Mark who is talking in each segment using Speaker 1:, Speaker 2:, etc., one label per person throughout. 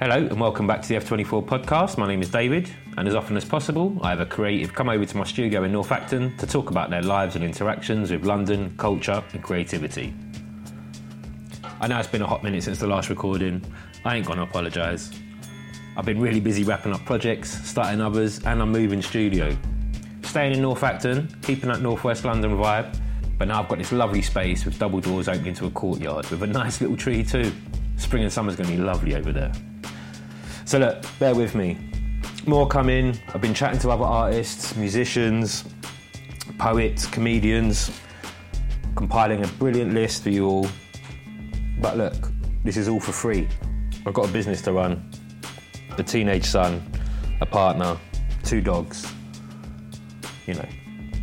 Speaker 1: Hello and welcome back to the F24 podcast. My name is David, and as often as possible, I have a creative come over to my studio in North Acton to talk about their lives and interactions with London, culture, and creativity. I know it's been a hot minute since the last recording. I ain't gonna apologise. I've been really busy wrapping up projects, starting others, and I'm moving studio. Staying in North Acton, keeping that Northwest London vibe, but now I've got this lovely space with double doors opening to a courtyard with a nice little tree too. Spring and summer's gonna be lovely over there. So look, bear with me. More coming. I've been chatting to other artists, musicians, poets, comedians, compiling a brilliant list for you all. But look, this is all for free. I've got a business to run, a teenage son, a partner, two dogs. You know,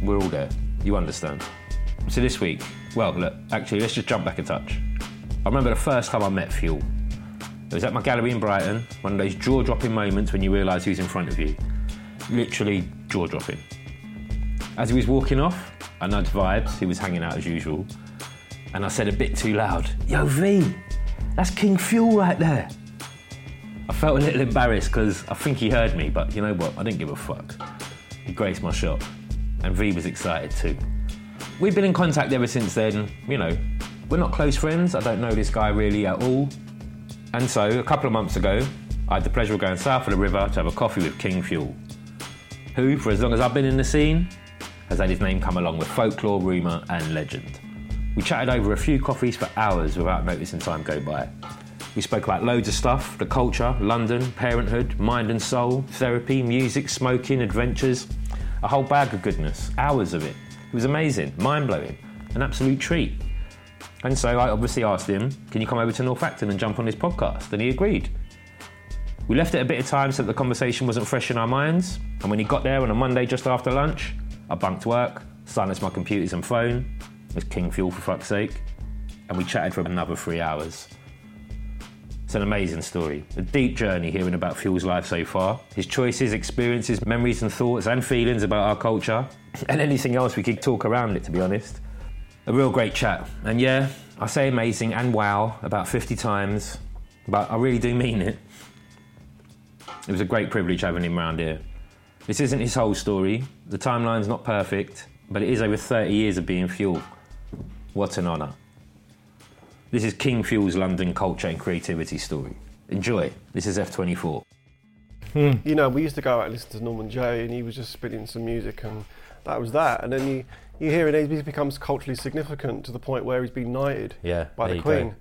Speaker 1: we're all there. You understand. So this week, well, look, actually, let's just jump back a touch. I remember the first time I met Fuel. It was at my gallery in Brighton, one of those jaw dropping moments when you realise who's in front of you. Literally jaw dropping. As he was walking off, I nudged Vibes, he was hanging out as usual, and I said a bit too loud, Yo V, that's King Fuel right there. I felt a little embarrassed because I think he heard me, but you know what? I didn't give a fuck. He graced my shot, and V was excited too. We've been in contact ever since then, you know. We're not close friends, I don't know this guy really at all, and so, a couple of months ago, I had the pleasure of going south of the river to have a coffee with King Fuel, who, for as long as I've been in the scene, has had his name come along with folklore, rumour, and legend. We chatted over a few coffees for hours without noticing time go by. We spoke about loads of stuff the culture, London, parenthood, mind and soul, therapy, music, smoking, adventures, a whole bag of goodness, hours of it. It was amazing, mind blowing, an absolute treat. And so I obviously asked him, Can you come over to North Acton and jump on this podcast? And he agreed. We left it a bit of time so that the conversation wasn't fresh in our minds. And when he got there on a Monday just after lunch, I bunked work, silenced my computers and phone, it was king fuel for fuck's sake, and we chatted for another three hours. It's an amazing story, a deep journey hearing about Fuel's life so far, his choices, experiences, memories, and thoughts and feelings about our culture, and anything else we could talk around it, to be honest. A real great chat. And yeah, I say amazing and wow about 50 times, but I really do mean it. It was a great privilege having him round here. This isn't his whole story. The timeline's not perfect, but it is over 30 years of being Fuel. What an honour. This is King Fuel's London culture and creativity story. Enjoy. This is F24.
Speaker 2: you know, we used to go out and listen to Norman Jay, and he was just spitting some music, and that was that. And then you, you hear it, he becomes culturally significant to the point where he's been knighted
Speaker 1: Yeah,
Speaker 2: by
Speaker 1: there
Speaker 2: the
Speaker 1: you
Speaker 2: Queen.
Speaker 1: go.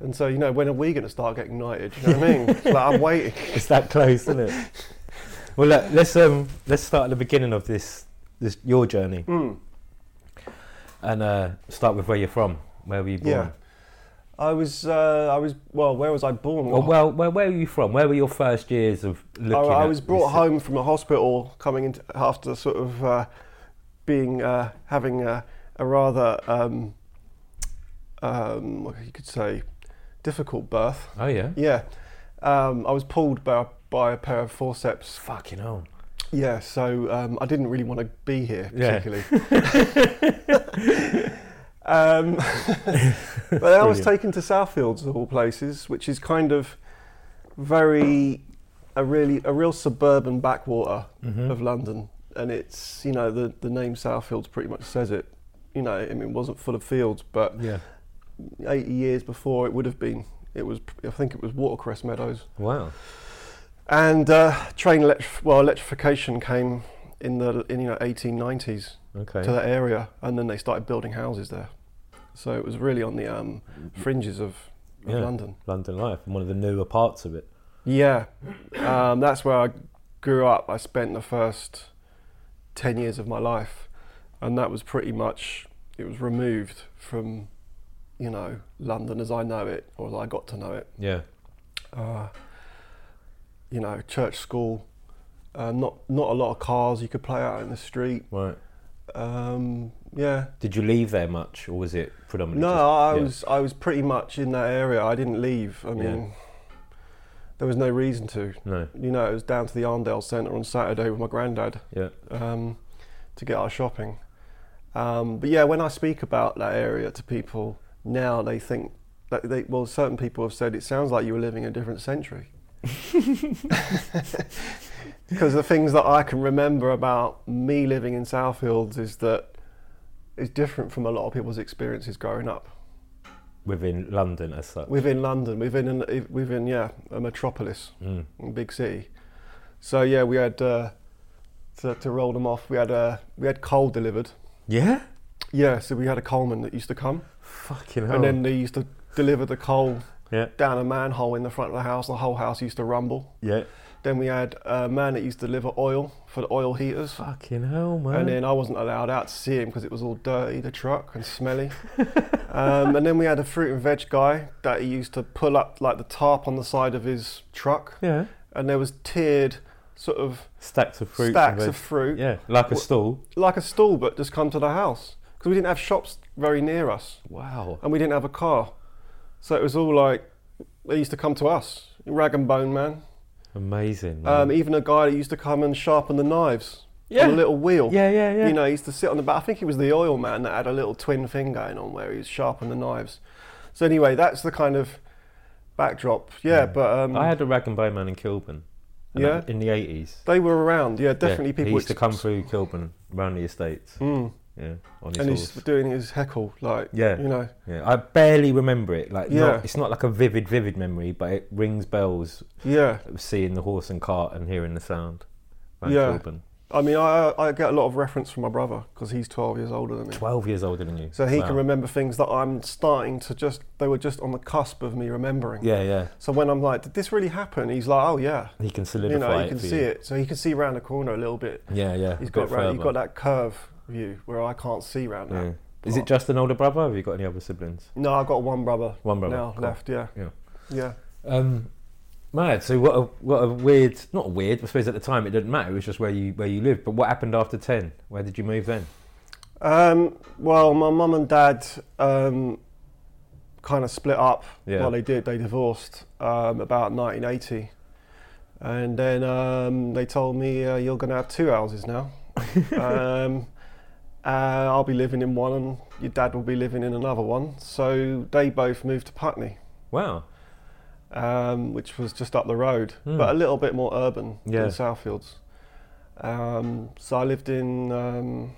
Speaker 2: And so, you know, when are we going to start getting knighted? You know what I mean? It's like, I'm waiting.
Speaker 3: It's that close, isn't it? Well, look, let's um, let's start at the beginning of this this your journey, and uh, start with where you're from. Where were you born?
Speaker 2: Yeah. I was, uh, I was, well, where was I born?
Speaker 3: Well, Oh, well, where, where were you from? Where were your first years of looking?
Speaker 2: I, Oh, I
Speaker 3: at
Speaker 2: was brought
Speaker 3: this-
Speaker 2: home from a hospital coming into after sort of uh, being uh, having a, a rather um, um, what you could say difficult birth.
Speaker 3: Oh yeah.
Speaker 2: Yeah, um, I was pulled by by a pair of forceps.
Speaker 3: Fucking hell.
Speaker 2: Yeah, so um, I didn't really want to be here
Speaker 3: Yeah.
Speaker 2: particularly. um, but then I was
Speaker 3: Brilliant.
Speaker 2: taken to Southfields of all places, which is kind of very a really a real suburban backwater
Speaker 3: Hmm.
Speaker 2: of London, and it's you know the the name Southfields pretty much says it. You know, I mean, it wasn't full of fields, but
Speaker 3: Yeah.
Speaker 2: 80 years before it would have been. It was, I think, it was Watercress Meadows.
Speaker 3: Wow.
Speaker 2: And uh, train electri- well electrification came in the in you know 1890s
Speaker 3: Okay.
Speaker 2: to that area, and then they started building houses there. So it was really on the um, fringes of, of
Speaker 3: Yeah.
Speaker 2: London.
Speaker 3: London life, and one of the newer parts of it.
Speaker 2: Yeah, um, that's where I grew up. I spent the first ten years of my life, and that was pretty much it was removed from you know London as I know it, or as I got to know it.
Speaker 3: Yeah.
Speaker 2: uh, you know, church, school. Uh, not not a lot of cars. You could play out in the street.
Speaker 3: Right.
Speaker 2: Um, yeah.
Speaker 3: Did you leave there much, or was it predominantly?
Speaker 2: No,
Speaker 3: just-
Speaker 2: I
Speaker 3: yeah.
Speaker 2: was I was pretty much in that area. I didn't leave. I mean, there was no reason to.
Speaker 3: No.
Speaker 2: You know, it was down to the Arndale Centre on Saturday with my granddad
Speaker 3: Yeah.
Speaker 2: um, to get our shopping. Um, but yeah, when I speak about that area to people now, they think that they well, certain people have said it sounds like you were living in a different century. Because the things that I can remember about me living in Southfields is that is different from a lot of people's experiences growing up
Speaker 4: within London as such.
Speaker 2: within London, within an, within yeah a metropolis,
Speaker 4: Mm.
Speaker 2: a big city. So yeah, we had uh, to, to roll them off. We had uh, we had coal delivered.
Speaker 4: Yeah?
Speaker 2: Yeah, so we had a coalman that used to come,
Speaker 4: Fucking hell.
Speaker 2: and then they used to deliver the coal
Speaker 4: yeah,
Speaker 2: down a manhole in the front of the house. The whole house used to rumble.
Speaker 4: yeah.
Speaker 2: Then we had a man that used to deliver oil for the oil heaters.
Speaker 4: Fucking hell, man.
Speaker 2: And then I wasn't allowed out to see him because it was all dirty, the truck, and smelly. um, and then we had a fruit and veg guy that he used to pull up like the tarp on the side of his truck,
Speaker 4: yeah.
Speaker 2: and there was tiered sort of
Speaker 4: Stacks of fruit.
Speaker 2: stacks of fruit,
Speaker 4: Yeah, like a
Speaker 2: Wha-
Speaker 4: stall.
Speaker 2: like a stall, but just come to the house because we didn't have shops very near us,
Speaker 4: Wow.
Speaker 2: and we didn't have a car, so it was all like they used to come to us, rag and bone man.
Speaker 4: Amazing. Man.
Speaker 2: Um, even a guy that used to come and sharpen the knives
Speaker 4: yeah.
Speaker 2: on a little wheel.
Speaker 4: yeah, yeah, yeah.
Speaker 2: You know, he used to sit on the back. I think he was the oil man that had a little twin thing going on where he was sharpening the knives. So anyway, that's the kind of backdrop. Yeah,
Speaker 4: Yeah.
Speaker 2: but um,
Speaker 4: I had a rag and bone man in Kilburn. and
Speaker 2: Yeah?
Speaker 4: that- In the 80s.
Speaker 2: they were around. Yeah,
Speaker 4: Yeah,
Speaker 2: definitely people
Speaker 4: He used to
Speaker 2: ex-
Speaker 4: come through Kilburn, round the estates.
Speaker 2: Mm,
Speaker 4: Yeah, on his
Speaker 2: and
Speaker 4: horse.
Speaker 2: he's doing his heckle, like
Speaker 4: Yeah.
Speaker 2: you know,
Speaker 4: Yeah, I barely remember it. Like,
Speaker 2: Yeah.
Speaker 4: not, it's not like a vivid, vivid memory, but it rings bells
Speaker 2: yeah.
Speaker 4: of seeing the horse and cart and hearing the sound. around
Speaker 2: Yeah.
Speaker 4: Kilburn.
Speaker 2: I mean, I I get a lot of reference from my brother because he's 12 years older than me.
Speaker 4: Twelve years older than you.
Speaker 2: So he
Speaker 4: Wow.
Speaker 2: can remember things that I'm starting to just, they were just on the cusp of me remembering.
Speaker 4: Yeah, yeah.
Speaker 2: So when I'm like, did this really happen? He's like, oh yeah.
Speaker 4: He can solidify
Speaker 2: You know,
Speaker 4: it.
Speaker 2: you can
Speaker 4: for
Speaker 2: see it. So he can see around the corner a little bit.
Speaker 4: Yeah, yeah.
Speaker 2: He's
Speaker 4: a
Speaker 2: got
Speaker 4: bit
Speaker 2: round, you've got
Speaker 4: further.
Speaker 2: that curve view where I can't see round that.
Speaker 4: Yeah. Is it just an older brother? Or have you got any other siblings?
Speaker 2: No, I've got one brother,
Speaker 4: One brother.
Speaker 2: now
Speaker 4: Cool.
Speaker 2: left. Yeah.
Speaker 4: Yeah.
Speaker 2: Yeah.
Speaker 4: Um, mad. So what? A, what a weird. Not weird. I suppose at the time it didn't matter. It was just where you where you lived. But what happened after ten? Where did you move then?
Speaker 2: Um, well, my mum and dad um, kind of split up.
Speaker 4: Yeah.
Speaker 2: Well, they did. They divorced um, about 1980, and then um, they told me uh, you're going to have two houses now. um, uh, I'll be living in one, and your dad will be living in another one. So they both moved to Putney.
Speaker 4: Wow.
Speaker 2: um, which was just up the road,
Speaker 4: Hmm.
Speaker 2: but a little bit more urban
Speaker 4: Yeah.
Speaker 2: than Southfields. Um, so I lived in um,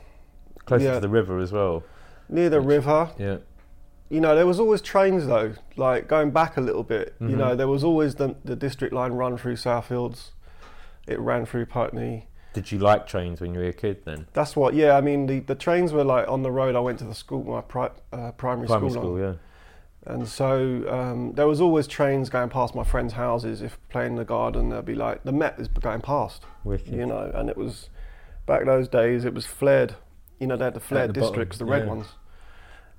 Speaker 4: Closer
Speaker 2: Yeah.
Speaker 4: to the river as well.
Speaker 2: near the
Speaker 4: Which-
Speaker 2: river.
Speaker 4: Yeah.
Speaker 2: You know, there was always trains though. Like going back a little bit, you
Speaker 4: Mhm.
Speaker 2: know, there was always the, the district line run through Southfields. It ran through Putney.
Speaker 4: Did you like trains when you were a kid then?
Speaker 2: That's what. Yeah, I mean, the, the trains were like on the road. I went to the school, my pri- uh, primary,
Speaker 4: Primary
Speaker 2: school, on.
Speaker 4: school, yeah.
Speaker 2: And so um, there was always trains going past my friends' houses. If playing in the garden, they'd be like, the Met is going past.
Speaker 4: Wicked.
Speaker 2: you know, and it was back those days it was flared. You know, they had the flared
Speaker 4: the bottom,
Speaker 2: districts, the red
Speaker 4: yeah.
Speaker 2: ones,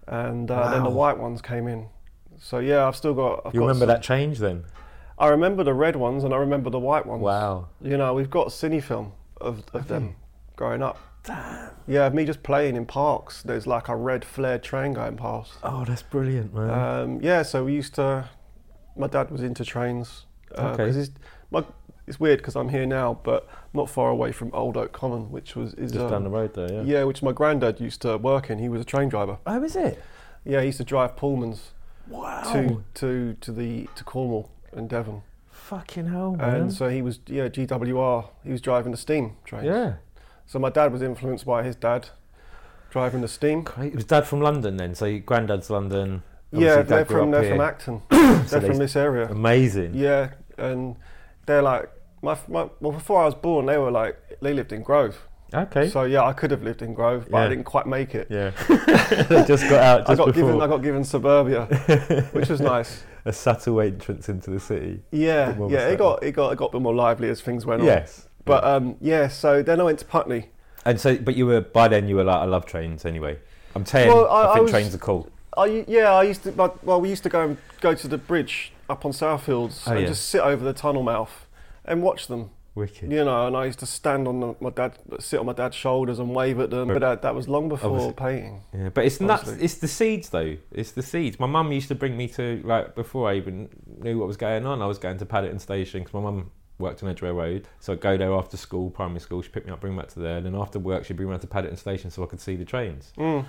Speaker 2: and uh, then the
Speaker 4: Wow.
Speaker 2: white ones came in. So yeah, I've still got. I've
Speaker 4: you
Speaker 2: got
Speaker 4: remember
Speaker 2: some-
Speaker 4: that change then?
Speaker 2: I remember the red ones, and I remember the white ones.
Speaker 4: Wow.
Speaker 2: You know, we've got a cine film of, of them growing up. Damn. Yeah, of me just playing in parks. There's like a red flared train going past.
Speaker 4: Oh, that's brilliant, man.
Speaker 2: Um, yeah, so we used to. My dad was into trains. Uh,
Speaker 4: Okay.
Speaker 2: 'cause it's, my, it's weird because I'm here now, but not far away from Old Oak Common, which was is
Speaker 4: Just
Speaker 2: um,
Speaker 4: down the road there, yeah.
Speaker 2: yeah. which my granddad used to work in. He was a train driver.
Speaker 4: Oh, is it?
Speaker 2: Yeah, he used to drive Pullmans
Speaker 4: Wow.
Speaker 2: to to to the to Cornwall and Devon,
Speaker 4: Fucking hell, man.
Speaker 2: and so he was yeah GWR. He was driving the steam trains.
Speaker 4: yeah.
Speaker 2: So my dad was influenced by his dad driving the steam.
Speaker 4: Great. It was dad from London then, so your granddad's London. obviously
Speaker 2: yeah,
Speaker 4: dad
Speaker 2: they're
Speaker 4: grew
Speaker 2: from
Speaker 4: up
Speaker 2: they're
Speaker 4: here.
Speaker 2: from Acton.
Speaker 4: So
Speaker 2: they're
Speaker 4: they-
Speaker 2: from this area.
Speaker 4: Amazing.
Speaker 2: Yeah, and they're like my, my well before I was born, they were like they lived in Grove.
Speaker 4: Okay.
Speaker 2: So yeah, I could have lived in Grove, but I
Speaker 4: Yeah.
Speaker 2: didn't quite make it.
Speaker 4: yeah. They just got out just
Speaker 2: I got
Speaker 4: before.
Speaker 2: given I got given suburbia, which was nice.
Speaker 4: a subtle entrance into the city.
Speaker 2: Yeah,
Speaker 4: Bit more
Speaker 2: yeah,
Speaker 4: respect.
Speaker 2: it got it got it got a bit more lively as things went on.
Speaker 4: Yes.
Speaker 2: But um, yeah, so then I went to Putney.
Speaker 4: and so, but you were by then you were like, I love trains anyway. I'm ten.
Speaker 2: Well,
Speaker 4: I,
Speaker 2: I- I
Speaker 4: think
Speaker 2: was-
Speaker 4: trains are cool.
Speaker 2: I u- yeah, I used to like, well, we used to go and go to the bridge up on Southfields
Speaker 4: Oh,
Speaker 2: and
Speaker 4: yeah.
Speaker 2: just sit over the tunnel mouth and watch them.
Speaker 4: Wicked.
Speaker 2: You know, and I used to stand on the, my dad, sit on my dad's shoulders and wave at them. But that, that was long before
Speaker 4: Obviously.
Speaker 2: painting.
Speaker 4: Yeah, but it's nuts.
Speaker 2: Honestly.
Speaker 4: It's the seeds, though. It's the seeds. My mum used to bring me to like before I even knew what was going on. I was going to Paddington Station because my mum worked on Edgware Road, so I'd go there after school, primary school. She'd pick me up, bring me back to there, and then after work, she'd bring me around to Paddington Station so I could see the trains.
Speaker 2: Mm,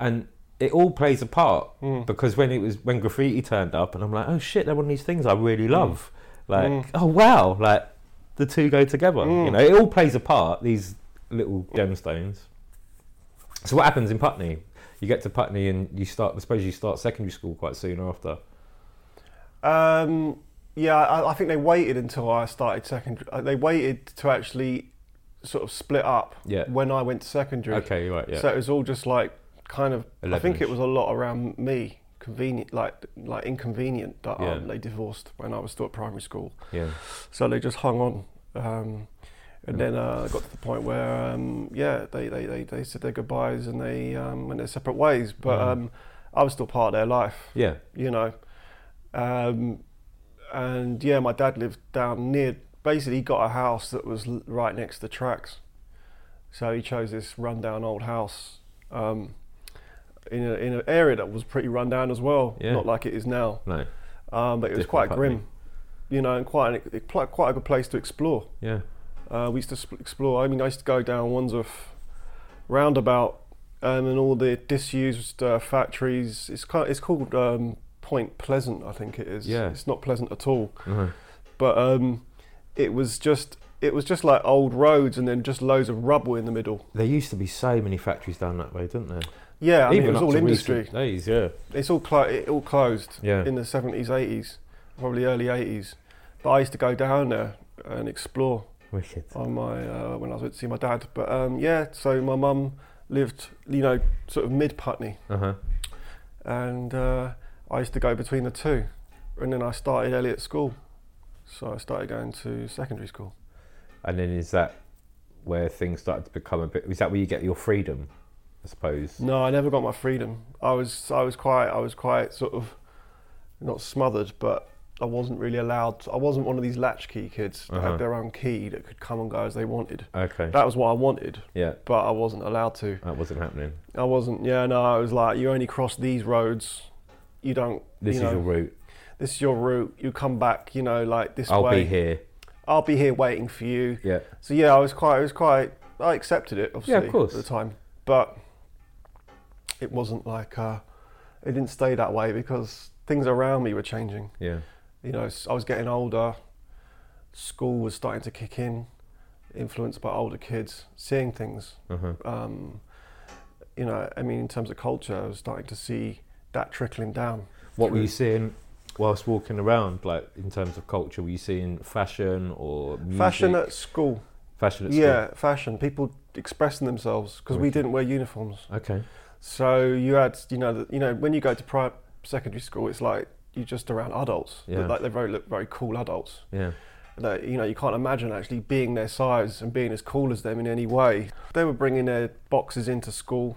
Speaker 4: And it all plays a part
Speaker 2: mm.
Speaker 4: because when it was when graffiti turned up, and I'm like, oh shit, they're one of these things I really love. Like,
Speaker 2: Mm.
Speaker 4: oh wow, like the two go together. You
Speaker 2: Mm.
Speaker 4: know, it all plays a part. These little gemstones. So what happens in Putney? You get to Putney and you start. I suppose you start secondary school quite soon after.
Speaker 2: Um, yeah, I, I think they waited until I started secondary. uh, They waited to actually sort of split up
Speaker 4: Yeah.
Speaker 2: when I went to secondary.
Speaker 4: Okay, right, yeah.
Speaker 2: So it was all just like kind of. I think it
Speaker 4: 11-ish.
Speaker 2: was a lot around me, convenient, like like inconvenient that
Speaker 4: Yeah.
Speaker 2: um, they divorced when I was still at primary school.
Speaker 4: yeah.
Speaker 2: So they just hung on. Um, and then uh, got to the point where, um, yeah, they, they, they, they said their goodbyes and they um, went their separate ways. But
Speaker 4: Mhm.
Speaker 2: um, I was still part of their life
Speaker 4: Yeah.
Speaker 2: you know. Um, and yeah, my dad lived down near. Basically, he got a house that was l- right next to the tracks, so he chose this rundown old house um, in a, in an area that was pretty rundown as well.
Speaker 4: Yeah.
Speaker 2: Not like it is now,
Speaker 4: No.
Speaker 2: um, but it was
Speaker 4: Different
Speaker 2: quite
Speaker 4: Putney.
Speaker 2: grim, you know, and quite an, it- pl- quite a good place to explore.
Speaker 4: Yeah.
Speaker 2: Uh, we used to sp- explore. I mean, I used to go down Wandsworth roundabout um, and all the disused uh, factories. It's ca- it's called um, Point Pleasant, I think it is.
Speaker 4: Yeah.
Speaker 2: It's not pleasant at all,
Speaker 4: No.
Speaker 2: but um, it was just it was just like old roads and then just loads of rubble in the middle.
Speaker 4: There used to be so many factories down that way, didn't there?
Speaker 2: Yeah, I mean, it was
Speaker 4: up
Speaker 2: all
Speaker 4: to
Speaker 2: industry.
Speaker 4: recent Days, yeah.
Speaker 2: It's all clo- it all closed
Speaker 4: Yeah.
Speaker 2: in the seventies, eighties, probably early eighties. But I used to go down there and explore.
Speaker 4: Wicked.
Speaker 2: on my uh, when I went to see my dad. But um, yeah, so my mum lived, you know, sort of mid Putney,
Speaker 4: Uh huh.
Speaker 2: and uh, I used to go between the two, and then I started Elliot school, so I started going to secondary school.
Speaker 4: And then is that where things started to become a bit? Is that where you get your freedom? I suppose.
Speaker 2: No, I never got my freedom. I was I was quite I was quite sort of not smothered, but I wasn't really allowed. I wasn't one of these latchkey kids that
Speaker 4: Uh-huh.
Speaker 2: had their own key that could come and go as they wanted.
Speaker 4: Okay.
Speaker 2: That was what I wanted,
Speaker 4: yeah.
Speaker 2: but I wasn't allowed to.
Speaker 4: That wasn't happening.
Speaker 2: I wasn't. Yeah, no, I was like, you only cross these roads. You don't.
Speaker 4: This
Speaker 2: you
Speaker 4: is
Speaker 2: know,
Speaker 4: your route.
Speaker 2: This is your route. You come back. You know, like this
Speaker 4: I'll
Speaker 2: way.
Speaker 4: be here.
Speaker 2: I'll be here waiting for you.
Speaker 4: Yeah.
Speaker 2: So yeah, I was quite. I was quite. I accepted it, obviously,
Speaker 4: course.
Speaker 2: at the time. But it wasn't like. Uh, it didn't stay that way because things around me were changing.
Speaker 4: Yeah.
Speaker 2: You know, s- I was getting older. School was starting to kick in, influenced by older kids, seeing things
Speaker 4: Uh huh.
Speaker 2: um, you know, I mean, in terms of culture, I was starting to see that trickling down.
Speaker 4: What were
Speaker 2: through-
Speaker 4: you seeing whilst walking around? Like in terms of culture, were you seeing fashion or music?
Speaker 2: Fashion at school.
Speaker 4: fashion at
Speaker 2: yeah, fashion. People expressing themselves because we
Speaker 4: Wicked.
Speaker 2: didn't wear uniforms.
Speaker 4: school. Okay.
Speaker 2: So you had, you know, the, you know, when you go to pri secondary school, it's like you're just around adults.
Speaker 4: Yeah.
Speaker 2: Like they're very look very cool adults.
Speaker 4: Yeah.
Speaker 2: that you know you can't imagine actually being their size and being as cool as them in any way. They were bringing their boxes into school,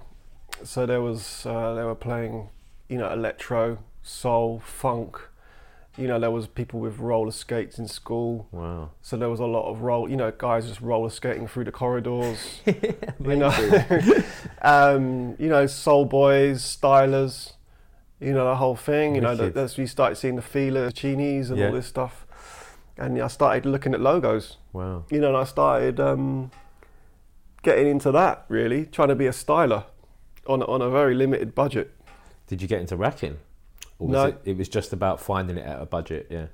Speaker 2: so there was uh, they were playing you know electro, soul, funk. You know there was people with roller skates in school,
Speaker 4: Wow.
Speaker 2: so there was a lot of roll. You know guys just roller skating through the corridors. you know,
Speaker 4: Amazing.
Speaker 2: um, you know soul boys, stylers. You know the whole thing. You know that,
Speaker 4: Wicked.
Speaker 2: that's you started seeing the feelers, chinis, and
Speaker 4: Yeah.
Speaker 2: all this stuff. And I started looking at logos
Speaker 4: wow.
Speaker 2: you know, and I started um, getting into that really, trying to be a styler on on a very limited budget.
Speaker 4: Did you get into racking? Or was
Speaker 2: No.
Speaker 4: it, it was just about finding it at a budget, yeah.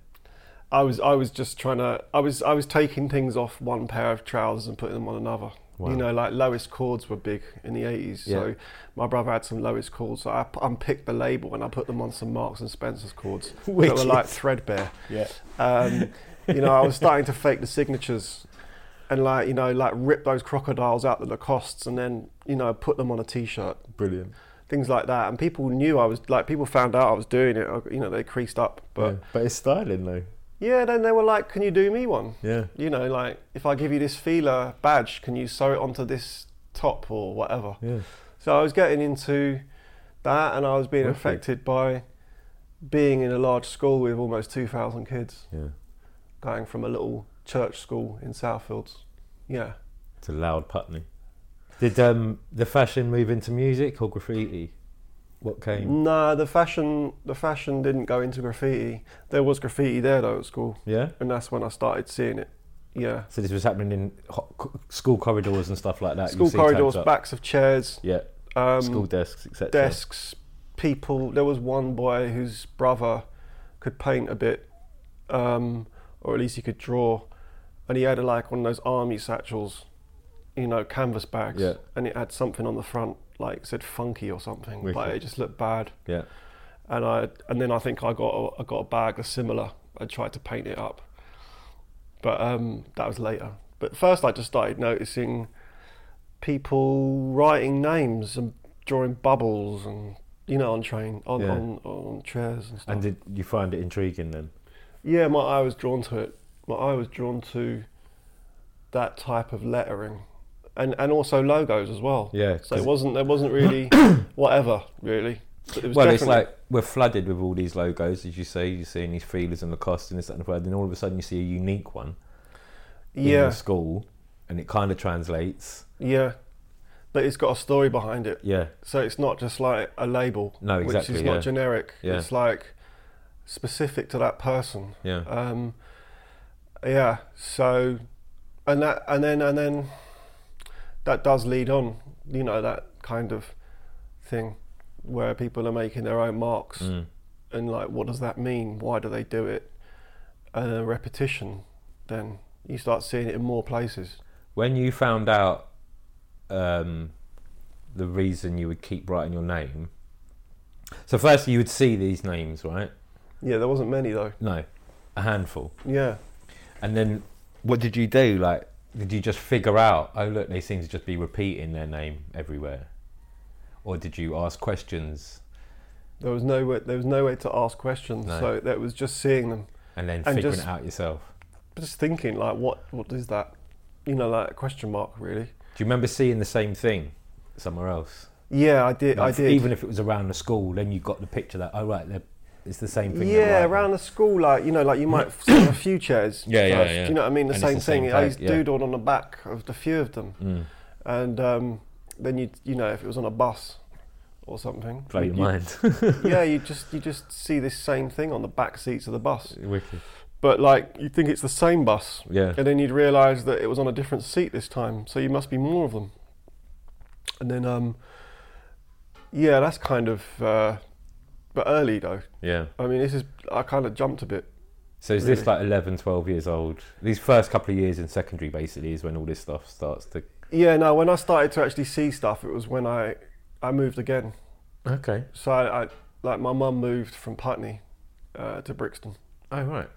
Speaker 2: I was I was just trying to I was I was taking things off one pair of trousers and putting them on another.
Speaker 4: Wow.
Speaker 2: You know, like lowest cords were big in the eighties.
Speaker 4: Yeah.
Speaker 2: So my brother had some lowest cords. So I p- unpicked the label and I put them on some Marks and Spencer's cords that were
Speaker 4: Wicked.
Speaker 2: like threadbare.
Speaker 4: Yeah.
Speaker 2: Um, you know, I was starting to fake the signatures and like you know like rip those crocodiles out the Lacoste's and then you know put them on a t-shirt.
Speaker 4: Brilliant.
Speaker 2: things like that. And people knew I was like, people found out I was doing it. You know, they creased up. But
Speaker 4: but it's styling though.
Speaker 2: yeah, then they were like, "Can you do me one?"
Speaker 4: Yeah.
Speaker 2: You know, like if I give you this feeler badge, can you sew it onto this top or whatever?
Speaker 4: Yeah.
Speaker 2: So I was getting into that, and I was being
Speaker 4: Wicked.
Speaker 2: affected by being in a large school with almost two thousand kids,
Speaker 4: Yeah.
Speaker 2: going from a little church school in Southfields. Yeah.
Speaker 4: It's a loud Putney. Did um, the fashion move into music or graffiti? What came?
Speaker 2: No, the fashion the fashion didn't go into graffiti. There was graffiti there though at school.
Speaker 4: Yeah.
Speaker 2: and that's when I started seeing it. Yeah,
Speaker 4: So this was happening in ho- co- school corridors and stuff like that. you'd
Speaker 2: school
Speaker 4: see tabs
Speaker 2: corridors,
Speaker 4: up.
Speaker 2: backs of chairs,
Speaker 4: Yeah.
Speaker 2: um,
Speaker 4: school desks, etc.
Speaker 2: desks, people. There was one boy whose brother could paint a bit um, or at least he could draw. And he had a, like one of those army satchels, you know, canvas bags,
Speaker 4: Yeah.
Speaker 2: and it had something on the front like said funky or something, but
Speaker 4: Wicked.
Speaker 2: it just looked bad.
Speaker 4: Yeah.
Speaker 2: And I and then I think I got a, I got a bag that's similar. I tried to paint it up, but um, that was later. But first, I just started noticing people writing names and drawing bubbles and you know on train on
Speaker 4: Yeah.
Speaker 2: on, on chairs and stuff.
Speaker 4: And did you find it intriguing then?
Speaker 2: Yeah, my eye was drawn to it. My eye was drawn to that type of lettering, and and also logos as well.
Speaker 4: Yeah,
Speaker 2: So
Speaker 4: 'cause-
Speaker 2: it wasn't there wasn't really whatever really. It was
Speaker 4: well, it's
Speaker 2: definitely-
Speaker 4: like we're flooded with all these logos, as you say. You're seeing these feelers and the cost and this that, and the third, and all of a sudden you see a unique one in
Speaker 2: yeah,
Speaker 4: the school, and it kind of translates.
Speaker 2: yeah, but it's got a story behind it.
Speaker 4: Yeah,
Speaker 2: So it's not just like a label.
Speaker 4: No, exactly,
Speaker 2: Which is
Speaker 4: yeah.
Speaker 2: not generic.
Speaker 4: Yeah.
Speaker 2: It's like specific to that person.
Speaker 4: yeah,
Speaker 2: Um, yeah. So, and that, and then, and then, that does lead on. You know that kind of thing where people are making their own marks
Speaker 4: Mm.
Speaker 2: and like, what does that mean? Why do they do it? And then repetition. Then you start seeing it in more places.
Speaker 4: When you found out um, the reason you would keep writing your name, so firstly you would see these names, right?
Speaker 2: Yeah, there wasn't many though.
Speaker 4: No, a handful.
Speaker 2: Yeah.
Speaker 4: And then what did you do? Like, did you just figure out, oh, look, they seem to just be repeating their name everywhere? Or did you ask questions
Speaker 2: There was no way, there was no way to ask questions,
Speaker 4: No.
Speaker 2: so that was just seeing them,
Speaker 4: and then
Speaker 2: And
Speaker 4: figuring
Speaker 2: just-
Speaker 4: it out yourself?
Speaker 2: just thinking like, what what is that? You know, like a question mark really.
Speaker 4: Do you remember seeing the same thing somewhere else?
Speaker 2: Yeah, I did. I
Speaker 4: Like,
Speaker 2: did.
Speaker 4: Even if it was around the school, then you got the picture that, oh, right, they're- it's the same thing. they're
Speaker 2: yeah,
Speaker 4: writing.
Speaker 2: around the school, like you know, like you might see a few chairs.
Speaker 4: Yeah, yeah,
Speaker 2: first,
Speaker 4: yeah.
Speaker 2: Do you know what I mean? The
Speaker 4: And it's
Speaker 2: same
Speaker 4: the same
Speaker 2: thing.
Speaker 4: type,
Speaker 2: I used
Speaker 4: yeah.
Speaker 2: doodled on the back of the few of them,
Speaker 4: Mm,
Speaker 2: and um, then you you know if it was on a bus or something,
Speaker 4: blow your
Speaker 2: you-
Speaker 4: mind.
Speaker 2: yeah, you just you just see this same thing on the back seats of the bus,
Speaker 4: Wicked.
Speaker 2: but like you think it's the same bus,
Speaker 4: Yeah.
Speaker 2: and then you'd realise that it was on a different seat this time, so you must be more of them. And then, um, yeah, that's kind of, uh, but early though.
Speaker 4: Yeah.
Speaker 2: I mean, this is I kind of jumped a bit.
Speaker 4: So is this
Speaker 2: Really.
Speaker 4: like 11, 12 years old? These first couple of years in secondary basically is when all this stuff starts to.
Speaker 2: Yeah, no. When I started to actually see stuff, it was when I I moved again.
Speaker 4: Okay.
Speaker 2: So I, I like my mum moved from Putney uh, to Brixton
Speaker 4: Oh, right.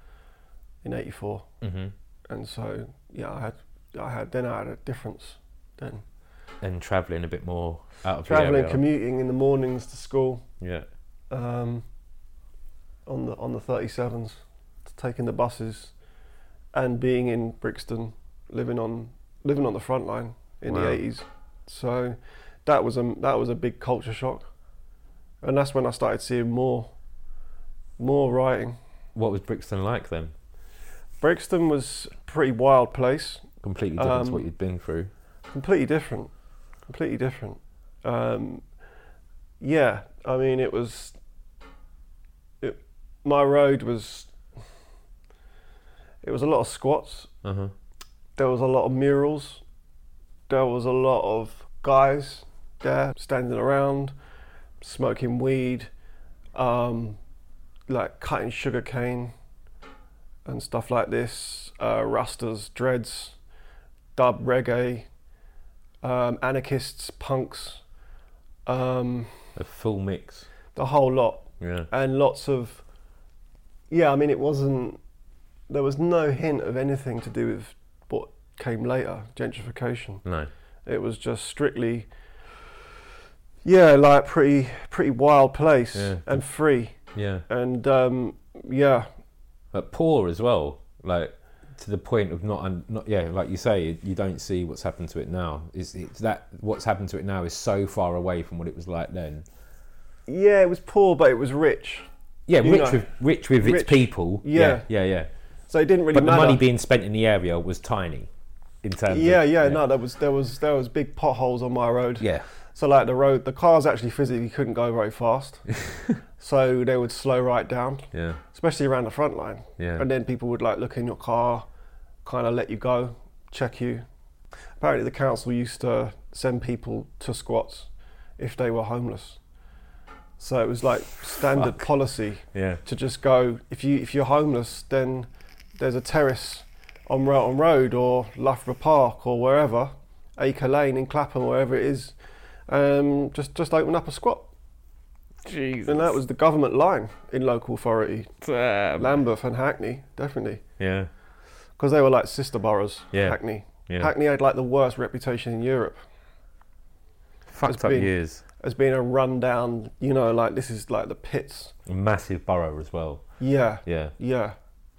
Speaker 2: in '84,
Speaker 4: hmm
Speaker 2: and so yeah, I had I had then I had a difference then
Speaker 4: and travelling a bit more out of the
Speaker 2: traveling,
Speaker 4: area.
Speaker 2: commuting in the mornings to school.
Speaker 4: yeah,
Speaker 2: um, on the on the 37s, taking the buses, and being in Brixton, living on living on the front line in
Speaker 4: Wow.
Speaker 2: the 80s. So that was a that was a big culture shock, and that's when I started seeing more more writing.
Speaker 4: what was Brixton like then?
Speaker 2: Brixton was a pretty wild place,
Speaker 4: Completely different to
Speaker 2: Um,
Speaker 4: what you'd been through.
Speaker 2: completely different, completely different. Um, yeah, I mean it was. It, my road was. It was a lot of squats.
Speaker 4: Uh huh.
Speaker 2: There was a lot of murals. There was a lot of guys there standing around, smoking weed, um, like cutting sugar cane and stuff like this. Uh, Rastas, dreads, dub reggae, um, anarchists, punks, um,
Speaker 4: A full mix.
Speaker 2: the whole lot
Speaker 4: Yeah.
Speaker 2: and lots of yeah i mean it wasn't there was no hint of anything to do with what came later gentrification
Speaker 4: No.
Speaker 2: it was just strictly yeah like pretty pretty wild place
Speaker 4: Yeah.
Speaker 2: and free
Speaker 4: Yeah.
Speaker 2: and um yeah
Speaker 4: But poor as well. Like to the point of not, un- not yeah, like you say, you don't see what's happened to it now. It's, it's that what's happened to it now is so far away from what it was like then.
Speaker 2: yeah it was poor but it was rich
Speaker 4: Yeah,
Speaker 2: You
Speaker 4: rich
Speaker 2: know.
Speaker 4: with rich with
Speaker 2: Rich.
Speaker 4: its people. Yeah. Yeah. yeah.
Speaker 2: so it didn't really
Speaker 4: But the
Speaker 2: matter
Speaker 4: money being spent in the area was tiny, in terms.
Speaker 2: yeah,
Speaker 4: of,
Speaker 2: yeah no there was there was there was big potholes on my road
Speaker 4: Yeah.
Speaker 2: So like the road, the cars actually physically couldn't go very fast, so they would slow right down,
Speaker 4: Yeah.
Speaker 2: especially around the front line.
Speaker 4: Yeah.
Speaker 2: And then people would like look in your car, kind of let you go, check you. Apparently, the council used to send people to squats if they were homeless. So it was like standard policy
Speaker 4: Yeah.
Speaker 2: to just go if you if you're homeless, then there's a terrace on Railton Road or Loughborough Park or wherever, Acre Lane in Clapham, wherever it is, um, just just open up a squat.
Speaker 1: Jesus.
Speaker 2: And that was the government line in local authority,
Speaker 1: Damn.
Speaker 2: Lambeth and Hackney, definitely,
Speaker 4: Yeah.
Speaker 2: because they were like sister boroughs.
Speaker 4: Yeah.
Speaker 2: Hackney,
Speaker 4: Yeah.
Speaker 2: Hackney had like the worst reputation in Europe
Speaker 4: Fucked
Speaker 2: It's
Speaker 4: up
Speaker 2: been-
Speaker 4: years.
Speaker 2: as being a rundown. You know, like this is like the pits.
Speaker 4: Massive borough as well.
Speaker 2: Yeah,
Speaker 4: Yeah.
Speaker 2: yeah.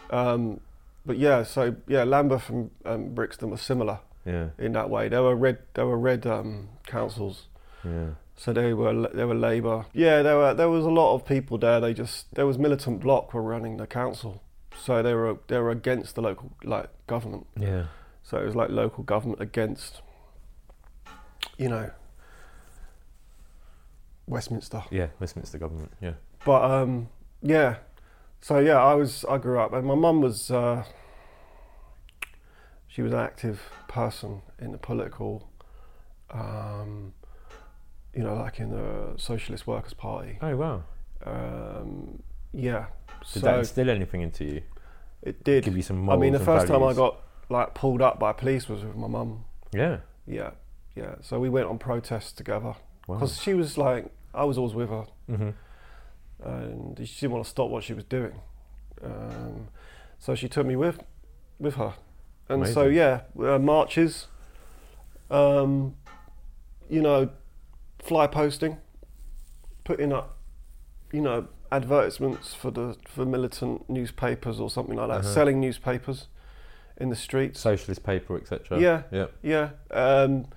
Speaker 2: Um, but yeah, so yeah, Lambeth and um, Brixton were similar
Speaker 4: Yeah.
Speaker 2: in that way. They were red. They were red um, councils.
Speaker 4: Yeah.
Speaker 2: So they were they were Labour. Yeah, there were there was a lot of people there. They just there was militant bloc were running the council, so they were they were against the local like government.
Speaker 4: Yeah.
Speaker 2: So it was like local government against, you know, Westminster.
Speaker 4: Yeah. Westminster government. Yeah.
Speaker 2: But um, yeah, so yeah, I was I grew up, and my mum was uh, she was an active person in the political, um, you know, like in the Socialist Workers Party.
Speaker 4: Oh wow.
Speaker 2: Um, yeah, so
Speaker 4: Did that instill anything into you?
Speaker 2: it did.
Speaker 4: Give you some
Speaker 2: I
Speaker 4: morals
Speaker 2: mean, the
Speaker 4: and
Speaker 2: first time I
Speaker 4: values?
Speaker 2: got like pulled up by police was with my mum.
Speaker 4: Yeah.
Speaker 2: Yeah, yeah. So we went on protests together
Speaker 4: Wow.
Speaker 2: because she was like I was always with her.
Speaker 4: Mm-hmm.
Speaker 2: and she didn't want to stop what she was doing. Um, so she took me with with her, and so
Speaker 4: Amazing.
Speaker 2: yeah, uh, marches, um, you know, fly posting, putting up, you know, advertisements for the for militant newspapers or something like that,
Speaker 4: Uh-huh.
Speaker 2: selling newspapers in the streets.
Speaker 4: Socialist paper, etc.
Speaker 2: Yeah.
Speaker 4: Yeah.
Speaker 2: Yeah. Um,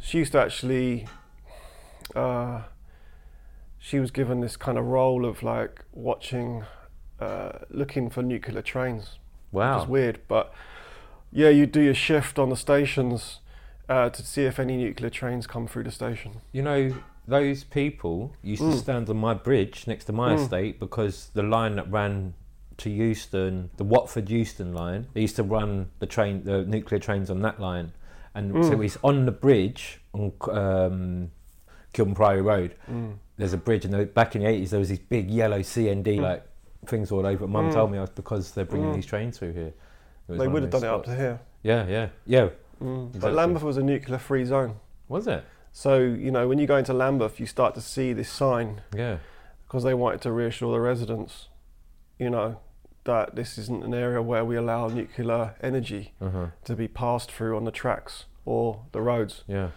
Speaker 2: she used to actually. Uh, she was given this kind of role of like watching, uh, looking for nuclear trains, which
Speaker 4: Wow.
Speaker 2: is weird. But yeah, you do your shift on the stations uh, to see if any nuclear trains come through the station.
Speaker 4: You know, those people used
Speaker 2: Mm.
Speaker 4: to stand on my bridge next to my estate because the line that ran to Euston, the Watford Euston line, they used to run the train, the nuclear trains on that line, and
Speaker 2: Mm.
Speaker 4: so it's on the bridge on um, Kilburn Priory Road. There's a bridge, and they- back in the eighties, there was these big yellow
Speaker 2: Mm.
Speaker 4: CND like things all over. Mum told me it was because they're bringing these trains through here. It was
Speaker 2: They
Speaker 4: one
Speaker 2: would
Speaker 4: of
Speaker 2: have done
Speaker 4: those
Speaker 2: it up to
Speaker 4: spots.
Speaker 2: here. Mm.
Speaker 4: Yeah, yeah, yeah.
Speaker 2: But
Speaker 4: Exactly.
Speaker 2: Lambeth was a nuclear free zone.
Speaker 4: Was it?
Speaker 2: So, you know, when you go into Lambeth, you start to see this sign
Speaker 4: Yeah.
Speaker 2: because they wanted to reassure the residents, you know, that this isn't an area where we allow nuclear energy
Speaker 4: Uh-huh.
Speaker 2: to be passed through on the tracks or the roads.
Speaker 4: Yeah.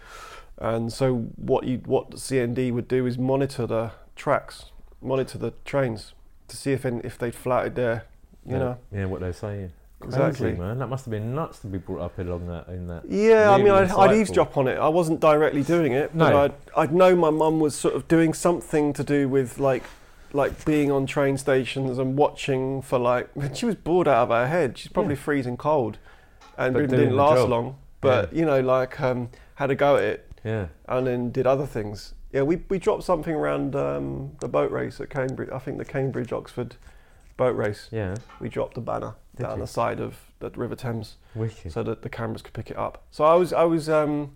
Speaker 2: And so what you what the CND would do is monitor the tracks, monitor the trains to see if any, if they'd flouted their, you
Speaker 4: yeah.
Speaker 2: know,
Speaker 4: Yeah, what they're saying.
Speaker 2: exactly.
Speaker 4: Crazy, man. That must have been nuts to be brought up along that in that.
Speaker 2: Yeah,
Speaker 4: Really
Speaker 2: I mean, I'd, I'd
Speaker 4: insightful.
Speaker 2: eavesdrop on it. I wasn't directly doing it, but
Speaker 4: No.
Speaker 2: I'd, I'd know my mum was sort of doing something to do with like, like being on train stations and watching for like. She was bored out of her head. She's probably freezing cold, and
Speaker 4: But
Speaker 2: it
Speaker 4: doing
Speaker 2: didn't
Speaker 4: the
Speaker 2: last
Speaker 4: job.
Speaker 2: long. But you know, like um, had a go at it
Speaker 4: Yeah.
Speaker 2: and then did other things. Yeah, we, we dropped something around um, the boat race at Cambridge. I think the Cambridge Oxford boat race.
Speaker 4: Yeah.
Speaker 2: We dropped a banner
Speaker 4: Did
Speaker 2: down
Speaker 4: you?
Speaker 2: the side of the River Thames
Speaker 4: Wicked.
Speaker 2: so that the cameras could pick it up. So I was I was um,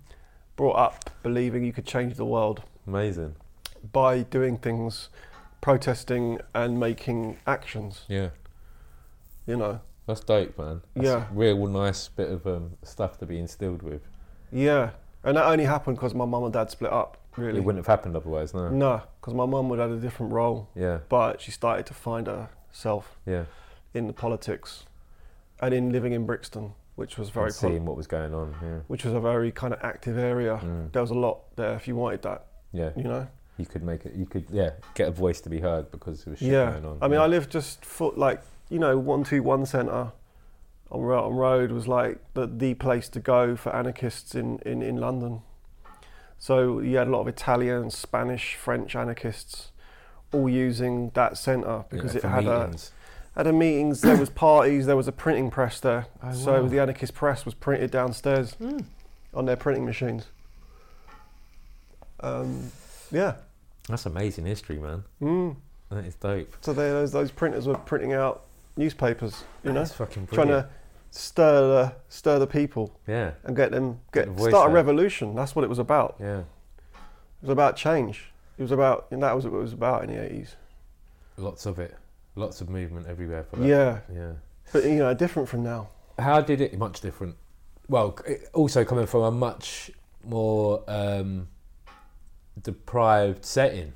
Speaker 2: brought up believing you could change the world
Speaker 4: Amazing.
Speaker 2: by doing things, protesting and making actions.
Speaker 4: Yeah.
Speaker 2: You know,
Speaker 4: That's dope, man. That's
Speaker 2: Yeah.
Speaker 4: a real nice bit of um, stuff to be instilled with.
Speaker 2: yeah. And that only happened because my mum and dad split up. Really, Mm.
Speaker 4: It wouldn't have happened otherwise, no.
Speaker 2: no, because my mum would have had a different role,
Speaker 4: Yeah.
Speaker 2: but she started to find herself
Speaker 4: Yeah.
Speaker 2: in the politics and in living in Brixton, which was very
Speaker 4: And
Speaker 2: pol-
Speaker 4: seeing what was going on. Yeah.
Speaker 2: which was a very kind of active area.
Speaker 4: Mm.
Speaker 2: There was a lot there if you wanted that,
Speaker 4: Yeah.
Speaker 2: you know.
Speaker 4: You could make it. You could. Yeah. Get a voice to be heard because there was shit
Speaker 2: yeah.
Speaker 4: going on.
Speaker 2: I mean,
Speaker 4: yeah.
Speaker 2: I lived just foot like you know one two one centre on Railton Road was like the the place to go for anarchists in in in London. So you had a lot of Italian, Spanish, French anarchists all using that centre
Speaker 4: Yeah,
Speaker 2: because it
Speaker 4: for
Speaker 2: had
Speaker 4: meetings.
Speaker 2: a had a meetings. There was parties. There was a printing press there.
Speaker 4: Oh,
Speaker 2: so
Speaker 4: wow. Hmm.
Speaker 2: the anarchist press was printed downstairs on their printing machines. Um, yeah.
Speaker 4: That's amazing history, man.
Speaker 2: Mm.
Speaker 4: That is dope.
Speaker 2: So they, those those printers were printing out newspapers, you know,
Speaker 4: That's fucking
Speaker 2: trying
Speaker 4: brilliant.
Speaker 2: to stir the stir the people
Speaker 4: Yeah.
Speaker 2: and get them
Speaker 4: Get
Speaker 2: get
Speaker 4: the voice
Speaker 2: start a
Speaker 4: out.
Speaker 2: revolution. That's what it was about.
Speaker 4: Yeah.
Speaker 2: It was about change. It was about and that was what it was about in the eighties.
Speaker 4: Lots of it. Lots of movement everywhere for that.
Speaker 2: Yeah,
Speaker 4: Yeah.
Speaker 2: But you know, different from now.
Speaker 4: How did it? Much different. Well, c- it- also coming from a much more um, deprived setting.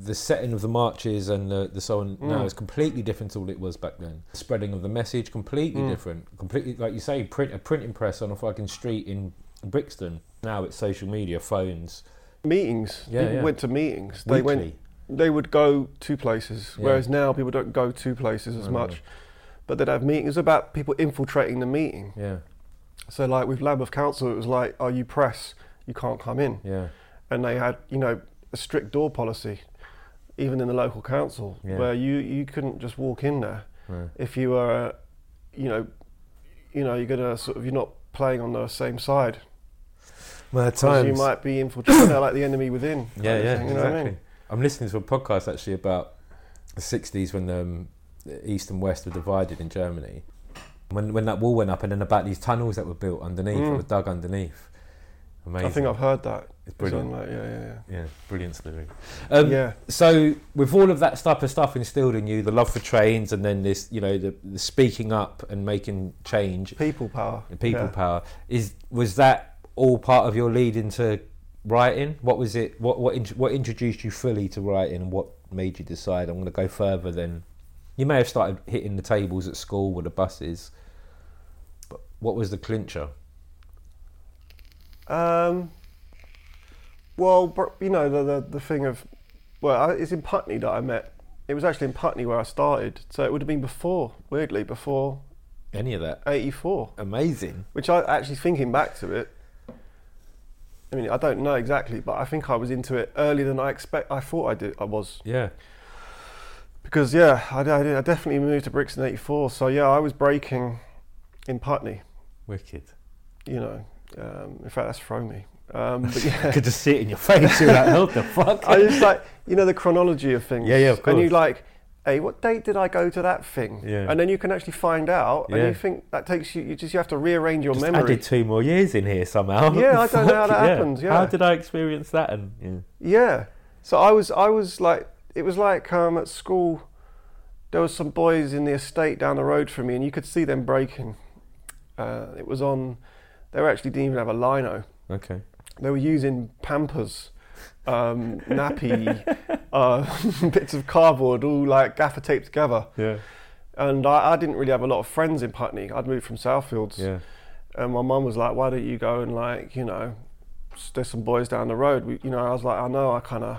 Speaker 4: The setting of the marches and the, the so
Speaker 2: Mm.
Speaker 4: on now is completely different to what it was back then. The spreading of the message
Speaker 2: Mm.
Speaker 4: completely different. Completely, like you say, print a printing press on a fucking street in Brixton. Now it's social media, phones.
Speaker 2: Meetings.
Speaker 4: Yeah,
Speaker 2: people
Speaker 4: yeah.
Speaker 2: went to meetings. They went
Speaker 4: weekly.
Speaker 2: they would go to places,
Speaker 4: Yeah.
Speaker 2: whereas now people don't go to places as
Speaker 4: Right,
Speaker 2: much.
Speaker 4: right.
Speaker 2: But they'd have meetings about people infiltrating the meeting.
Speaker 4: Yeah,
Speaker 2: So, like with Lambeth Council, it was like, "Are you press? You can't come in."
Speaker 4: yeah,
Speaker 2: And they had, you know, a strict door policy, even in the local council,
Speaker 4: Yeah.
Speaker 2: where you you couldn't just walk in there
Speaker 4: Right.
Speaker 2: if you were, you know, you know, you're gonna sort of you're not playing on the same side.
Speaker 4: My
Speaker 2: 'Cause You might be infiltrating they're like the enemy within. kind
Speaker 3: Yeah,
Speaker 2: of
Speaker 3: yeah,
Speaker 2: thing,
Speaker 3: exactly.
Speaker 2: you know what I mean?
Speaker 4: I'm listening to a podcast actually about the 60s when um, the East and West were divided in Germany. When, when that wall went up, and then about these tunnels that were built underneath, that
Speaker 2: Mm.
Speaker 4: were dug underneath. Amazing.
Speaker 2: I think I've heard that.
Speaker 4: It's
Speaker 2: It's
Speaker 4: brilliant.
Speaker 2: on, like, yeah, yeah,
Speaker 3: Yeah, brilliant story.
Speaker 2: yeah.
Speaker 4: Um,
Speaker 2: yeah.
Speaker 4: So, with all of that type of stuff instilled in you, the love for trains, and then this, you know, the, the speaking up and making change,
Speaker 2: People power.
Speaker 4: the people
Speaker 2: yeah.
Speaker 4: power, is was that all part of your lead into writing? What was it? What what int- what introduced you fully to writing, and what made you decide I'm going to go further than? You may have started hitting the tables at school with the buses, but what was the clincher?
Speaker 2: Um, well, br- you know the, the the thing of, well, I, it's in Putney that I met. It was actually in Putney where I started, so it would have been before, weirdly, before
Speaker 4: Any of that?
Speaker 2: '84.
Speaker 4: Amazing.
Speaker 2: Which I actually thinking back to it. I mean, I don't know exactly, but I think I was into it earlier than I expect. I thought I did. I was
Speaker 3: Yeah,
Speaker 2: because yeah, I, I, did- I definitely moved to Brixton '84. So yeah, I was breaking in Putney.
Speaker 3: wicked.
Speaker 2: You know, um, in fact, that's thrown me. Um, but yeah.
Speaker 4: Could just see it in your face. You're like, what the fuck?
Speaker 2: I just like you know the chronology of things.
Speaker 3: Yeah, yeah, of
Speaker 2: And you
Speaker 3: course.
Speaker 2: like, hey, what date did I go to that thing?
Speaker 3: Yeah.
Speaker 2: And then you can actually find out, and
Speaker 3: Yeah.
Speaker 2: you think that takes you. You just you have to rearrange your
Speaker 3: Just
Speaker 2: memory.
Speaker 3: added two more years in here somehow.
Speaker 2: Yeah, I don't know how
Speaker 3: Fuck,
Speaker 2: that happened, yeah.
Speaker 3: How did I experience that? And yeah,
Speaker 2: yeah. So I was I was like it was like um at school, there was some boys in the estate down the road from me, and you could see them breaking. Uh, it was on. They were actually didn't even have a lino.
Speaker 3: okay.
Speaker 2: They were using Pampers, um, nappy, uh, bits of cardboard, all like gaffer taped together.
Speaker 3: Yeah,
Speaker 2: And I, I didn't really have a lot of friends in Putney. I'd moved from Southfields.
Speaker 3: yeah,
Speaker 2: And my mum was like, why don't you go and, like, you know, s- there's some boys down the road. We, you know, I was like, I know, I kind of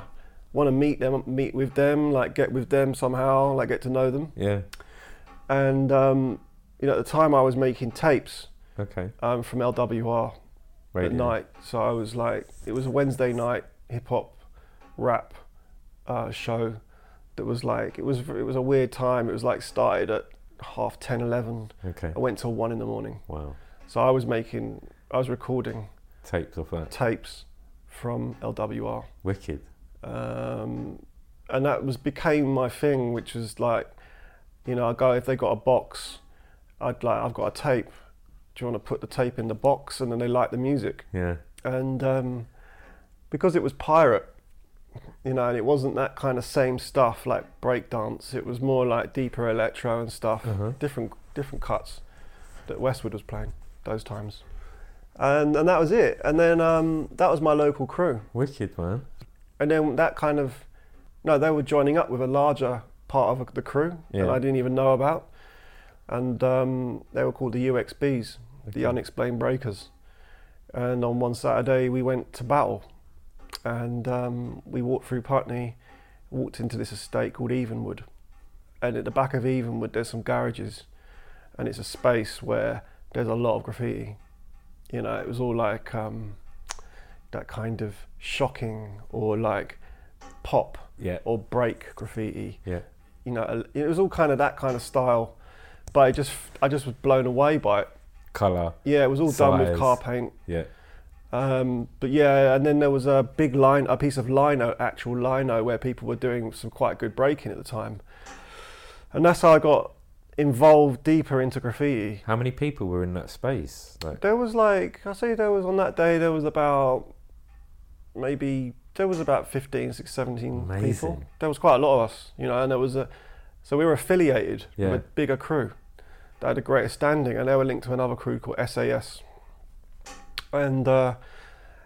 Speaker 2: want to meet them, meet with them, like, get with them somehow, like, get to know them.
Speaker 3: yeah.
Speaker 2: And, um, you know, at the time I was making tapes
Speaker 3: Okay.
Speaker 2: um, from LWR
Speaker 3: Right.
Speaker 2: at night. So I was like, it was a Wednesday night hip hop rap uh, show that was like, it was, it was a weird time. It was like started at half 10, 11.
Speaker 3: Okay.
Speaker 2: I went till one in the morning.
Speaker 3: Wow.
Speaker 2: So I was making, I was recording
Speaker 3: Tapes off that.
Speaker 2: tapes from LWR,
Speaker 3: Wicked.
Speaker 2: um, and that was became my thing, which was like, you know, I go if they got a box, I'd like I've got a tape. Do you want to put the tape in the box? And then they like the music,
Speaker 3: Yeah.
Speaker 2: and um, because it was pirate. You know, and it wasn't that kind of same stuff like breakdance. It was more like deeper electro and stuff, different different cuts that Westwood was playing those times, and and that was it. And then um, that was my local crew,
Speaker 3: Wicked man.
Speaker 2: and then that kind of no, they were joining up with a larger part of the crew
Speaker 3: Yeah.
Speaker 2: that I didn't even know about, and um, they were called the UXBs, the Unexplained Breakers. And on one Saturday we went to battle, and um, we walked through Putney, walked into this estate called Evenwood, and at the back of Evenwood there's some garages, and it's a space where there's a lot of graffiti. You know, it was all like um, that kind of shocking or like pop
Speaker 3: Yeah.
Speaker 2: or break graffiti.
Speaker 3: Yeah.
Speaker 2: You know, it was all kind of that kind of style, but I just I just was blown away by it.
Speaker 3: Color.
Speaker 2: Yeah, it was all done with
Speaker 3: Size.
Speaker 2: car paint.
Speaker 3: Yeah.
Speaker 2: Um, but yeah, and then there was a big line, a piece of lino, actual lino, where people were doing some quite good breaking at the time, and that's how I got involved deeper into graffiti.
Speaker 3: How many people were in that space? Like,
Speaker 2: There was like I say, there was on that day there was about maybe there was about 15, 16, 17 people.
Speaker 3: Amazing.
Speaker 2: There was quite a lot of us, you know, and there was a so we were affiliated
Speaker 3: Yeah.
Speaker 2: with a bigger crew that had a greater standing, and they were linked to another crew called SAS. And uh,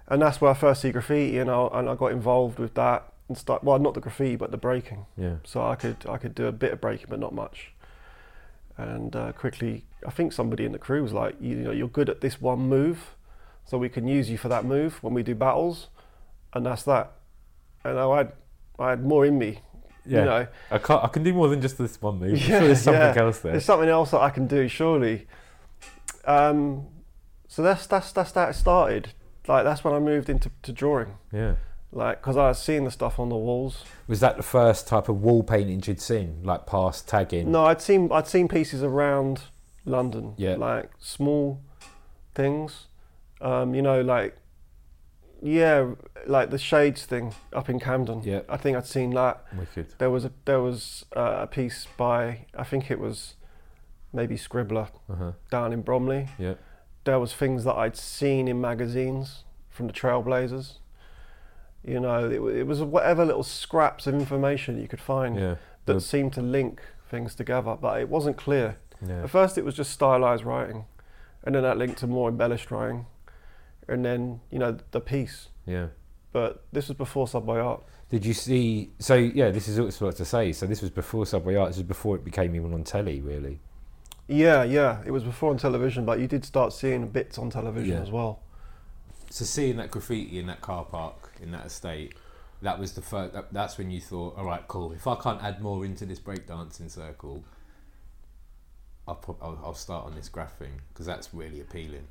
Speaker 2: and that's where I first see graffiti, and I, and I got involved with that and start. Well, not the graffiti, but the breaking.
Speaker 3: Yeah.
Speaker 2: So I could I could do a bit of breaking, but not much. And uh, quickly, I think somebody in the crew was like, you know, you're good at this one move, so we can use you for that move when we do battles, and that's that. And I had I had more in me,
Speaker 3: Yeah.
Speaker 2: you know.
Speaker 3: I can't. I can do more than just this one move. I'm sure
Speaker 2: Yeah,
Speaker 3: there's something
Speaker 2: yeah.
Speaker 3: else there.
Speaker 2: There's something else that I can do, surely. Um, so that's that's that's how it started. Like that's when I moved into to drawing,
Speaker 3: Yeah.
Speaker 2: like because I was seeing the stuff on the walls.
Speaker 4: Was that the first type of wall painting you'd seen, like past tagging?
Speaker 2: No, I'd seen I'd seen pieces around London,
Speaker 4: Yeah.
Speaker 2: like small things, um, you know, like yeah, like the shades thing up in Camden.
Speaker 4: Yeah.
Speaker 2: I think I'd seen that.
Speaker 3: Wicked.
Speaker 2: There was a there was uh, a piece by I think it was maybe Scribbler
Speaker 3: Uh huh.
Speaker 2: down in Bromley.
Speaker 3: Yeah.
Speaker 2: There was things that I'd seen in magazines from the Trailblazers. You know, it, wa- it was whatever little scraps of information you could find
Speaker 3: Yeah.
Speaker 2: that
Speaker 3: The-
Speaker 2: seemed to link things together, but it wasn't clear.
Speaker 3: Yeah.
Speaker 2: At first, it was just stylized writing, and then that linked to more embellished writing, and then you know the piece.
Speaker 3: Yeah.
Speaker 2: But this was before Subway Art.
Speaker 4: Did you see? So yeah, this is also what to say. So this was before Subway Art. This was before it became even on telly, really.
Speaker 2: Yeah, yeah, it was before on television, but you did start seeing bits on television
Speaker 4: Yeah.
Speaker 2: as well.
Speaker 4: So seeing that graffiti in that car park in that estate, that was the first. That, that's when you thought, all right, cool. If I can't add more into this breakdancing circle, I'll, prob- I'll, I'll start on this graph thing because that's really appealing.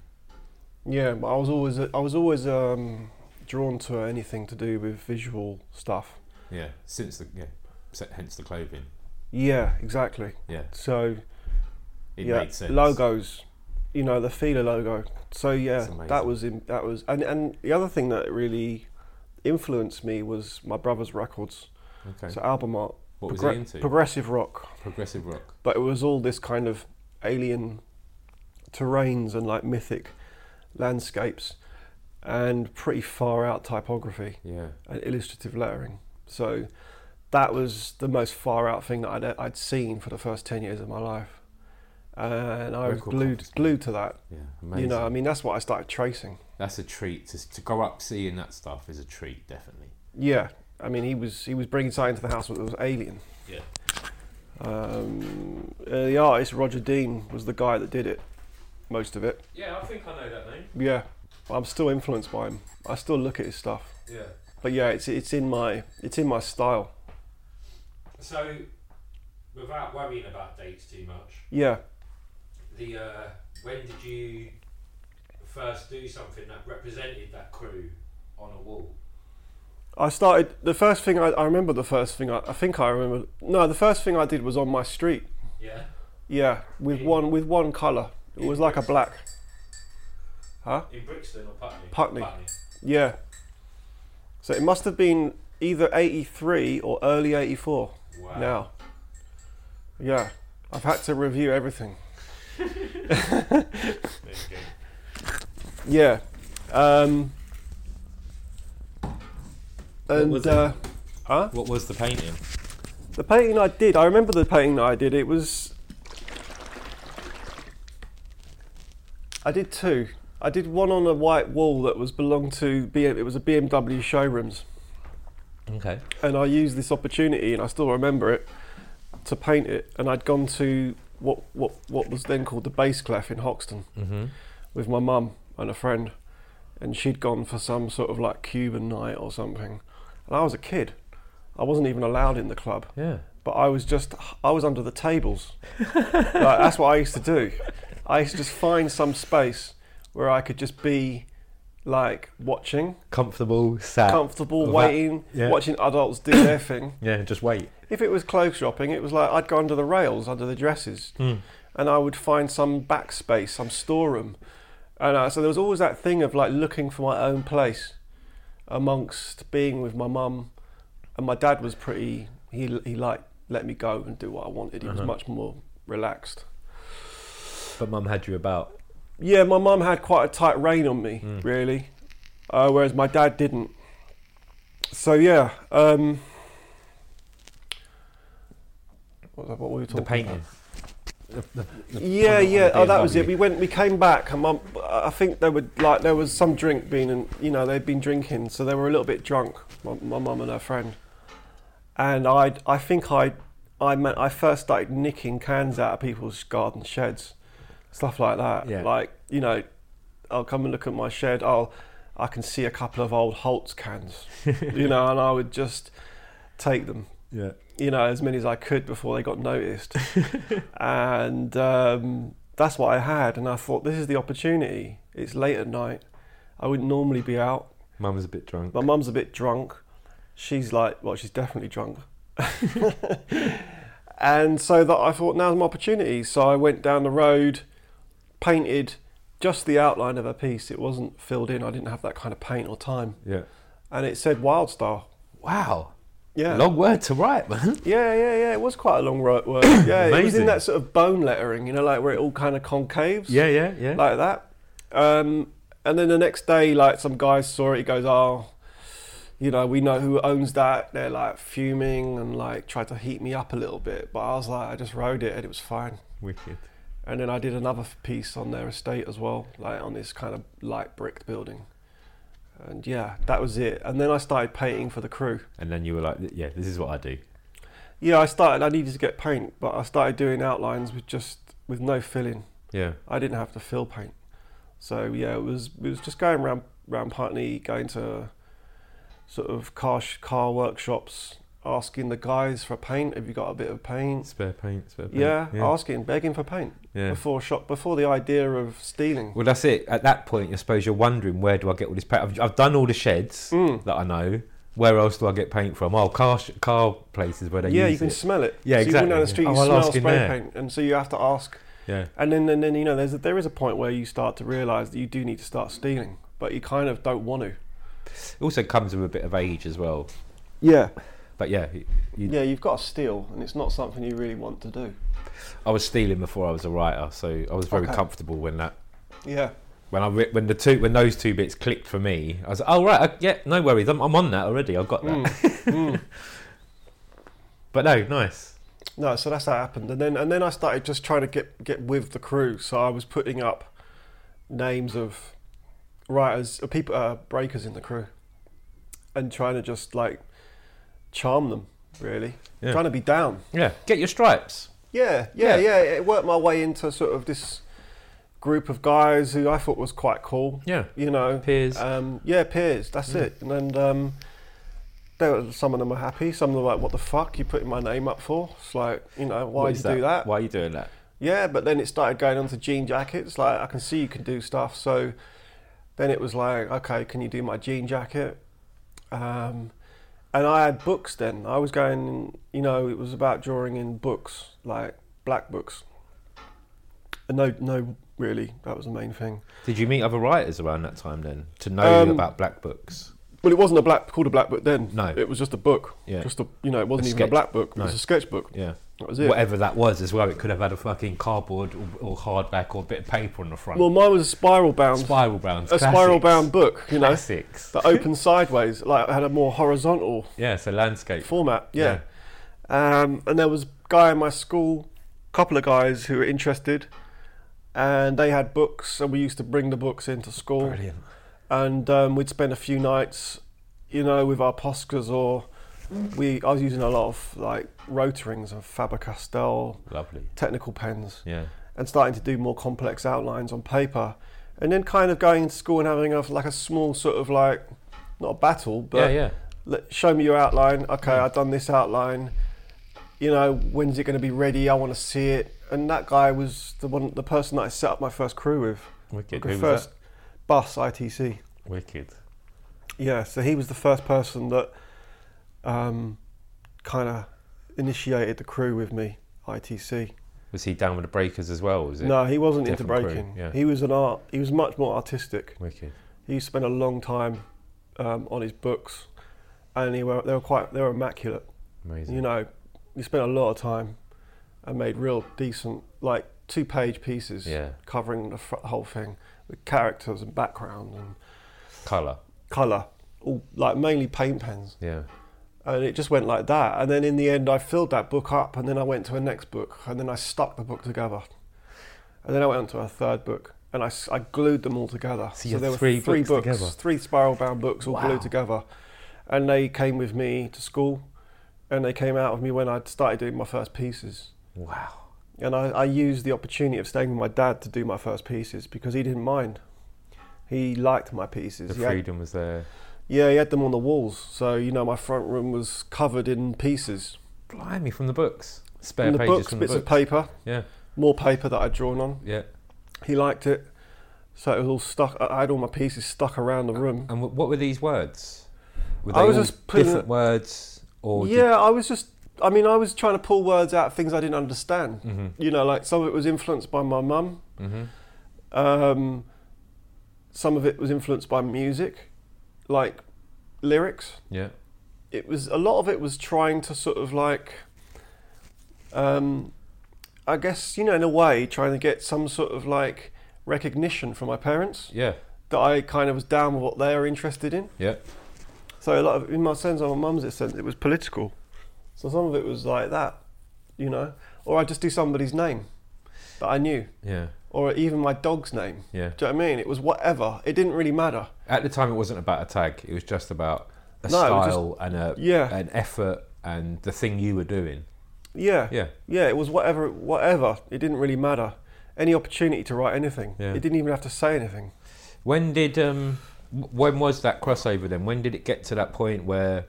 Speaker 2: Yeah, but I was always I was always um, drawn to anything to do with visual stuff.
Speaker 4: Yeah. Since the yeah, se- hence the clothing.
Speaker 2: Yeah, exactly.
Speaker 4: Yeah.
Speaker 2: So
Speaker 4: It
Speaker 2: yeah,
Speaker 4: made sense.
Speaker 2: logos. You know the feeler logo. So yeah,
Speaker 4: It's amazing.
Speaker 2: that was in, that was and and the other thing that really influenced me was my brother's records.
Speaker 3: Okay.
Speaker 2: So album art,
Speaker 4: What was
Speaker 2: progre-
Speaker 4: he into?
Speaker 2: progressive rock,
Speaker 4: Progressive rock.
Speaker 2: but it was all this kind of alien terrains and like mythic landscapes and pretty far out typography
Speaker 3: yeah.
Speaker 2: and illustrative lettering. So that was the most far out thing that I'd, I'd seen for the first 10 years of my life. And I was
Speaker 3: Record
Speaker 2: glued,
Speaker 3: copies, mate.
Speaker 2: glued to that.
Speaker 3: Yeah. Amazing.
Speaker 2: You know, I mean, that's what I started tracing.
Speaker 4: That's a treat. To, to go up seeing that stuff is a treat, definitely.
Speaker 2: Yeah. I mean, he was he was bringing something to the house that was alien.
Speaker 4: Yeah.
Speaker 2: Um, uh, the artist Roger Dean was the guy that did it, most of it.
Speaker 3: Yeah, I think I know that name.
Speaker 2: Yeah, I'm still influenced by him. I still look at his stuff.
Speaker 3: Yeah.
Speaker 2: But yeah, it's it's in my it's in my style.
Speaker 3: So, without worrying about dates too much,
Speaker 2: Yeah.
Speaker 3: the uh, when did you first do something that represented that crew on a wall?
Speaker 2: I started the first thing I, I remember the first thing I, I think I remember no the first thing I did was on my street
Speaker 3: Yeah.
Speaker 2: yeah with one with one color it was like a black
Speaker 3: In Brixton or Putney?
Speaker 2: Putney. yeah so it must have been either 83 or early 84
Speaker 3: Wow.
Speaker 2: now yeah I've had to review everything
Speaker 3: There you go.
Speaker 2: Yeah. Um, and
Speaker 3: was it?
Speaker 2: uh, huh?
Speaker 3: What was the painting?
Speaker 2: the painting I did, I remember the painting that I did. It was. I did two. I did one on a white wall that was belonged to BM, it was a BMW showrooms,
Speaker 3: Okay.
Speaker 2: and I used this opportunity, and I still remember it, to paint it. And I'd gone to what what what was then called the Bass Clef in Hoxton,
Speaker 3: Mm-hmm.
Speaker 2: with my mum and a friend, and she'd gone for some sort of like Cuban night or something. And I was a kid. I wasn't even allowed in the club,
Speaker 3: Yeah.
Speaker 2: but I was just I was under the tables. like, that's what I used to do. I used to just find some space where I could just be like watching,
Speaker 3: Comfortable, sat.
Speaker 2: comfortable,
Speaker 3: that-
Speaker 2: waiting,
Speaker 3: yeah.
Speaker 2: watching adults do their thing.
Speaker 3: yeah, just wait.
Speaker 2: If it was clothes shopping, it was like I'd go under the rails, under the dresses, and I would find some backspace, some storeroom. And uh, so there was always that thing of like looking for my own place amongst being with my mum. And my dad was pretty, he, he like let me go and do what I wanted. He was much more relaxed.
Speaker 3: But mum had you about.
Speaker 2: Yeah, my mum had quite a tight rein on me, really, uh, whereas my dad didn't. So yeah, um, what, what were we talking
Speaker 3: The painting.
Speaker 2: about? yeah,
Speaker 4: on the
Speaker 2: yeah. Oh, that
Speaker 4: BMW.
Speaker 2: was it. We went. We came back. And my, I think there were like there was some drink being, and you know they'd been drinking, so they were a little bit drunk. My, my mum and her friend, and I, I think I, I meant I first started nicking cans out of people's garden sheds, stuff like that.
Speaker 4: Yeah.
Speaker 2: Like you know, I'll come and look at my shed. I'll, I can see a couple of old Holtz cans, you know, and I would just take them
Speaker 4: Yeah.
Speaker 2: you know, as many as I could before they got noticed. and um, that's what I had. And I thought, this is the opportunity. It's late at night. I wouldn't normally be out.
Speaker 3: Mum was a bit drunk.
Speaker 2: My mum's a bit drunk. She's like, well, she's definitely drunk. and so that I thought, now's my opportunity. So I went down the road, painted just the outline of a piece. It wasn't filled in. I didn't have that kind of paint or time.
Speaker 3: Yeah.
Speaker 2: And it said wild style.
Speaker 4: Wow.
Speaker 2: Yeah.
Speaker 4: Long word to write, man.
Speaker 2: Yeah, yeah, yeah. It was quite a long ro- word. Yeah, it was
Speaker 4: Amazing.
Speaker 2: in that sort of bone lettering, you know, like where it all kind of concaves.
Speaker 3: Yeah, yeah, yeah.
Speaker 2: Like that. Um, and then the next day, like some guy saw it. He goes, "Oh, you know, we know who owns that." They're like fuming and like tried to heat me up a little bit, but I was like, I just rode it and it was fine.
Speaker 3: Wicked.
Speaker 2: And then I did another f- piece on their estate as well, like on this kind of light bricked building. And yeah, that was it. And then I started painting for the crew.
Speaker 3: And then you were like, yeah, this is what I do.
Speaker 2: Yeah, I started. I needed to get paint, but I started doing outlines with just with no filling.
Speaker 3: Yeah.
Speaker 2: I didn't have to fill paint, so yeah, it was it was just going round round Putney, going to sort of car sh- car workshops, asking the guys for paint. Have you got a bit of paint?
Speaker 3: Spare paint, spare paint.
Speaker 2: Yeah,
Speaker 3: Yeah.
Speaker 2: asking, begging for paint
Speaker 3: yeah.
Speaker 2: before shop before the idea of stealing.
Speaker 3: Well, that's it. At that point, I suppose you're wondering where do I get all this paint? I've, I've done all the sheds
Speaker 2: Mm.
Speaker 3: that I know. Where else do I get paint from? Oh, car sh- car places where they
Speaker 2: Yeah,
Speaker 3: use
Speaker 2: you can
Speaker 3: it.
Speaker 2: smell it.
Speaker 3: Yeah,
Speaker 2: so You
Speaker 3: exactly,
Speaker 2: walk down
Speaker 3: yeah.
Speaker 2: the street,
Speaker 3: Oh,
Speaker 2: you
Speaker 3: I'll
Speaker 2: smell
Speaker 3: ask in
Speaker 2: spray
Speaker 3: there.
Speaker 2: paint, and so you have to ask.
Speaker 3: yeah,
Speaker 2: And then, and then you know, there's a, there is a point where you start to realise that you do need to start stealing, but you kind of don't want to.
Speaker 3: it also comes with a bit of age as well.
Speaker 2: Yeah.
Speaker 3: But yeah, you-
Speaker 2: Yeah, you've got to steal, and it's not something you really want to do.
Speaker 3: I was stealing before I was a writer, so I was very
Speaker 2: Okay.
Speaker 3: comfortable when that
Speaker 2: Yeah.
Speaker 3: when I re- when the two when those two bits clicked for me. I was like, oh right, I, yeah, no worries, I'm, I'm on that already. I've got that.
Speaker 2: Mm. Mm.
Speaker 3: But no, nice.
Speaker 2: No, so that's how it happened, and then and then I started just trying to get get with the crew. So I was putting up names of writers, uh, people, uh, breakers in the crew, and trying to just like charm them, really,
Speaker 3: Yeah.
Speaker 2: trying to be down.
Speaker 3: Yeah, get your stripes.
Speaker 2: Yeah, yeah,
Speaker 3: Yeah.
Speaker 2: yeah, It worked my way into sort of this group of guys who I thought was quite cool.
Speaker 3: Yeah,
Speaker 2: You know,
Speaker 3: peers. Mm.
Speaker 2: um, yeah, peers. That's
Speaker 3: Yeah.
Speaker 2: it. And, and um, there were, some of them were happy. Some of them were like, "What the fuck? You putting my name up for?" It's like, you know,
Speaker 3: What
Speaker 2: why did
Speaker 3: is
Speaker 2: you do that?
Speaker 3: Why are you doing that?
Speaker 2: Yeah, but then it started going on to jean jackets. Like, I can see you can do stuff. So then it was like, okay, can you do my jean jacket? Um, and I had books then. I was going, you know, it was about drawing in books, like black books. And no, no, really, that was the main thing.
Speaker 3: Did you meet other writers around that time then to know
Speaker 2: Um,
Speaker 3: about black books?
Speaker 2: Well, it wasn't a black called a black book then.
Speaker 3: No.
Speaker 2: it was just a book.
Speaker 3: Yeah.
Speaker 2: Just a, you know, it wasn't
Speaker 3: A
Speaker 2: even
Speaker 3: sketch-
Speaker 2: a black book. It
Speaker 3: no.
Speaker 2: was a sketchbook.
Speaker 3: Yeah.
Speaker 2: That was it.
Speaker 3: Whatever that was as well, it could have had a fucking cardboard or, or hardback or a bit of paper on the front.
Speaker 2: Well, mine was a spiral bound,
Speaker 3: spiral bound.
Speaker 2: a spiral bound book. You know,
Speaker 3: Classics.
Speaker 2: that opened sideways. Like it had a more horizontal
Speaker 3: Yeah, so landscape.
Speaker 2: format. Yeah. Um, and there was a guy in my school, couple of guys who were interested, and they had books, and we used to bring the books into school,
Speaker 3: Brilliant.
Speaker 2: and um, we'd spend a few nights, you know, with our Poscas or. We, I was using a lot of like rotorings and Faber Castell
Speaker 3: Lovely.
Speaker 2: technical pens
Speaker 3: Yeah.
Speaker 2: and starting to do more complex outlines on paper, and then kind of going into school and having a, like a small sort of like not a battle,
Speaker 3: Yeah,
Speaker 2: but
Speaker 3: yeah. Mm.
Speaker 2: let, show me your outline. Okay, I've done this outline. You know, when's it going to be ready? I want to see it. And that guy was the one, the person that I set up my first crew with,
Speaker 3: Wicked.
Speaker 2: the
Speaker 3: Who
Speaker 2: first bus ITC.
Speaker 3: that? Wicked.
Speaker 2: Yeah, so he was the first person that um, kind of initiated the crew with me. ITC.
Speaker 3: Was he down with the breakers as well? Was it?
Speaker 2: No, he wasn't into
Speaker 3: different crew?
Speaker 2: breaking.
Speaker 3: Yeah.
Speaker 2: He was an art. He was much more artistic.
Speaker 3: Wicked.
Speaker 2: he spent a long time um, on his books, and he were, they were quite they were immaculate.
Speaker 3: Amazing.
Speaker 2: You know, he spent a lot of time and made real decent like two page pieces
Speaker 3: Yeah.
Speaker 2: covering the fr- whole thing with characters and background and
Speaker 3: Colour.
Speaker 2: color, all like mainly paint pens.
Speaker 3: Yeah.
Speaker 2: and it just went like that. And then in the end, I filled that book up, and then I went to a next book, and then I stuck the book together, and then I went on to a third book, and I, s- I glued them all together.
Speaker 4: So you had three books together?
Speaker 2: three spiral-bound books all
Speaker 4: Wow.
Speaker 2: glued together, and they came with me to school, and they came out of me when I started doing my first pieces.
Speaker 4: Wow.
Speaker 2: And I, I used the opportunity of staying with my dad to do my first pieces because he didn't mind. He liked my pieces.
Speaker 3: The
Speaker 2: He had-
Speaker 3: freedom was there.
Speaker 2: yeah, he had them on the walls. So, you know, my front room was covered in pieces.
Speaker 3: Blimey, from the books. Spare
Speaker 2: And the
Speaker 3: pages
Speaker 2: books,
Speaker 3: from the
Speaker 2: bits
Speaker 3: books.
Speaker 2: of paper,
Speaker 3: yeah,
Speaker 2: more paper that I'd drawn on.
Speaker 3: yeah.
Speaker 2: He liked it. So it was all stuck. I I had all my pieces stuck around the room.
Speaker 3: And wh- what were these words? Were
Speaker 2: I
Speaker 3: they
Speaker 2: was
Speaker 3: all
Speaker 2: just putting-
Speaker 3: different words, or
Speaker 2: yeah, I was just. I mean, I was trying to pull words out of things I didn't understand.
Speaker 3: mm-hmm,
Speaker 2: You know, like some of it was influenced by my mum. Um, some of it was influenced by music, like lyrics.
Speaker 3: yeah,
Speaker 2: It was a lot of it was trying to sort of like, um, I guess you know, in a way, trying to get some sort of like recognition from my parents
Speaker 3: yeah,
Speaker 2: that I kind of was down with what they are interested in.
Speaker 3: yeah.
Speaker 2: So a lot of, in my sense, on my mum's it sense, it was political. So some of it was like that, you know. Or I would just do somebody's name that I knew,
Speaker 3: Yeah,
Speaker 2: or even my dog's name.
Speaker 3: yeah.
Speaker 2: Do you know what I mean? It was whatever. It didn't really matter.
Speaker 3: At the time, it wasn't about a tag. It was just about a
Speaker 2: No, it was
Speaker 3: style and a
Speaker 2: Yeah.
Speaker 3: an effort and the thing you were doing.
Speaker 2: Yeah.
Speaker 3: Yeah,
Speaker 2: Yeah, It was whatever. Whatever. It didn't really matter. Any opportunity to write anything.
Speaker 3: Yeah.
Speaker 2: It didn't even have to say anything.
Speaker 3: When did um, w- when was that crossover then? When did it get to that point where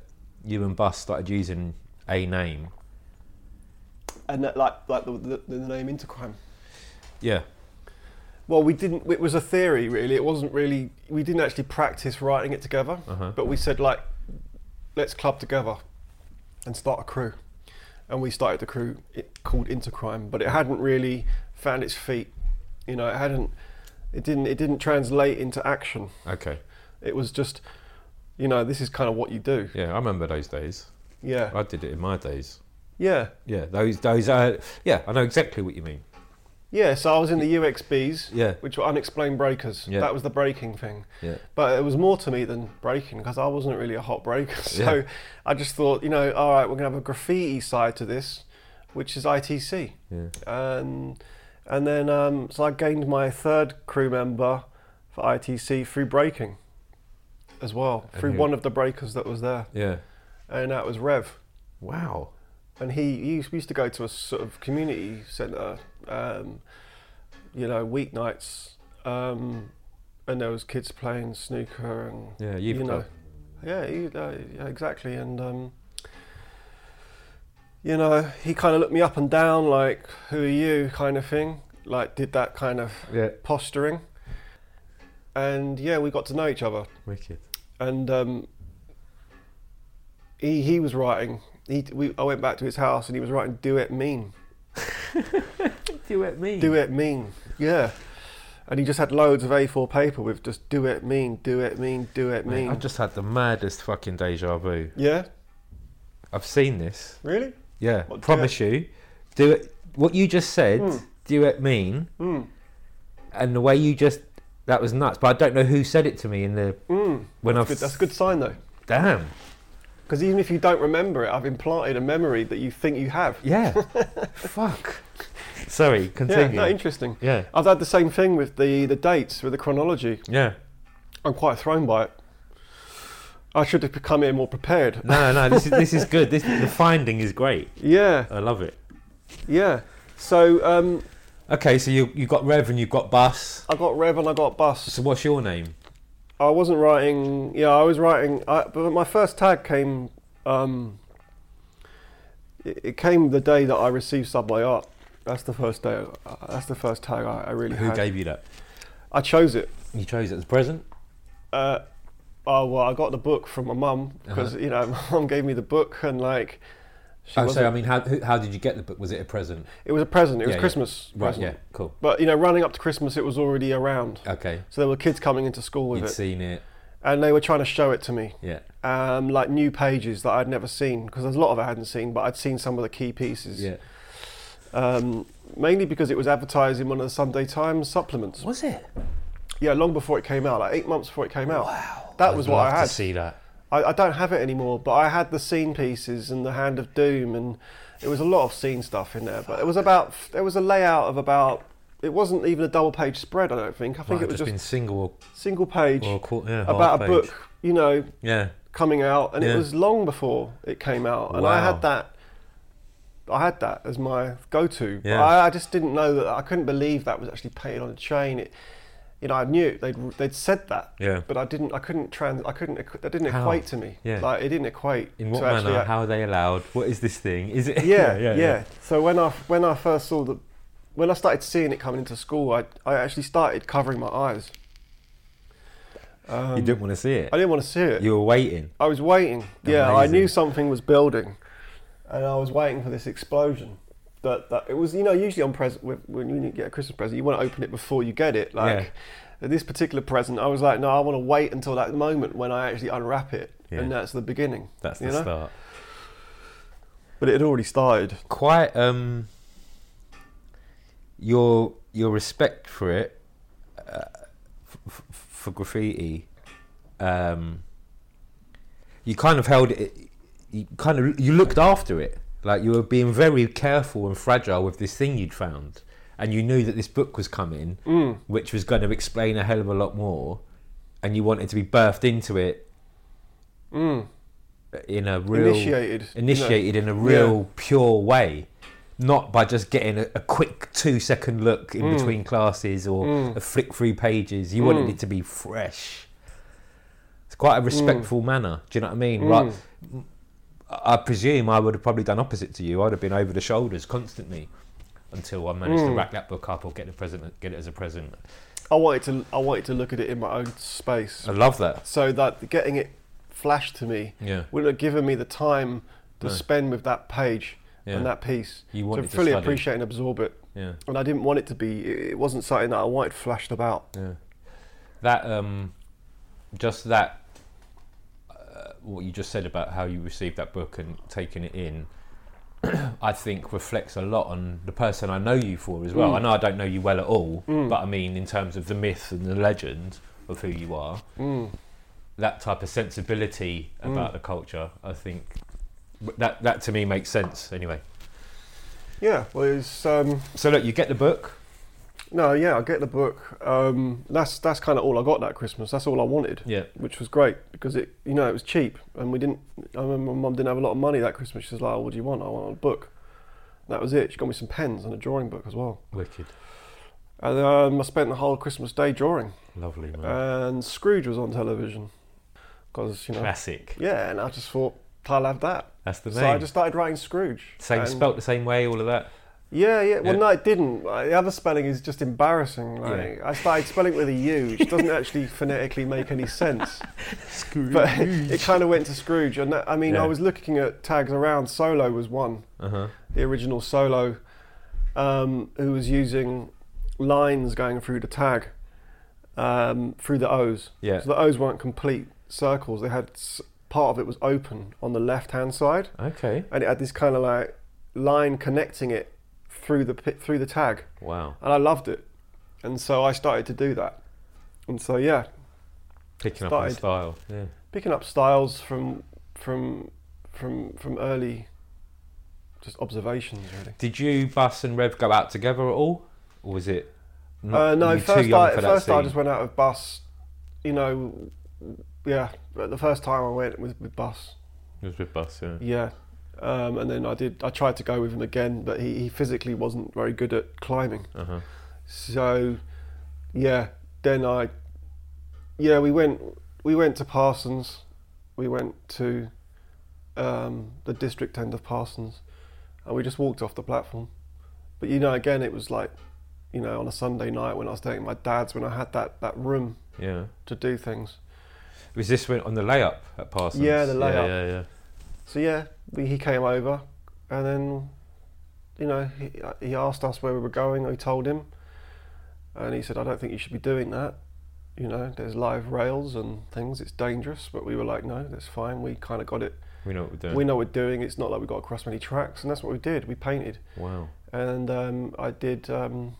Speaker 3: you and Bus started using a name?
Speaker 2: And that, like like the, the, the name Intercrime.
Speaker 3: Yeah,
Speaker 2: Well, we didn't. It was a theory, really. It wasn't really. We didn't actually practice writing it together.
Speaker 3: Uh-huh.
Speaker 2: But we said, like, let's club together and start a crew. And we started the crew it, called Intercrime, but it hadn't really found its feet. You know, it hadn't. It didn't. It didn't translate into action.
Speaker 3: okay.
Speaker 2: It was just, you know, this is kind of what you do.
Speaker 3: Yeah, I remember those days.
Speaker 2: Yeah.
Speaker 3: I did it in my days.
Speaker 2: Yeah.
Speaker 3: Yeah, those those. Uh, yeah, I know exactly what you mean.
Speaker 2: Yeah. So I was in the UXBs,
Speaker 3: Yeah.
Speaker 2: which were unexplained breakers.
Speaker 3: Yeah.
Speaker 2: That was the breaking thing.
Speaker 3: Yeah,
Speaker 2: But it was more to me than breaking because I wasn't really a hot breaker. So
Speaker 3: Yeah.
Speaker 2: I just thought, you know, all right, we're going to have a graffiti side to this, which is ITC.
Speaker 3: yeah.
Speaker 2: And, and then, um, so I gained my third crew member for ITC through breaking as well,
Speaker 3: And
Speaker 2: through
Speaker 3: who-
Speaker 2: one of the breakers that was there.
Speaker 3: Yeah.
Speaker 2: And that was Rev.
Speaker 3: Wow.
Speaker 2: And he, he used- we used to go to a sort of community centre, um, you know, weeknights. Um, and there was kids playing snooker and
Speaker 3: Yeah, you've
Speaker 2: you know.
Speaker 3: got-
Speaker 2: Yeah, he, uh, yeah, exactly. And um, you know, he kind of looked me up and down, like "Who are you?" kind of thing. Like, did that kind of
Speaker 3: Yeah.
Speaker 2: posturing. And yeah, we got to know each other.
Speaker 3: Wicked.
Speaker 2: And um, he he was writing. He, we, I went back to his house and he was writing "Do it mean."
Speaker 3: Do it me.
Speaker 2: Do it mean. Yeah. And he just had loads of A4 paper with just "Do it mean, do it mean, do it mean."
Speaker 3: I just had the maddest fucking deja vu.
Speaker 2: yeah,
Speaker 3: I've seen this.
Speaker 2: really?
Speaker 3: Yeah.
Speaker 2: What, do
Speaker 3: Promise you. Do it. What you just said.
Speaker 2: Mm.
Speaker 3: Do it mean.
Speaker 2: Mm.
Speaker 3: And the way you just. That was nuts. But I don't know who said it to me in the
Speaker 2: Mm,
Speaker 3: when
Speaker 2: that's,
Speaker 3: I've.
Speaker 2: good, that's a good sign though,
Speaker 3: Damn.
Speaker 2: because even if you don't remember it, I've implanted a memory that you think you have.
Speaker 3: Yeah. Fuck. Sorry.
Speaker 2: Yeah,
Speaker 3: Continue.
Speaker 2: no, interesting.
Speaker 3: yeah.
Speaker 2: I've had the same thing with the, the dates, with the chronology.
Speaker 3: Yeah.
Speaker 2: I'm quite thrown by it. I should have come here more prepared.
Speaker 3: No, no. This is this is good. This the finding is great.
Speaker 2: Yeah,
Speaker 3: I love it.
Speaker 2: yeah. So um,
Speaker 3: Okay, so you you got Rev and you got Bus.
Speaker 2: I got Rev and I got Bus.
Speaker 3: So what's your name?
Speaker 2: I wasn't writing. Yeah, I was writing. I, but my first tag came. Um, it, it came the day that I received Subway Art. That's the first day. That's the first tag I, I really
Speaker 3: Who
Speaker 2: had.
Speaker 3: gave you that?
Speaker 2: I chose it.
Speaker 3: You chose it as a present.
Speaker 2: uh, oh well, I got the book from my mum
Speaker 3: Uh-huh.
Speaker 2: because you know my mum gave me the book and like she
Speaker 3: Oh, so I
Speaker 2: wasn't-
Speaker 3: mean, how who- how did you get the book? Was it a present?
Speaker 2: it was a present. It was
Speaker 3: Yeah, yeah.
Speaker 2: Christmas
Speaker 3: Right.
Speaker 2: present.
Speaker 3: Yeah. Cool.
Speaker 2: But you know, running up to Christmas, it was already around.
Speaker 3: Okay.
Speaker 2: So there were kids coming into school with
Speaker 3: You'd
Speaker 2: it,
Speaker 3: seen it.
Speaker 2: and they were trying to show it to me,
Speaker 3: Yeah.
Speaker 2: um, like new pages that I'd never seen because there's a lot of it I hadn't seen, but I'd seen some of the key pieces.
Speaker 3: Yeah.
Speaker 2: Um, mainly because it was advertised in one of the Sunday Times supplements.
Speaker 4: Was it?
Speaker 2: Yeah, long before it came out, like eight months before it came out. Wow. That was what I had.
Speaker 4: see that.
Speaker 2: I, I don't have it anymore, but I had the scene pieces and the Hand of Doom, and it was a lot of scene stuff in there. But it was about there was a layout of about. It wasn't even a double page spread, I don't think. I think
Speaker 4: Might
Speaker 2: it was
Speaker 4: have
Speaker 2: just,
Speaker 4: been single or,
Speaker 2: single page
Speaker 4: or quarter, yeah, half
Speaker 2: about a
Speaker 4: page.
Speaker 2: book, you know,
Speaker 4: Yeah,
Speaker 2: coming out, and
Speaker 4: Yeah.
Speaker 2: it was long before it came out, and I
Speaker 4: Wow.
Speaker 2: had that. I had that as my go-to. But
Speaker 4: Yeah.
Speaker 2: I, I just didn't know that. I couldn't believe that was actually paid on a chain. It, you know, I knew they'd they'd said that,
Speaker 4: yeah.
Speaker 2: but I didn't. I couldn't trans. I couldn't. equ- That didn't
Speaker 4: How?
Speaker 2: equate to me.
Speaker 4: Yeah.
Speaker 2: Like it didn't equate.
Speaker 3: In what
Speaker 2: to actually
Speaker 3: manner?
Speaker 2: act-
Speaker 3: How are they allowed? What is this thing? Is it?
Speaker 2: yeah, yeah, So when I when I first saw the when I started seeing it coming into school, I I actually started covering my eyes. Um,
Speaker 3: You didn't want to see it.
Speaker 2: I didn't want to see it.
Speaker 3: You were waiting.
Speaker 2: I was waiting. Yeah, I knew
Speaker 3: Amazing.
Speaker 2: something was building, and I was waiting for this explosion. That, that it was, you know, usually on present when when you get a Christmas present, you want to open it before you get it. Like this particular present, I was like, no, I want to wait until that moment when I actually unwrap it,
Speaker 3: Yeah.
Speaker 2: and that's the beginning.
Speaker 3: That's the
Speaker 2: You know?
Speaker 3: start.
Speaker 2: But it had already started.
Speaker 3: Quite um. Your your respect for it, uh, f- f- for graffiti, um. You kind of held it. You kind of you looked after it. Like you were being very careful and fragile with this thing you'd found, and you knew that this book was coming,
Speaker 2: Mm.
Speaker 3: which was going to explain a hell of a lot more, and you wanted to be birthed into it
Speaker 2: Mm.
Speaker 3: in a real
Speaker 2: Initiated, you know.
Speaker 3: initiated in a real pure way, not by just getting a, a quick two second look in
Speaker 2: Mm.
Speaker 3: between classes or
Speaker 2: Mm.
Speaker 3: a flick through pages. You wanted
Speaker 2: Mm.
Speaker 3: it to be fresh. It's quite a respectful manner. Do you know what I mean?
Speaker 2: Mm.
Speaker 3: Right. I I presume I would have probably done opposite to you. I'd have been over the shoulders constantly until I managed to
Speaker 2: Mm.
Speaker 3: rack that book up or get the present, get it as a present.
Speaker 2: I wanted to. I wanted to look at it in my own space,
Speaker 3: I love that.
Speaker 2: so that getting it flashed to me
Speaker 3: Yeah,
Speaker 2: wouldn't have given me the time to
Speaker 3: No.
Speaker 2: spend with that page
Speaker 3: yeah.
Speaker 2: and that piece
Speaker 3: you
Speaker 2: to
Speaker 3: wanted to,
Speaker 2: fully
Speaker 3: study.
Speaker 2: appreciate and absorb it.
Speaker 3: Yeah.
Speaker 2: and I didn't want it to be. It it wasn't something that I wanted flashed about.
Speaker 3: Yeah. That um, just that uh, what you just said about how you received that book and taking it in, I think reflects a lot on the person I know you for as well.
Speaker 2: Mm.
Speaker 3: I know I don't know you well at all,
Speaker 2: Mm.
Speaker 3: but I mean in terms of the myth and the legend of who you are,
Speaker 2: Mm.
Speaker 3: that type of sensibility
Speaker 2: Mm.
Speaker 3: about the culture, I think. That that to me makes sense anyway.
Speaker 2: Yeah, well, it's um,
Speaker 3: So look, you get the book.
Speaker 2: no, yeah, I get the book. Um, that's that's kind of all I got that Christmas. That's all I wanted,
Speaker 3: Yeah.
Speaker 2: which was great because it, you know, it was cheap, and we didn't. I remember my mum didn't have a lot of money that Christmas. She was like, oh, "What do you want? I want a book." And that was it. She got me some pens and a drawing book as well.
Speaker 3: Wicked.
Speaker 2: And um, I spent the whole Christmas day drawing.
Speaker 3: Lovely man.
Speaker 2: And Scrooge was on television because you know,
Speaker 3: Classic.
Speaker 2: yeah, and I just thought I'll have that.
Speaker 3: That's the name.
Speaker 2: So I just started writing Scrooge.
Speaker 3: Same
Speaker 2: and-
Speaker 3: spelt the same way, all of that.
Speaker 2: Yeah, yeah. Well,
Speaker 3: Yeah.
Speaker 2: no, it didn't. Uh, The other spelling is just embarrassing. Like, I started spelling it with a U, which doesn't actually phonetically make any sense.
Speaker 3: Screw
Speaker 2: But it kind of went to Scrooge. And that, I mean,
Speaker 3: Yeah.
Speaker 2: I was looking at tags around. Solo was one,
Speaker 3: Uh huh.
Speaker 2: the original Solo, um, who was using lines going through the tag, um, through the O's.
Speaker 3: Yeah.
Speaker 2: So the O's weren't complete circles. They had s- part of it was open on the left hand side,
Speaker 3: Okay.
Speaker 2: and it had this kind of like line connecting it through the pi- through the tag
Speaker 3: Wow.
Speaker 2: and I loved it. And so I started to do that. And so yeah,
Speaker 3: Picking
Speaker 2: Started.
Speaker 3: up on style. Yeah.
Speaker 2: picking up styles from from from from early just observations really.
Speaker 3: Did you, Bus and Rev, go out together at all, or was it?
Speaker 2: uh,
Speaker 3: you
Speaker 2: no,
Speaker 3: were
Speaker 2: first I first I
Speaker 3: scene?
Speaker 2: just went out of bus, you know, yeah, but the first time I went with, with bus.
Speaker 3: It was with Bus. Yeah.
Speaker 2: Yeah. Um, and then I did I tried to go with him again, but he, he physically wasn't very good at climbing.
Speaker 3: Uh huh.
Speaker 2: So, yeah, then I, yeah, we went we went to Parsons, we went to um, the district end of Parsons, and we just walked off the platform. But you know, again, it was like, you know, on a Sunday night when I was staying at my dad's, when I had that that room
Speaker 3: Yeah.
Speaker 2: to do things.
Speaker 3: Was this when, on the layup at Parsons?
Speaker 2: Yeah, the
Speaker 3: Yeah,
Speaker 2: layup.
Speaker 3: yeah, yeah.
Speaker 2: So yeah, we, he came over, and then, you know, he, he asked us where we were going. I told him, and he said, "I don't think you should be doing that. You know, there's live rails and things. It's dangerous." But we were like, "No, that's fine. We kind of got it.
Speaker 3: We know what we're doing.
Speaker 2: We know what we're doing. It's not like we got across many tracks." And that's what we did. We painted,
Speaker 3: wow.
Speaker 2: and um, I did, um,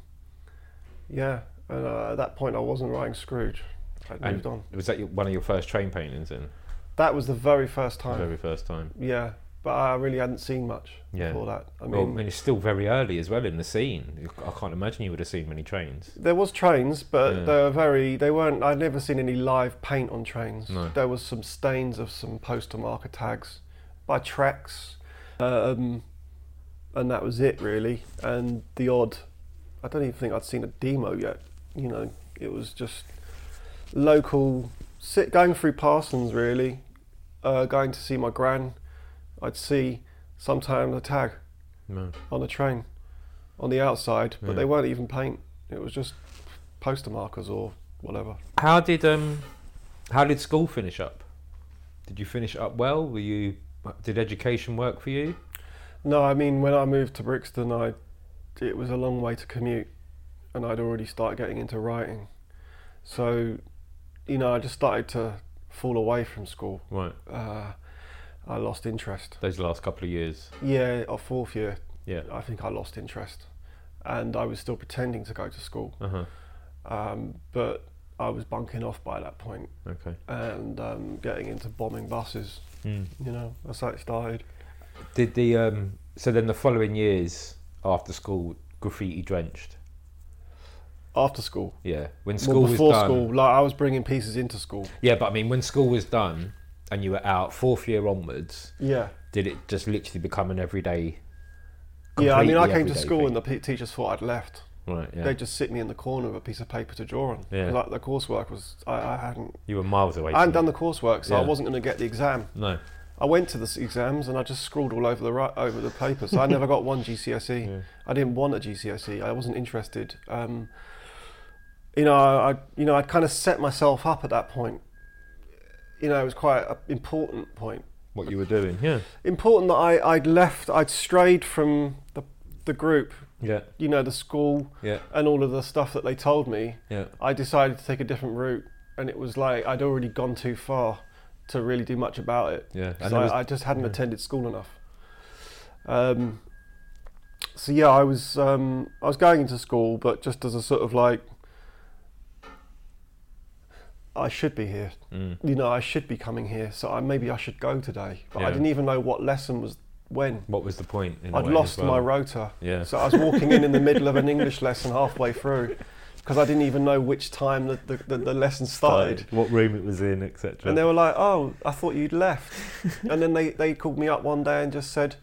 Speaker 2: yeah. And uh, at that point, I wasn't writing Scrooge. I
Speaker 3: And-
Speaker 2: moved on.
Speaker 3: Was that your, one of your first train paintings then?
Speaker 2: That was the very first time.
Speaker 3: very first time.
Speaker 2: Yeah, but I really hadn't seen much
Speaker 3: Yeah.
Speaker 2: before that. I
Speaker 3: well,
Speaker 2: mean,
Speaker 3: and it's still very early as well in the scene. I can't imagine you would have seen many trains.
Speaker 2: there was trains, but
Speaker 3: Yeah.
Speaker 2: they were very. They weren't. I'd never seen any live paint on trains.
Speaker 3: No.
Speaker 2: There was some stains of some postal marker tags by Trex, um, and that was it really. And the odd. I don't even think I'd seen a demo yet. You know, it was just local. Sit going through Parsons really, uh, going to see my gran. I'd see sometimes a tag.
Speaker 3: No.
Speaker 2: on a train on the outside, but
Speaker 3: Yeah.
Speaker 2: they weren't even paint. It was just poster markers or whatever.
Speaker 3: How did um, how did school finish up? Did you finish up well? Were you did education work for you?
Speaker 2: No, I mean when I moved to Brixton, I it was a long way to commute, and I'd already started getting into writing, so you know I just started to fall away from school.
Speaker 3: Right,
Speaker 2: Uh, I lost interest.
Speaker 3: those last couple of years.
Speaker 2: Yeah, or fourth year,
Speaker 3: Yeah.
Speaker 2: I think I lost interest, and I was still pretending to go to school,
Speaker 3: Uh huh.
Speaker 2: um, but I was bunking off by that point.
Speaker 3: Okay. Hmm.
Speaker 2: and um, getting into bombing buses. You know, that's how it started.
Speaker 3: Did the um, so then the following years after school graffiti drenched?
Speaker 2: After school,
Speaker 3: Yeah, when
Speaker 2: Well,
Speaker 3: school
Speaker 2: before
Speaker 3: was done.
Speaker 2: school, like I was bringing pieces into school.
Speaker 3: Yeah, but I mean when school was done and you were out fourth year onwards,
Speaker 2: Yeah,
Speaker 3: did it just literally become an everyday?
Speaker 2: yeah. I mean, I
Speaker 3: completely
Speaker 2: came to
Speaker 3: everyday
Speaker 2: school
Speaker 3: thing?
Speaker 2: and the pe- teachers thought I'd left.
Speaker 3: Right. Yeah.
Speaker 2: They'd just sit me in the corner of a piece of paper to draw on.
Speaker 3: Yeah.
Speaker 2: Like the coursework was, I, I hadn't,
Speaker 3: You were miles away.
Speaker 2: I hadn't
Speaker 3: from
Speaker 2: done the coursework, so I
Speaker 3: Yeah.
Speaker 2: wasn't going to get the exam.
Speaker 3: it. No.
Speaker 2: I went to the s- exams and I just scrawled all over the ri- over the paper. So I never got one GCSE.
Speaker 3: Yeah.
Speaker 2: E. I didn't want a GCSE. E. I wasn't interested. Um, you know, I I- you know I'd kind of set myself up at that point. You know, it was quite an important point.
Speaker 3: What you were doing? Yeah.
Speaker 2: Important that I I'd left. I'd strayed from the the group.
Speaker 3: Yeah.
Speaker 2: You know, the school
Speaker 3: Yeah.
Speaker 2: and all of the stuff that they told me.
Speaker 3: Yeah.
Speaker 2: I decided to take a different route, and it was like I'd already gone too far to really do much about it.
Speaker 3: Yeah.
Speaker 2: So
Speaker 3: And there was,
Speaker 2: I, I just hadn't
Speaker 3: yeah.
Speaker 2: attended school enough. Um, so yeah, I was um, I was going into school, but just as a sort of like, I should be here.
Speaker 3: Mm.
Speaker 2: You know, I should be coming here. So I, maybe I should go today, but I
Speaker 3: Yeah.
Speaker 2: didn't even know what lesson was when.
Speaker 3: What was the point? In a
Speaker 2: I'd
Speaker 3: way, as
Speaker 2: lost my
Speaker 3: well?
Speaker 2: rotor,
Speaker 3: Yeah.
Speaker 2: so I was walking in in the middle of an English lesson halfway through because I didn't even know which time the, the, the, the lesson started.
Speaker 3: What room it was in, etc.
Speaker 2: And they were like, "Oh, I thought you'd left." and then they, they called me up one day and just said,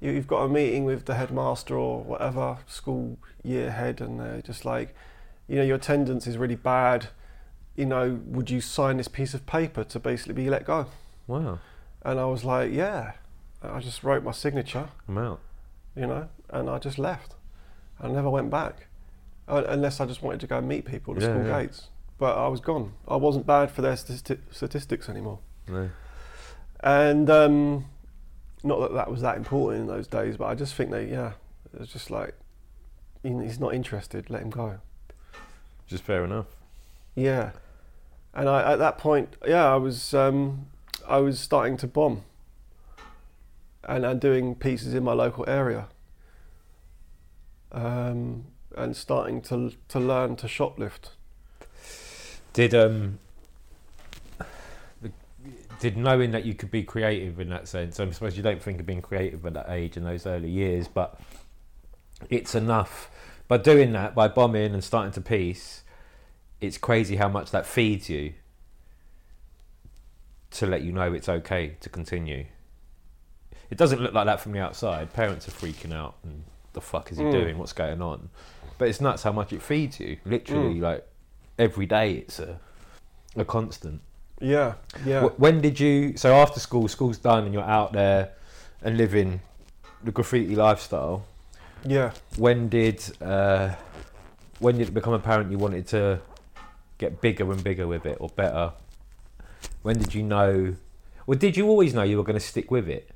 Speaker 2: "You- "You've got a meeting with the headmaster or whatever school year head," and they're just like, "You know, your attendance is really bad. You know, would you sign this piece of paper to basically be let go?"
Speaker 3: Wow.
Speaker 2: And I was like, "Yeah." And I just wrote my signature,
Speaker 3: I'm out.
Speaker 2: you know, and I just left. I never went back, Un- unless I just wanted to go and meet people at the
Speaker 3: Yeah,
Speaker 2: school
Speaker 3: yeah.
Speaker 2: gates. But I was gone. I wasn't bad for their stati- statistics anymore.
Speaker 3: No.
Speaker 2: And um, not that that was that important in those days, but I just think they, yeah, it was just like, he- he's not interested, let him go.
Speaker 3: Just fair enough.
Speaker 2: Yeah. And I, at that point, yeah, I was, um, I was starting to bomb and, and doing pieces in my local area um, and starting to, to learn to shoplift.
Speaker 3: Did um. the- Did knowing that you could be creative in that sense, I suppose you don't think of being creative at that age in those early years, but it's enough. By doing that, by bombing and starting to piece, it's crazy how much that feeds you to let you know it's okay to continue. It doesn't look like that from the outside. Parents are freaking out and the fuck is he
Speaker 2: Mm.
Speaker 3: doing? What's going on? But it's nuts how much it feeds you. Literally,
Speaker 2: Mm.
Speaker 3: like every day, it's a a constant.
Speaker 2: Yeah, yeah.
Speaker 3: Wh- When did you? So after school, school's done, and you're out there and living the graffiti lifestyle.
Speaker 2: yeah.
Speaker 3: When did uh, when did it become apparent you wanted to get bigger and bigger with it, or better? When did you know? Or did you always know you were going to stick with it?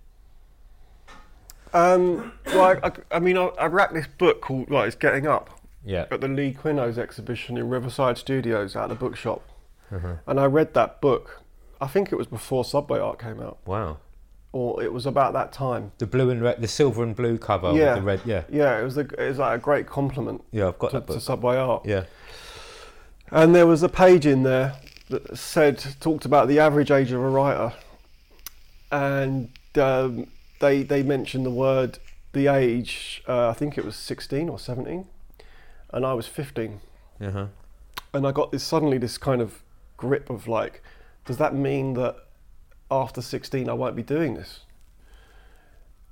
Speaker 2: Um, well, I, I, I mean, I, I wrapped this book called, like, It's Getting Up.
Speaker 3: Yeah.
Speaker 2: at the Lee Quinnos exhibition in Riverside Studios at the bookshop,
Speaker 3: Mhm.
Speaker 2: and I read that book. I think it was before Subway Art came out,
Speaker 3: Wow.
Speaker 2: or it was about that time.
Speaker 3: The blue and red, the silver and blue cover
Speaker 2: Yeah.
Speaker 3: with the red. Yeah.
Speaker 2: Yeah, it was, a, it was like a great compliment
Speaker 3: Yeah, I've got
Speaker 2: to,
Speaker 3: that
Speaker 2: to
Speaker 3: book.
Speaker 2: Subway Art.
Speaker 3: Yeah.
Speaker 2: And there was a page in there that said talked about the average age of a writer, and um, they they mentioned the word the age. Uh, I think it was sixteen or seventeen, and I was fifteen,
Speaker 3: Uh-huh.
Speaker 2: and I got this suddenly this kind of grip of like, does that mean that after sixteen I won't be doing this?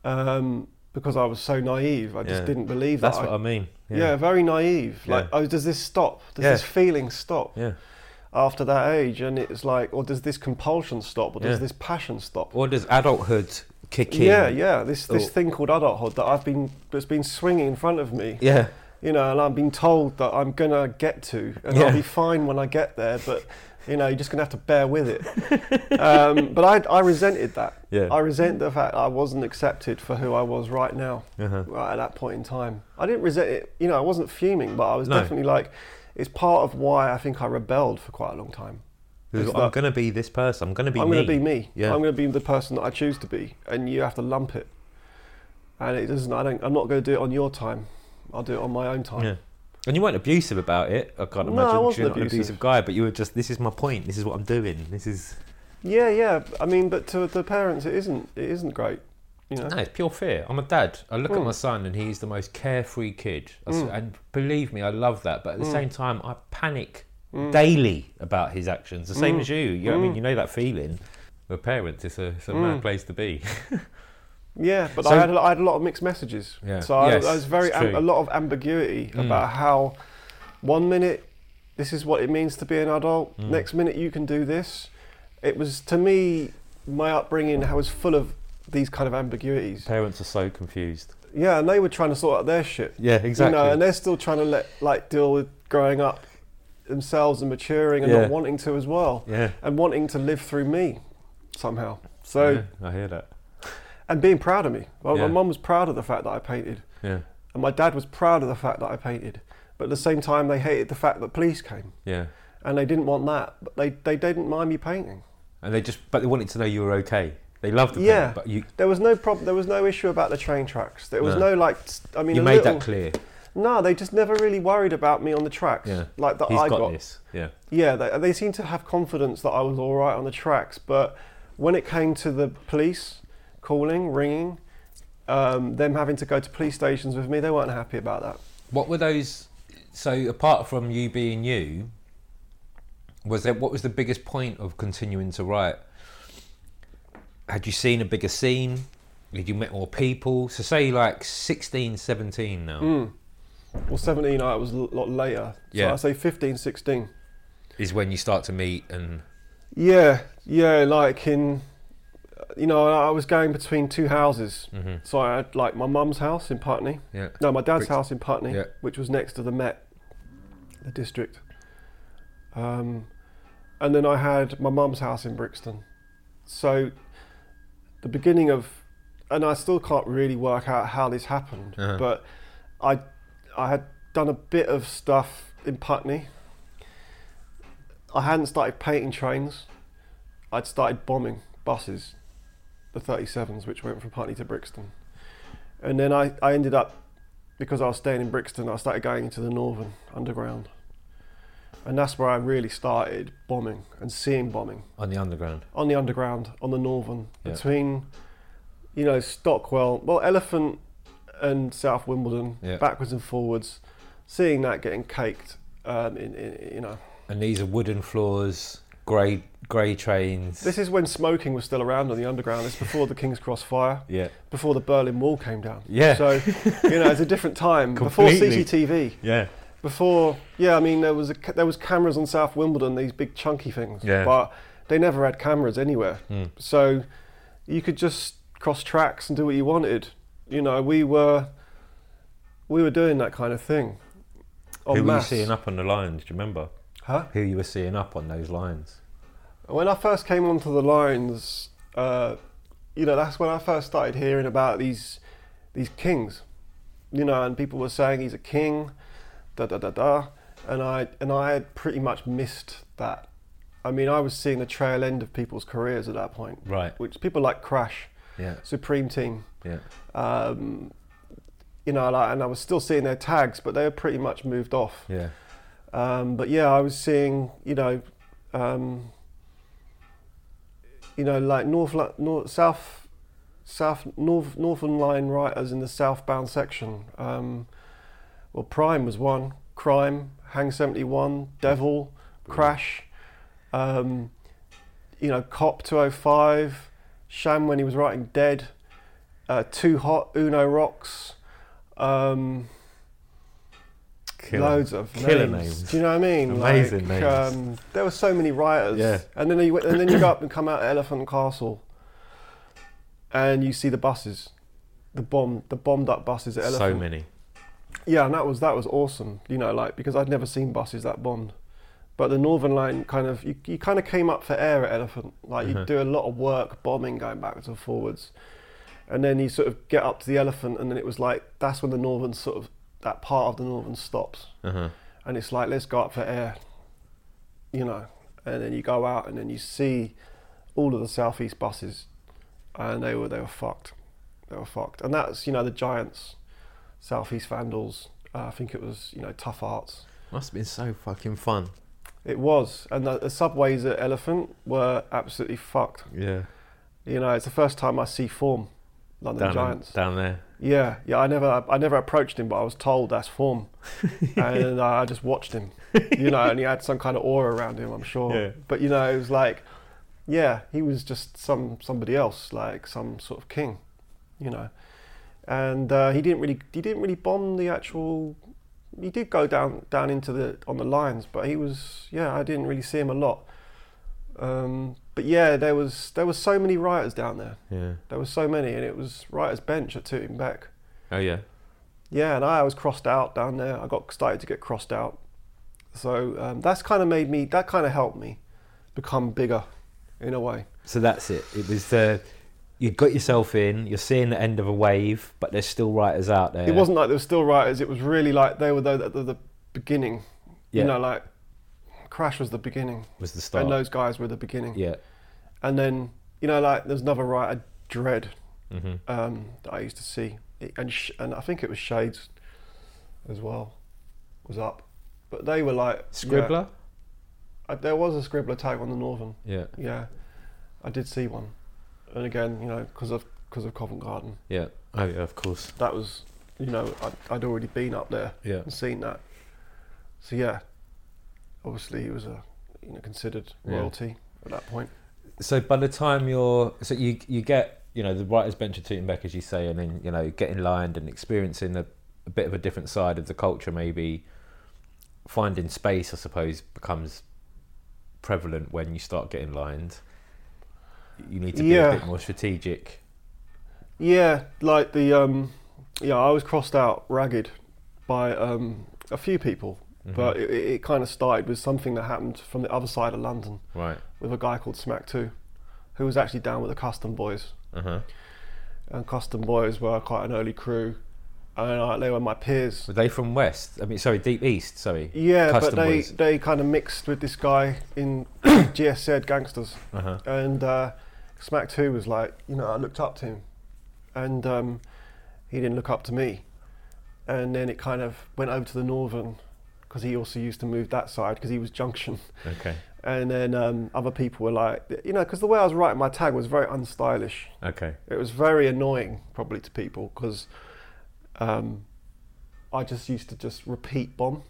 Speaker 2: Um, because I was so naive, I just
Speaker 3: Yeah.
Speaker 2: didn't believe
Speaker 3: That's
Speaker 2: that.
Speaker 3: what I mean.
Speaker 2: yeah. very naive. Like,
Speaker 3: Yeah.
Speaker 2: oh, does this stop? Does
Speaker 3: Yeah.
Speaker 2: this feeling stop?
Speaker 3: Yeah.
Speaker 2: after that age and it's like or does this compulsion stop or does
Speaker 3: Yeah.
Speaker 2: this passion stop
Speaker 3: Or does adulthood kick in?
Speaker 2: yeah yeah this this
Speaker 3: Oh.
Speaker 2: thing called adulthood that i've been that's been swinging in front of me
Speaker 3: Yeah.
Speaker 2: you know and i've been told that i'm gonna get to and i'll
Speaker 3: Yeah.
Speaker 2: be fine when i get there but you know you're just gonna have to bear with it um, but I, I resented that
Speaker 3: Yeah.
Speaker 2: i resent the fact i wasn't accepted for who i was right now
Speaker 3: Uh-huh.
Speaker 2: right at that point in time. I didn't resent it, you know, I wasn't fuming, but I was
Speaker 3: No.
Speaker 2: definitely like, it's part of why I think I rebelled for quite a long time.
Speaker 3: Because
Speaker 2: It's
Speaker 3: I'm
Speaker 2: that-
Speaker 3: gonna be this person. I'm gonna be
Speaker 2: I'm
Speaker 3: me.
Speaker 2: going to be me.
Speaker 3: Yeah.
Speaker 2: I'm going to be the person that I choose to be, and you have to lump it. And it doesn't. I don't. I'm not going to do it on your time. I'll do it on my own time.
Speaker 3: Yeah. And you weren't abusive about it. I can't
Speaker 2: No, I
Speaker 3: imagine 'cause
Speaker 2: wasn't
Speaker 3: you're not an
Speaker 2: abusive.
Speaker 3: abusive guy, but you were just. This is my point. This is what I'm doing. This is.
Speaker 2: yeah, yeah. I mean, but to the parents, it isn't. It isn't great. You know.
Speaker 4: No, it's pure fear. I'm a dad. I look at
Speaker 2: Mm.
Speaker 4: my son and he's the most carefree kid. I s-
Speaker 2: Mm.
Speaker 4: And believe me, I love that. But at the
Speaker 2: Mm.
Speaker 4: same time, I panic daily about his actions. The same
Speaker 2: Mm.
Speaker 4: as you. you know what I mean,
Speaker 2: Mm.
Speaker 4: you know that feeling. The parents, it's a, it's a
Speaker 2: Mm.
Speaker 4: mad place to be.
Speaker 2: Yeah, but I,
Speaker 4: So-
Speaker 2: had a, I had a lot of mixed messages.
Speaker 4: Yeah.
Speaker 2: So I,
Speaker 4: Yes,
Speaker 2: I was very
Speaker 4: it's
Speaker 2: am-
Speaker 4: true.
Speaker 2: a lot of ambiguity
Speaker 4: Mm.
Speaker 2: about how one minute this is what it means to be an adult,
Speaker 4: Mm.
Speaker 2: next minute you can do this. It was to me my upbringing was full of these kind of ambiguities.
Speaker 3: Parents are so confused.
Speaker 2: Yeah, and they were trying to sort out their shit.
Speaker 3: Yeah, exactly.
Speaker 2: You know, and they're still trying to let like deal with growing up themselves and maturing and
Speaker 3: Yeah.
Speaker 2: not wanting to as well,
Speaker 3: yeah.
Speaker 2: and wanting to live through me somehow. So
Speaker 3: Yeah, I hear that.
Speaker 2: and being proud of me. Well, My
Speaker 3: Yeah.
Speaker 2: mum was proud of the fact that I painted.
Speaker 3: Yeah.
Speaker 2: And my dad was proud of the fact that I painted. But at the same time, they hated the fact that police came.
Speaker 3: Yeah.
Speaker 2: And they didn't want that. But they, they didn't mind me painting.
Speaker 3: And they just, but they wanted to know you were okay. They loved the
Speaker 2: Yeah.
Speaker 3: yeah. but you,
Speaker 2: There was no problem. There was no issue about the train tracks. There was no,
Speaker 3: No.
Speaker 2: like, s- I mean,
Speaker 3: you
Speaker 2: a
Speaker 3: made
Speaker 2: little,
Speaker 3: that clear.
Speaker 2: No, they just never really worried about me on the tracks.
Speaker 3: Yeah.
Speaker 2: Like that
Speaker 3: He's
Speaker 2: I
Speaker 3: got,
Speaker 2: got.
Speaker 3: this. Yeah.
Speaker 2: Yeah, they, they seemed to have confidence that I was all right on the tracks. But when it came to the police calling, ringing, um, them having to go to police stations with me, they weren't happy about that.
Speaker 4: What were those? So apart from you being you, was there what was the biggest point of continuing to write? Had you seen a bigger scene? Had you met more people? So say like 16, 17 now.
Speaker 2: Well, 17, I was a lot later. So
Speaker 4: Yeah.
Speaker 2: I say 15, 16.
Speaker 4: is when you start to meet and
Speaker 2: Yeah, yeah, like in, you know, I I was going between two houses. So I had like my mum's house in Putney.
Speaker 4: mm-hmm, yeah
Speaker 2: No, my dad's
Speaker 4: Brixton.
Speaker 2: house in Putney,
Speaker 4: Yeah.
Speaker 2: which was next to the Met, the district. Um, and then I had my mum's house in Brixton. So the beginning of, and I still can't really work out how this happened,
Speaker 4: Uh-huh.
Speaker 2: but I, I had done a bit of stuff in Putney. I hadn't started painting trains. I'd started bombing buses, the 37s, which went from Putney to Brixton. And then I, I ended up, because I was staying in Brixton, I started going into the Northern Underground. And that's where I really started bombing and seeing bombing
Speaker 4: on the underground.
Speaker 2: on the Underground, on the Northern,
Speaker 4: Yeah.
Speaker 2: between, you know, Stockwell, well, Elephant and South Wimbledon,
Speaker 4: Yeah.
Speaker 2: backwards and forwards, seeing that getting caked um, in, in, you know,
Speaker 4: And these are wooden floors, grey grey trains.
Speaker 2: This is when smoking was still around on the underground. It's before the King's Cross fire,
Speaker 3: Yeah.
Speaker 2: before the Berlin Wall came down.
Speaker 3: Yeah.
Speaker 2: So, you know, it's a different time. before
Speaker 3: Completely.
Speaker 2: CCTV,
Speaker 3: Yeah.
Speaker 2: before yeah, I mean there was a, ca- there was cameras on South Wimbledon, these big chunky things.
Speaker 3: Yeah.
Speaker 2: But they never had cameras anywhere,
Speaker 4: Hmm.
Speaker 2: so you could just cross tracks and do what you wanted. You know, we were we were doing that kind of thing. En
Speaker 3: Who
Speaker 2: masse.
Speaker 3: were you seeing up on the lines? Do you remember?
Speaker 2: Huh?
Speaker 3: Who you were seeing up on those lines?
Speaker 2: When I first came onto the lines, uh, you know, that's when I first started hearing about these these kings, you know, and people were saying he's a king, da da da da, and I and I had pretty much missed that. I mean, I was seeing the trail end of people's careers at that point,
Speaker 4: Right.
Speaker 2: which people like Crash,
Speaker 4: Yeah.
Speaker 2: Supreme Team,
Speaker 4: Yeah.
Speaker 2: um, you know, like, and I was still seeing their tags, but they were pretty much moved off.
Speaker 4: Yeah.
Speaker 2: Um, but yeah, I was seeing, you know, um, you know, like north, Lo- north south, south north northern line writers in the southbound section. Um, well, Prime was one. Crime, Hang Seventy One, Devil, Crash. Um, you know, Cop Two Hundred Five, Sham when he was writing Dead, uh, Too Hot, Uno Rocks. Um,
Speaker 3: Killer.
Speaker 2: loads of
Speaker 3: Killer
Speaker 2: names.
Speaker 3: names.
Speaker 2: Do you know what I mean?
Speaker 3: Amazing
Speaker 2: like,
Speaker 3: names.
Speaker 2: Um, there were so many writers.
Speaker 3: Yeah.
Speaker 2: And then you went, and then you go up and come out of Elephant Castle, and you see the buses, the bomb, the bombed up buses at Elephant.
Speaker 3: So many.
Speaker 2: Yeah, and that was that was awesome. You know, like because I'd never seen buses that bombed. But the Northern Line kind of you, you kind of came up for air at Elephant. Like you
Speaker 3: Mhm.
Speaker 2: would do a lot of work bombing, going backwards and forwards, and then you sort of get up to the Elephant, and then it was like that's when the Northern sort of that part of the Northern stops
Speaker 3: Uh-huh.
Speaker 2: and it's like let's go up for air you know and then you go out and then you see all of the southeast buses and they were they were fucked they were fucked and that's you know the giants southeast vandals uh, i think it was you know tough arts
Speaker 3: Must have been so fucking fun.
Speaker 2: it was and the, the subways at elephant were absolutely fucked
Speaker 3: Yeah.
Speaker 2: you know it's the first time i see form london
Speaker 3: Down,
Speaker 2: giants
Speaker 3: down there.
Speaker 2: yeah yeah i never i never approached him but i was told that's form and uh, I just watched him, you know, and he had some kind of aura around him, I'm sure.
Speaker 3: Yeah.
Speaker 2: But you know, it was like, yeah, he was just some somebody else, like some sort of king, you know. And uh, he didn't really he didn't really bomb the actual. He did go down down into the on the lines, but he was yeah, I didn't really see him a lot. Um, but yeah, there was there was so many writers down there.
Speaker 3: Yeah.
Speaker 2: There was so many, and it was writers' bench at Tooting Beck.
Speaker 3: Oh yeah.
Speaker 2: Yeah, and I was crossed out down there. I got started to get crossed out. So um, that's kind of made me, that kind of helped me become bigger in a way.
Speaker 4: So that's it. It was the you got yourself in. You're seeing the end of a wave, but there's still writers out there.
Speaker 2: It wasn't like there were still writers, it was really like they were the, the, the beginning.
Speaker 4: Yeah.
Speaker 2: You know, like Crash was the beginning,
Speaker 4: was the
Speaker 2: and
Speaker 4: start.
Speaker 2: those guys were the beginning.
Speaker 4: Yeah,
Speaker 2: And then, you know, like there's another writer, Dread,
Speaker 3: Mm-hmm.
Speaker 2: um, that I used to see. It- And, sh- and I think it was Shades as well, was up. But they were like. yeah.
Speaker 4: Scribbler.
Speaker 2: Uh, there was a Scribbler tag on the Northern.
Speaker 3: Yeah.
Speaker 2: Yeah, I did see one, and again, you know, because of because of Covent Garden,
Speaker 3: Yeah. Oh yeah. Of course.
Speaker 2: that was, you know, I'd, I'd already been up there
Speaker 3: Yeah.
Speaker 2: and seen that. So yeah, obviously he was a you know considered
Speaker 3: Yeah.
Speaker 2: royalty at that point.
Speaker 4: So by the time you're, so you you get you know the writers bench at Tooting Beck as you say, and then you know getting lined and experiencing a, a bit of a different side of the culture, maybe finding space, I suppose, becomes prevalent when you start getting lined. You need to be
Speaker 2: Yeah.
Speaker 4: a bit more strategic.
Speaker 2: Yeah, like the um, yeah, I was crossed out ragged by um a few people,
Speaker 3: Mm-hmm.
Speaker 2: but it, it it kind of started with something that happened from the other side of London
Speaker 3: Right.
Speaker 2: with a guy called Smack Two, who was actually down with the Custom Boys.
Speaker 3: Uh huh.
Speaker 2: and Custom Boys were quite an early crew, and uh, they were my peers.
Speaker 4: Were they from West? I mean, sorry, Deep East. Sorry.
Speaker 2: Yeah,
Speaker 4: Custom
Speaker 2: but they
Speaker 4: Boys.
Speaker 2: they kind of mixed with this guy in GSZ Gangsters,
Speaker 3: Uh huh.
Speaker 2: and uh, Smack Two was like, you know, I looked up to him, and um, he didn't look up to me, and then it kind of went over to the Northern, because he also used to move that side because he was Junction.
Speaker 3: Okay.
Speaker 2: And then um, other people were like, you know, because the way I was writing my tag was very unstylish.
Speaker 3: Okay.
Speaker 2: It was very annoying, probably to people, because um, I just used to just repeat bomb.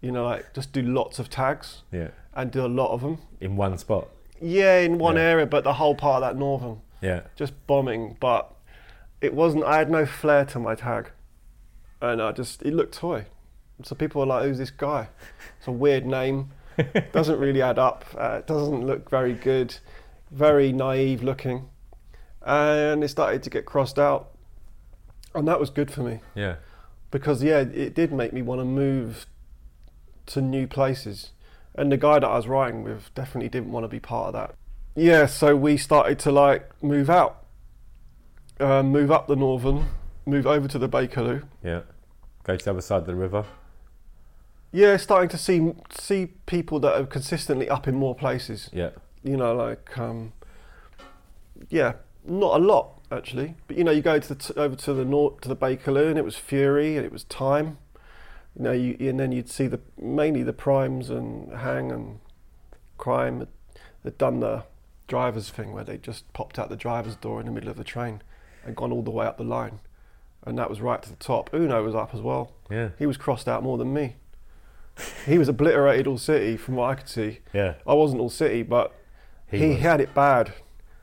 Speaker 2: You know, like just do lots of tags
Speaker 3: Yeah.
Speaker 2: and do a lot of them.
Speaker 3: In one spot.
Speaker 2: Yeah, in one
Speaker 3: Yeah.
Speaker 2: area, but the whole part of that northern,
Speaker 3: Yeah.
Speaker 2: just bombing. But it wasn't. I had no flair to my tag, and I just it looked toy. So people were like, "Who's this guy?" It's a weird name. doesn't really add up. Uh, it doesn't look very good. Very naive looking, and it started to get crossed out, and that was good for me
Speaker 3: Yeah.
Speaker 2: because yeah, it did make me want to move to new places. And the guy that I was writing with definitely didn't want to be part of that. Yeah, so we started to like move out, uh, move up the northern, move over to the Bakerloo.
Speaker 3: Yeah. Go to the other side of the river.
Speaker 2: Yeah, starting to see see people that are consistently up in more places.
Speaker 3: Yeah.
Speaker 2: you know, like, um, yeah, not a lot actually. But you know, you go to the t- over to the north to the Bakerloo, and it was Fury, and it was Time. You know, you, and then you'd see the mainly the primes and Hang and crime had, had done the driver's thing where they just popped out the driver's door in the middle of the train and gone all the way up the line. And that was right to the top. Uno was up as well.
Speaker 1: Yeah.
Speaker 2: He was crossed out more than me. he was obliterated all city from what I could see.
Speaker 1: Yeah.
Speaker 2: I wasn't all city, but
Speaker 1: He
Speaker 2: he,
Speaker 1: was.
Speaker 2: had it bad.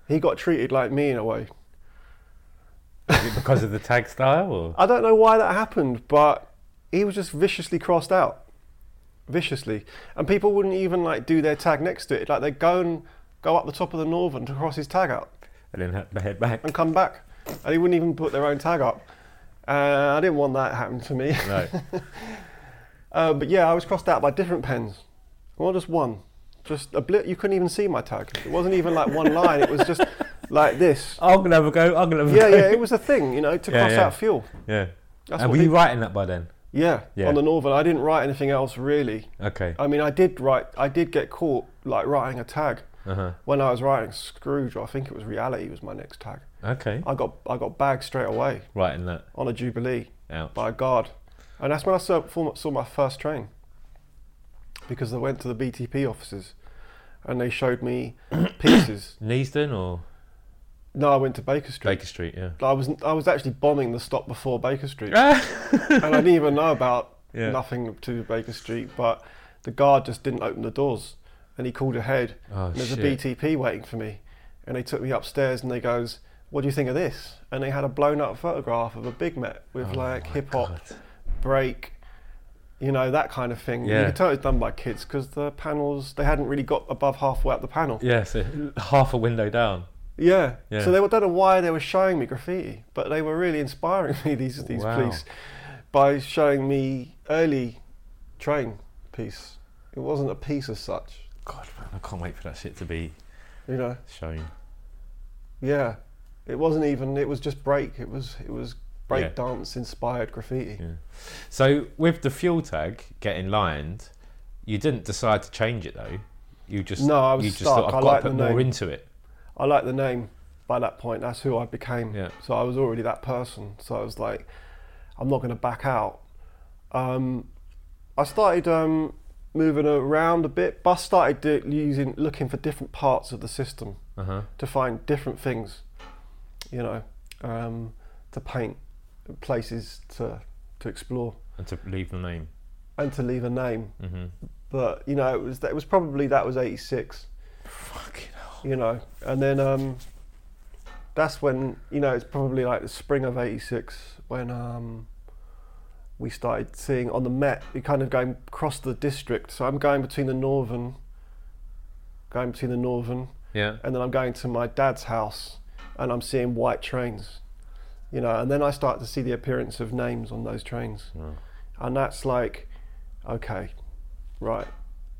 Speaker 2: He got treated like me in a way.
Speaker 1: Is it because of the tag style or?
Speaker 2: I don't know why that happened, but he was just viciously crossed out. Viciously. And people wouldn't even like do their tag next to it. Like they'd go and go up the top of the northern to cross his tag out.
Speaker 3: and then had to head back.
Speaker 2: and come back. And he wouldn't even put their own tag up. Uh, I didn't want that happening to me.
Speaker 1: No.
Speaker 2: Uh, but yeah, I was crossed out by different pens. Well, just one. Just a blit. You couldn't even see my tag. It wasn't even like one line. It was just like this.
Speaker 3: I'm gonna have a go. I'm gonna have a
Speaker 2: Yeah,
Speaker 3: go.
Speaker 2: yeah. It was a thing, you know, to
Speaker 3: Yeah,
Speaker 2: cross
Speaker 3: yeah.
Speaker 2: out fuel.
Speaker 3: yeah.
Speaker 2: That's what
Speaker 4: And were you
Speaker 2: people-
Speaker 4: writing that by then?
Speaker 2: yeah,
Speaker 3: Yeah.
Speaker 2: on the Northern. I didn't write anything else really.
Speaker 3: Okay.
Speaker 2: I mean, I did write. I did get caught like writing a tag
Speaker 3: Uh huh.
Speaker 2: when I was writing Scrooge. Or I think it was Reality was my next tag.
Speaker 3: Okay.
Speaker 2: I got I got bagged straight away
Speaker 3: Writing that
Speaker 2: on a Jubilee.
Speaker 3: out.
Speaker 2: by a guard. And that's when I saw, form- saw my first train because I went to the BTP offices and they showed me pieces.
Speaker 3: Neasden or
Speaker 2: No, I went to Baker Street.
Speaker 3: Baker Street? Yeah.
Speaker 2: I was I was actually bombing the stop before Baker Street, and
Speaker 3: Ah!
Speaker 2: I didn't even know about
Speaker 3: Yeah.
Speaker 2: nothing to Baker Street. But the guard just didn't open the doors, and he called ahead.
Speaker 3: Oh
Speaker 2: and there's
Speaker 3: shit.
Speaker 2: a BTP waiting for me, and they took me upstairs and they goes, "What do you think of this?" And they had a blown up photograph of a Big Met with
Speaker 3: Oh
Speaker 2: like hip hop break, you know, that kind of thing.
Speaker 3: Yeah.
Speaker 2: You could tell it's done by kids because the panels, they hadn't really got above halfway up the panel.
Speaker 3: Yeah. So half a window down.
Speaker 2: Yeah.
Speaker 3: Yeah.
Speaker 2: So they were, don't know why they were showing me graffiti, but they were really inspiring me, these, these
Speaker 3: Wow.
Speaker 2: police, by showing me early train piece. It wasn't a piece as such,
Speaker 3: God, man, I can't wait for that shit to be
Speaker 2: you know.
Speaker 3: shown.
Speaker 2: Yeah. It wasn't even, it was just break. It was, it was
Speaker 3: Yeah.
Speaker 2: breakdance inspired graffiti.
Speaker 3: So with the fuel tag getting lined, you didn't decide to change it though. You just
Speaker 2: No, I was
Speaker 3: you just
Speaker 2: stuck.
Speaker 3: thought
Speaker 2: I
Speaker 3: I've got
Speaker 2: liked
Speaker 3: to put
Speaker 2: the
Speaker 3: more
Speaker 2: name."
Speaker 3: into it.
Speaker 2: I like the name by that point. That's who I became.
Speaker 3: Yeah.
Speaker 2: So I was already that person. So I was like, I'm not going to back out. Um, I started um, moving around a bit. Bus started do, using looking for different parts of the system
Speaker 3: Uh huh.
Speaker 2: to find different things, you know, um, to paint places to to explore
Speaker 3: And to leave the name.
Speaker 2: and to leave a name.
Speaker 3: Mm-hmm.
Speaker 2: But you know, it was it was probably that was '86.
Speaker 3: Fucking
Speaker 2: you know and then um that's when you know it's probably like the spring of 86 when um we started seeing on the met we kind of going across the district so i'm going between the northern going between the northern
Speaker 3: yeah.
Speaker 2: and then i'm going to my dad's house and i'm seeing white trains you know and then i start to see the appearance of names on those trains and that's like okay right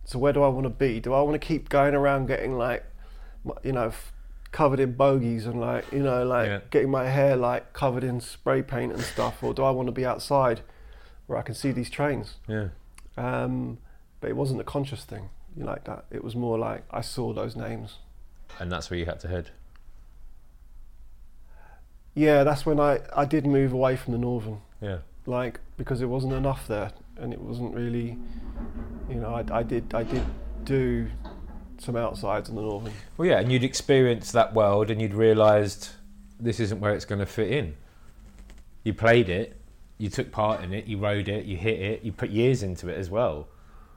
Speaker 2: so where do i want to be do i want to keep going around getting like m- you know f- covered in bogeys and like you know like
Speaker 3: Yeah.
Speaker 2: getting my hair like covered in spray paint and stuff or do i want to be outside where i can see these trains
Speaker 3: Yeah.
Speaker 2: um, but it wasn't a conscious thing you like that it was more like i saw those names
Speaker 3: And that's where you had to head.
Speaker 2: yeah that's when i i did move away from the northern
Speaker 3: Yeah.
Speaker 2: like because it wasn't enough there and it wasn't really you know I, I did I did do some outsides in the northern
Speaker 3: Well, yeah, and you'd experienced that world, and you'd realised this isn't where it's going to fit in. You played it, you took part in it, you rode it, you hit it, you put years into it as well.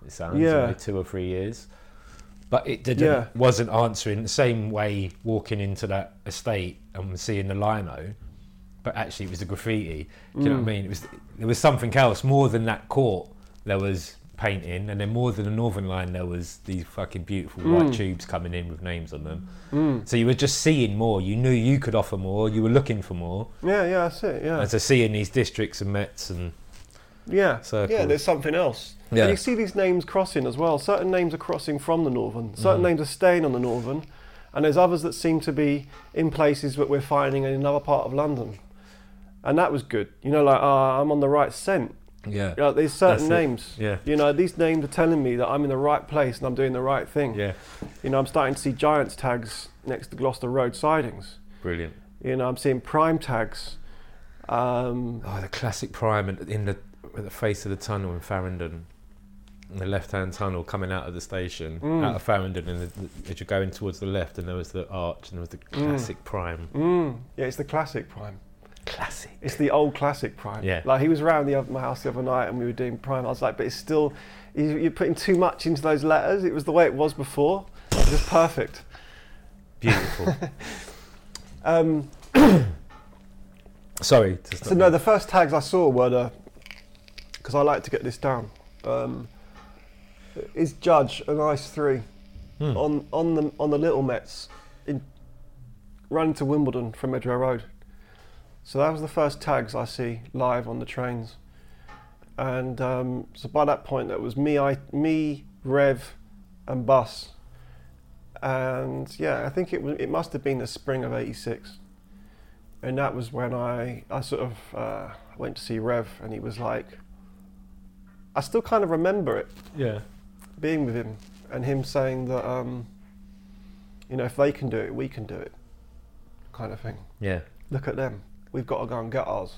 Speaker 3: It sounds you
Speaker 2: Yeah.
Speaker 3: know, two or three years, but it didn't
Speaker 2: Yeah.
Speaker 3: wasn't answering the same way walking into that estate and seeing the lino, but actually it was the graffiti. Do you
Speaker 2: Mm.
Speaker 3: know what I mean? It was there was something else more than that court. There was painting, and then more than the Northern Line, there was these fucking beautiful white tubes coming in with names on them.
Speaker 2: Mm.
Speaker 3: So you were just seeing more. You knew you could offer more. You were looking for more.
Speaker 2: yeah yeah that's it yeah
Speaker 3: And so seeing these districts and Mets and
Speaker 2: yeah yeah
Speaker 3: circles.
Speaker 2: there's something else
Speaker 3: Yeah.
Speaker 2: and you see these names crossing as well certain names are crossing from the northern certain
Speaker 3: Mm-hmm.
Speaker 2: names are staying on the northern and there's others that seem to be in places that we're finding in another part of London and that was good you know like ah I'm on the right scent
Speaker 3: yeah,
Speaker 2: you know, there's certain
Speaker 3: That's it.
Speaker 2: names
Speaker 3: yeah,
Speaker 2: you know these names are telling me that I'm in the right place and I'm doing the right thing
Speaker 3: yeah.
Speaker 2: You know, I'm starting to see Giants tags next to Gloucester Road sidings.
Speaker 3: Brilliant.
Speaker 2: You know, I'm seeing Prime tags. Um,
Speaker 3: Oh, the classic prime in, in the in the face of the tunnel in Farringdon. the left-hand tunnel coming out of the station
Speaker 2: Mm.
Speaker 3: out of Farringdon, and the, the- as you're going towards the left, and there was the arch, and there was the classic prime.
Speaker 2: Mm. Yeah, it's the classic prime.
Speaker 3: Classic.
Speaker 2: It's the old classic prime.
Speaker 3: Yeah.
Speaker 2: Like he was round the other, my house the other night and we were doing prime. I was like, but it's still, you- you're putting too much into those letters. It was the way it was before. It was perfect.
Speaker 3: Beautiful.
Speaker 2: Um,
Speaker 3: Sorry. To stop
Speaker 2: so no, the first tags I saw were the, because I like to get this down. Um, is Judge an ice three
Speaker 3: Hmm.
Speaker 2: on on the on the Little Mets, in, running to Wimbledon from Edgware Road. So that was the first tags I see live on the trains, and um, so by that point that was me, I, me, Rev, and Bus, and yeah, I think it was it must have been the spring of '86 and that was when I, I sort of uh, went to see Rev, and he was like, I still kind of remember it
Speaker 3: yeah.
Speaker 2: being with him, and him saying that, um, you know, if they can do it, we can do it, kind of thing.
Speaker 3: Yeah.
Speaker 2: Look at them, we've got to go and get ours.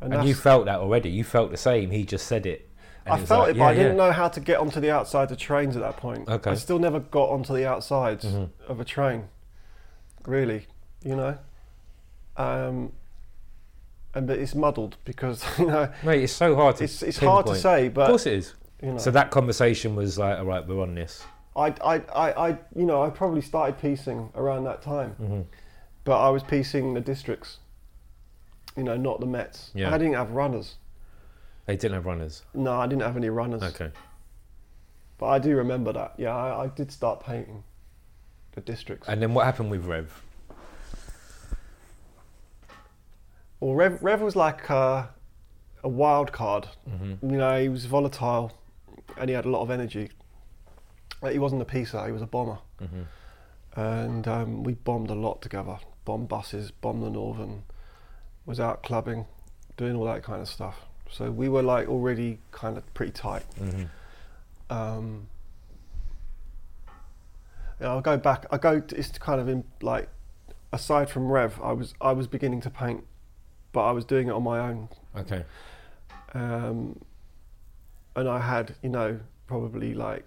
Speaker 3: And,
Speaker 2: that's-
Speaker 3: you felt that already. You felt the same. He just said it. and
Speaker 2: I
Speaker 3: was
Speaker 2: felt
Speaker 3: like,
Speaker 2: it, but I didn't know how to get onto the outside of trains at that point.
Speaker 3: Okay.
Speaker 2: I still never got onto the outsides
Speaker 3: Mhm.
Speaker 2: of a train, really, you know. Um, and but it's muddled because you know
Speaker 3: Mate, it's so hard to.
Speaker 2: it's it's hard to
Speaker 3: pinpoint.
Speaker 2: say,
Speaker 3: Of
Speaker 2: but
Speaker 3: course it is.
Speaker 2: you know,
Speaker 3: So that conversation was like, all right, we're on this.
Speaker 2: I, I, I, I, you know, I probably started piecing around that time,
Speaker 3: Mhm.
Speaker 2: but I was piecing the districts, you know, not the Mets.
Speaker 3: Yeah.
Speaker 2: I didn't have runners.
Speaker 3: They didn't have runners.
Speaker 2: No, I didn't have any runners.
Speaker 3: Okay.
Speaker 2: But I do remember that. Yeah, I, I did start painting the districts.
Speaker 3: And then what happened with Rev?
Speaker 2: Well, Rev, Rev was like uh, a wild card. You know, he was volatile and he had a lot of energy. Like, he wasn't a piecer, he was a bomber. And um, we bombed a lot together. Bombed buses, bombed the Northern, was out clubbing, doing all that kind of stuff. So we were like already kind of pretty tight. Um, yeah, I'll go back. I go. It's kind of in like aside from Rev, I was I was beginning to paint, but I was doing it on my own,
Speaker 3: Okay.
Speaker 2: um, and I had you know probably like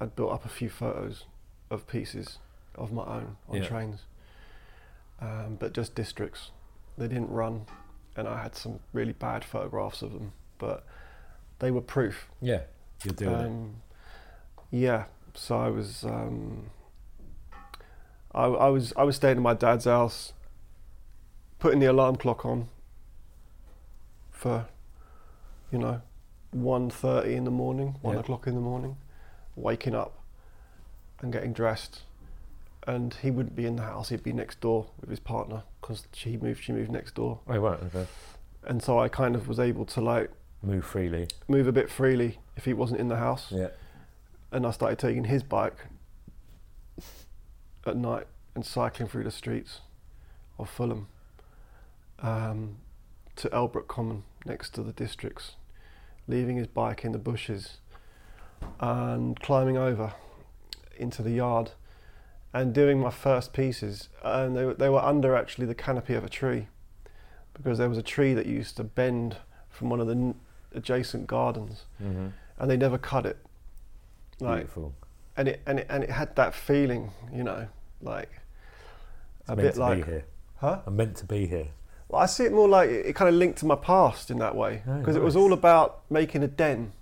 Speaker 2: I'd built up a few photos of pieces of my own on
Speaker 3: Yeah.
Speaker 2: trains, um, but just districts. They didn't run, and I had some really bad photographs of them, but they were proof
Speaker 3: Yeah. You're doing it.
Speaker 2: um, yeah so i was um, I, I was i was staying at my dad's house putting the alarm clock on for you know 1.30 in the morning 1
Speaker 3: Yeah.
Speaker 2: o'clock in the morning waking up and getting dressed and he wouldn't be in the house he'd be next door with his partner because she moved she moved next door
Speaker 3: Oh, right. Okay.
Speaker 2: and so i kind of was able to like
Speaker 3: Move freely.
Speaker 2: move a bit freely if he wasn't in the house
Speaker 3: Yeah.
Speaker 2: and I started taking his bike at night and cycling through the streets of Fulham um, to Elbrook Common next to the districts, leaving his bike in the bushes and climbing over into the yard and doing my first pieces. And they, were- they were under actually the canopy of a tree because there was a tree that used to bend from one of the n- adjacent gardens
Speaker 3: hmm
Speaker 2: and they never cut it. Like,
Speaker 3: Beautiful.
Speaker 2: and it and it and it had that feeling, you know, like
Speaker 4: It's
Speaker 2: a
Speaker 4: meant
Speaker 2: bit
Speaker 4: to
Speaker 2: like,
Speaker 4: be here.
Speaker 2: huh?
Speaker 4: I'm meant to be here.
Speaker 2: Well, I see it more like it, kind of linked to my past in that way
Speaker 4: Oh,
Speaker 2: because it was
Speaker 4: nice.
Speaker 2: all about making a den,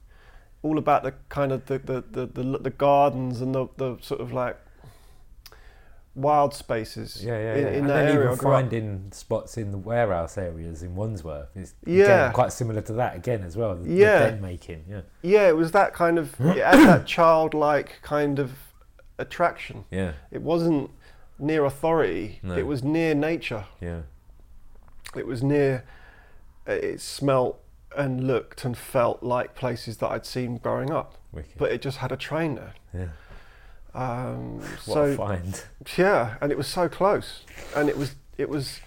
Speaker 2: all about the kind of the the the, the, the gardens and the, the sort of like wild spaces.
Speaker 4: Yeah, yeah,
Speaker 2: In,
Speaker 4: yeah.
Speaker 2: in
Speaker 4: and
Speaker 2: that area,
Speaker 4: then
Speaker 2: I
Speaker 4: even
Speaker 2: grew up.
Speaker 4: finding spots in the warehouse areas in Wandsworth. It's
Speaker 2: Yeah.
Speaker 4: again, quite similar to that again as well. The, the
Speaker 2: Yeah.
Speaker 4: den making. Yeah.
Speaker 2: Yeah, it was that kind of it had that childlike kind of attraction.
Speaker 3: Yeah.
Speaker 2: It wasn't near authority.
Speaker 3: No.
Speaker 2: It was near nature.
Speaker 3: Yeah.
Speaker 2: it was near uh, it smelt and looked and felt like places that I'd seen growing up
Speaker 3: Wicked.
Speaker 2: but it just had a train there
Speaker 3: yeah.
Speaker 2: um,
Speaker 3: What a
Speaker 2: so
Speaker 3: find.
Speaker 2: yeah and it was so close and it was it was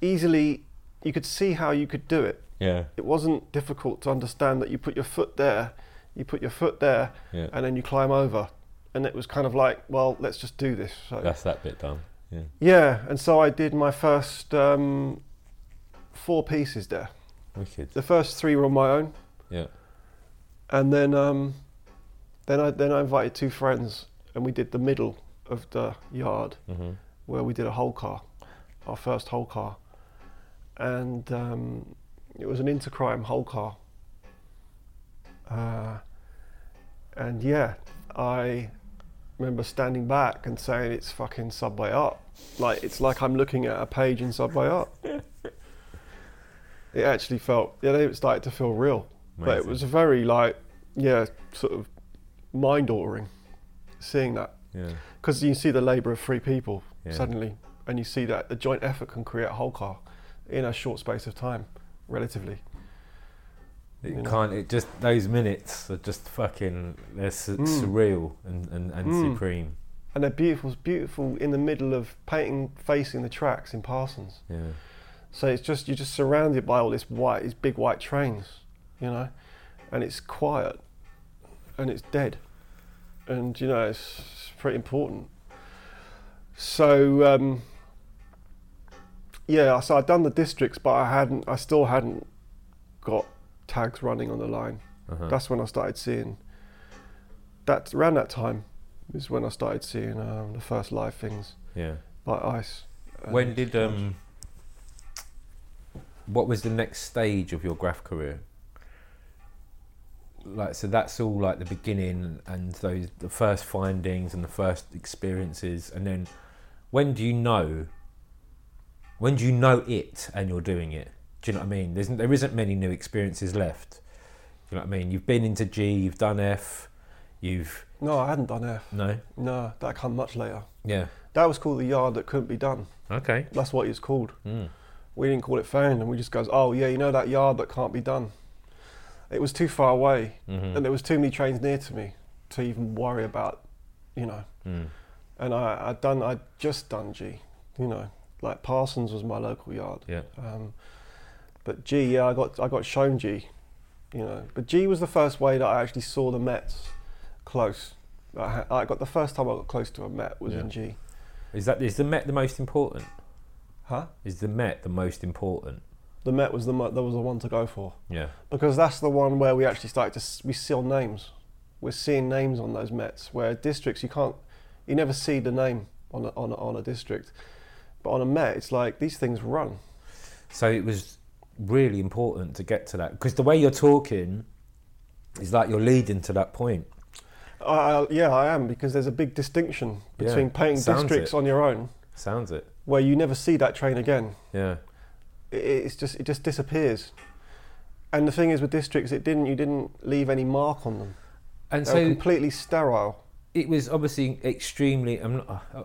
Speaker 2: easily you could see how you could do it
Speaker 3: Yeah.
Speaker 2: it wasn't difficult to understand that you put your foot there you put your foot there
Speaker 3: Yeah.
Speaker 2: and then you climb over and it was kind of like well let's just do this so
Speaker 3: That's that bit done. Yeah.
Speaker 2: yeah and so I did my first um, four pieces there
Speaker 3: Wicked.
Speaker 2: the first three were on my own
Speaker 3: Yeah.
Speaker 2: and then um, Then I then I invited two friends and we did the middle of the yard where we did a whole car, our first whole car, and um, it was an intercrime whole car. Uh, and yeah, I remember standing back and saying it's fucking Subway Up. Like it's like I'm looking at a page in Subway Up. it actually felt yeah, it started to feel real. But it
Speaker 3: Amazing.
Speaker 2: was very like yeah, sort of mind altering seeing that
Speaker 3: Yeah.
Speaker 2: because you see the labour of three people
Speaker 3: Yeah.
Speaker 2: suddenly, and you see that a joint effort can create a whole car in a short space of time, relatively.
Speaker 3: It
Speaker 2: You know?
Speaker 3: can't. It just those minutes are just fucking. They're su-
Speaker 2: Mm.
Speaker 3: surreal and and, and
Speaker 2: Mm.
Speaker 3: supreme.
Speaker 2: And they're beautiful, beautiful in the middle of painting, facing the tracks in Parsons.
Speaker 3: Yeah.
Speaker 2: So it's just you're just surrounded by all this white, these big white trains, you know, and it's quiet, and it's dead, and you know it's, it's pretty important. So um, yeah, so I'd done the districts, but I hadn't, I still hadn't got tags running on the line.
Speaker 3: Uh-huh.
Speaker 2: That's when I started seeing. That around that time is when I started seeing um, the first live things
Speaker 3: yeah.
Speaker 2: by Ice. Uh,
Speaker 3: When
Speaker 2: and
Speaker 3: did
Speaker 2: George.
Speaker 3: um? What was the next stage of your graph career? Like so, that's all like the beginning and those the first findings and the first experiences, and then when do you know? When do you know it and you're doing it? Do you know what I mean? There's, there isn't many new experiences left. Do you know what I mean? You've been into G, you've done F, you've
Speaker 2: No, I hadn't done F.
Speaker 3: no,
Speaker 2: No, that come much later.
Speaker 3: yeah,
Speaker 2: That was called the yard that couldn't be done.
Speaker 3: okay,
Speaker 2: That's what it was called.
Speaker 3: mm.
Speaker 2: We didn't call it found, and we just goes, oh yeah, you know that yard that can't be done. It was too far away,
Speaker 3: Mhm.
Speaker 2: and there was too many trains near to me to even worry about, you know.
Speaker 3: Mm.
Speaker 2: And I, I'd done, I'd just done G, you know, like Parsons was my local yard.
Speaker 3: yeah,
Speaker 2: Um, but G, yeah, I got I got shown G, you know. But G was the first way that I actually saw the Mets close. I, ha- I got the first time I got close to a Met was
Speaker 3: Yeah.
Speaker 2: in G.
Speaker 3: is that is the Met the most important?
Speaker 2: Huh?
Speaker 3: Is the Met the most important?
Speaker 2: The Met was the mo- that was the one to go for
Speaker 3: Yeah.
Speaker 2: because that's the one where we actually started to s- we seal names. We're seeing names on those Mets where districts you can't you never see the name on a, on a, on a district, but on a Met it's like these things run.
Speaker 3: So it was really important to get to that because the way you're talking is like you're leading to that point.
Speaker 2: I, I, yeah, I am because there's a big distinction
Speaker 3: Yeah,
Speaker 2: between painting
Speaker 3: sounds
Speaker 2: districts
Speaker 3: it.
Speaker 2: on your own
Speaker 3: Sounds it.
Speaker 2: where you never see that train again.
Speaker 3: Yeah.
Speaker 2: It, it's just it just disappears. And the thing is with districts, it didn't you didn't leave any mark on them.
Speaker 3: And
Speaker 2: They
Speaker 3: so
Speaker 2: were completely sterile.
Speaker 3: it was obviously extremely. I'm not, uh,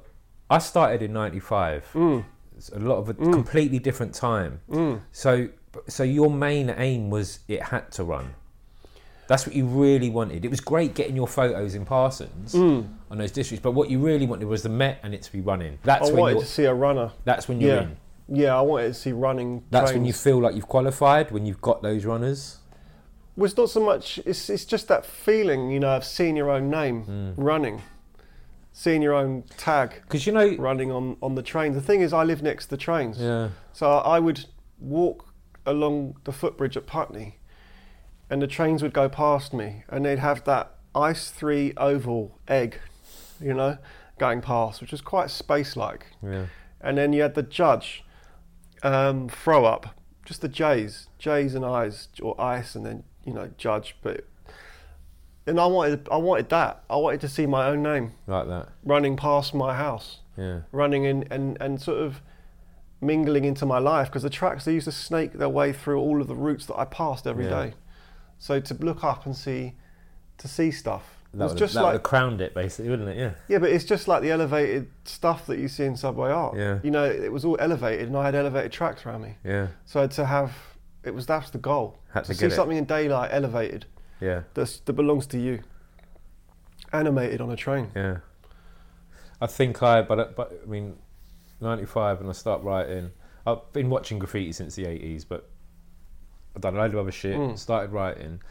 Speaker 3: I started in '95.
Speaker 2: Mm.
Speaker 3: It's a lot of a completely different time. So, so your main aim was it had to run. That's what you really wanted. It was great getting your photos in Parsons
Speaker 2: Mm.
Speaker 3: on those districts, but what you really wanted was the Met and it to be running. That's
Speaker 2: I
Speaker 3: when
Speaker 2: wanted
Speaker 3: you're.
Speaker 2: to see a runner.
Speaker 3: That's when you're
Speaker 2: Oh, Yeah,
Speaker 3: in.
Speaker 2: yeah, I wanted to see running.
Speaker 3: That's
Speaker 2: trains.
Speaker 3: when you feel like you've qualified, when you've got those runners.
Speaker 2: Well, it's not so much. It's it's just that feeling, you know, of seeing your own name
Speaker 3: Hmm.
Speaker 2: running, seeing your own tag
Speaker 3: Because you know.
Speaker 2: running on on the train. The thing is, I live next to the trains.
Speaker 3: Yeah.
Speaker 2: So I would walk along the footbridge at Putney, and the trains would go past me, and they'd have that ice three oval egg, you know, going past, which was quite space like.
Speaker 3: Yeah.
Speaker 2: And then you had the judge um, throw up, just the J's, J's and I's, or ice, and then you know judge. But and I wanted, I wanted that. I wanted to see my own name
Speaker 3: Like that.
Speaker 2: running past my house
Speaker 3: Yeah.
Speaker 2: running in and, and sort of mingling into my life because the tracks they used to snake their way through all of the routes that I passed every day.
Speaker 3: Yeah.
Speaker 2: So to look up and see to see stuff
Speaker 3: That
Speaker 2: was
Speaker 3: would
Speaker 2: just
Speaker 3: that
Speaker 2: like
Speaker 3: would've crowned it, basically, wouldn't it? Yeah.
Speaker 2: yeah, but it's just like the elevated stuff that you see in subway art.
Speaker 3: Yeah.
Speaker 2: You know, it was all elevated, and I had elevated tracks around me.
Speaker 3: Yeah.
Speaker 2: So to have it was that's the goal
Speaker 3: Had to
Speaker 2: see
Speaker 3: get it.
Speaker 2: something in daylight elevated
Speaker 3: Yeah.
Speaker 2: that's, that belongs to you, animated on a train.
Speaker 3: Yeah. I think I, but, but I mean, 95 and I start writing. I've been watching graffiti since the 80s, but I've done a load of other shit,
Speaker 2: Mm.
Speaker 3: started writing.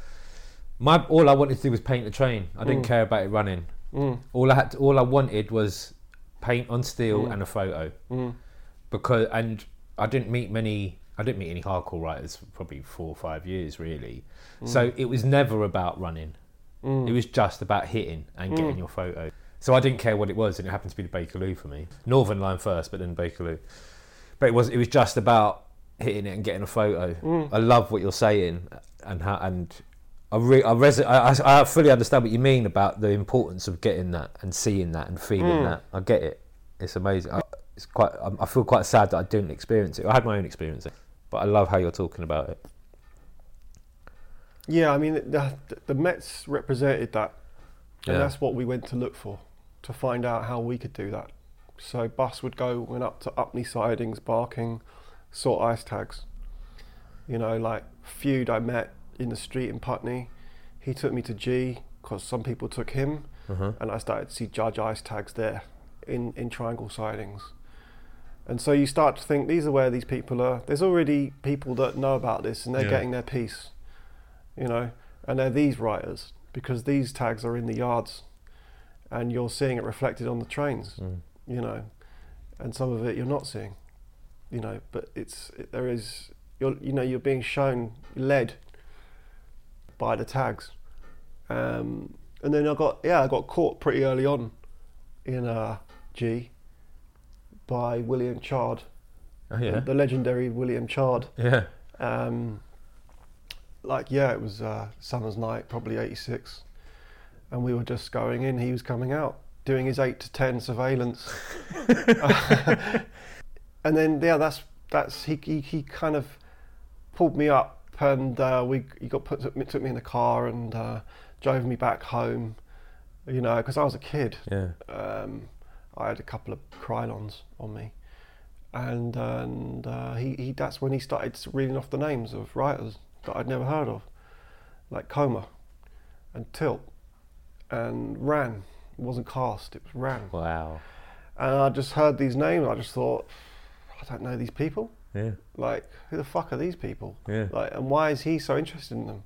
Speaker 3: My All I wanted to do was paint the train. I didn't care about it running.
Speaker 2: Mm.
Speaker 3: All I had, to, all I wanted was paint on steel and a photo.
Speaker 2: Mm.
Speaker 3: Because and I didn't meet many. I didn't meet any hardcore writers for probably four or five years really. So it was never about running.
Speaker 2: Mm.
Speaker 4: It was just about hitting and getting your photo. So I didn't care what it was, and it happened to be the Bakerloo for me. Northern Line first, but then Bakerloo. But it was it was just about hitting it and getting a photo. I love what you're saying, and how and I re, I, res- I, I I fully understand what you mean about the importance of getting that and seeing that and feeling that. I get it. It's amazing. I, it's quite. I'm- I feel quite sad that I didn't experience it. I had my own experience, but I love how you're talking about it.
Speaker 2: Yeah, I mean, the, the Mets represented that, and
Speaker 4: Yeah.
Speaker 2: that's what we went to look for to find out how we could do that. So, bus would go, went up to Upney sidings, barking, sort ice tags. You know, like feud I met in the street in Putney. He took me to G because some people took him, and I started to see Judge ice tags there in, in triangle sidings. And so you start to think these are where these people are. There's already people that know about this and they're
Speaker 3: Yeah.
Speaker 2: getting their piece, you know, and they're these writers because these tags are in the yards and you're seeing it reflected on the trains, you know, and some of it you're not seeing, you know, but it's, it, there is, you're, you know, you're being shown, led by the tags. Um, and then I got, yeah, I got caught pretty early on in uh, G by William Chard,
Speaker 4: Oh
Speaker 2: the- the legendary William Chard.
Speaker 4: yeah.
Speaker 2: Um, like, yeah, it was uh, summer's night, probably 86, and we were just going in. He was coming out, doing his 8 to 10 surveillance. and then, yeah, that's, that's he, he, he kind of pulled me up and uh, we, he got put, took, me, took me in the car and uh, drove me back home, you know, because I was a kid
Speaker 4: Yeah.
Speaker 2: um, I had a couple of Krylons on me, and and uh, he, he that's when he started reading off the names of writers that I'd never heard of, like Coma, and Tilt, and Ran. It wasn't cast; it was Ran.
Speaker 4: Wow.
Speaker 2: And I just heard these names. I just thought, I don't know these people.
Speaker 4: Yeah.
Speaker 2: Like, who the fuck are these people?
Speaker 4: Yeah.
Speaker 2: Like, and why is he so interested in them?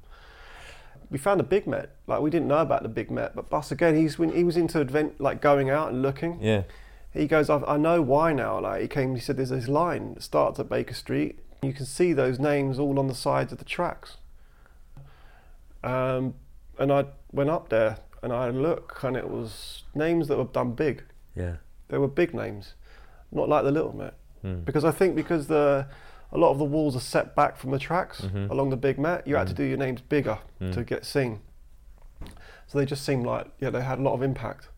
Speaker 2: We found the Big Met. Like, we didn't know about the Big Met, but Bus again, he's when he was into advent, like going out and looking.
Speaker 4: Yeah.
Speaker 2: He goes, I've, I know why now. Like, he came, he said, there's this line that starts at Baker Street. You can see those names all on the sides of the tracks. Um, and I went up there and I had a look, and it was names that were done big
Speaker 4: Yeah.
Speaker 2: they were big names, not like the little Met. Because I think because the a lot of the walls are set back from the tracks along the big Met, you had to do your names bigger to get seen. So they just seemed like yeah, they had a lot of impact.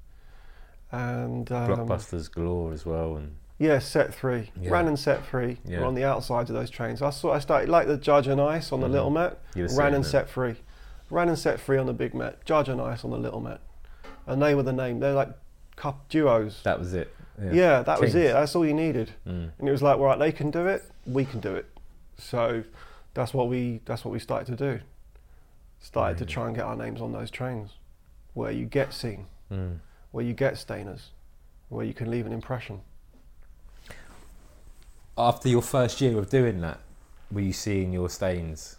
Speaker 2: And um,
Speaker 4: Blockbusters galore as well, and
Speaker 2: yeah, set three
Speaker 4: Yeah.
Speaker 2: ran and set three
Speaker 4: Yeah.
Speaker 2: were on the outsides of those trains. I saw I started like the Judge and Ice on the Little Met,
Speaker 4: Mm-hmm. You were
Speaker 2: ran
Speaker 4: saying
Speaker 2: and
Speaker 4: that.
Speaker 2: set three, ran and set three on the big Met, Judge and Ice on the Little Met, and they were the name. They're like cup duos.
Speaker 4: that was it.
Speaker 2: Yeah, that was
Speaker 4: Kings.
Speaker 2: it. That's all you needed.
Speaker 3: Mm,
Speaker 2: And it was like, right, they can do it, we can do it. So that's what we that's what we started to do. Started to try and get our names on those trains, where you get seen,
Speaker 4: Hmm.
Speaker 2: where you get stainers, where you can leave an impression.
Speaker 4: After your first year of doing that, were you seeing your stains?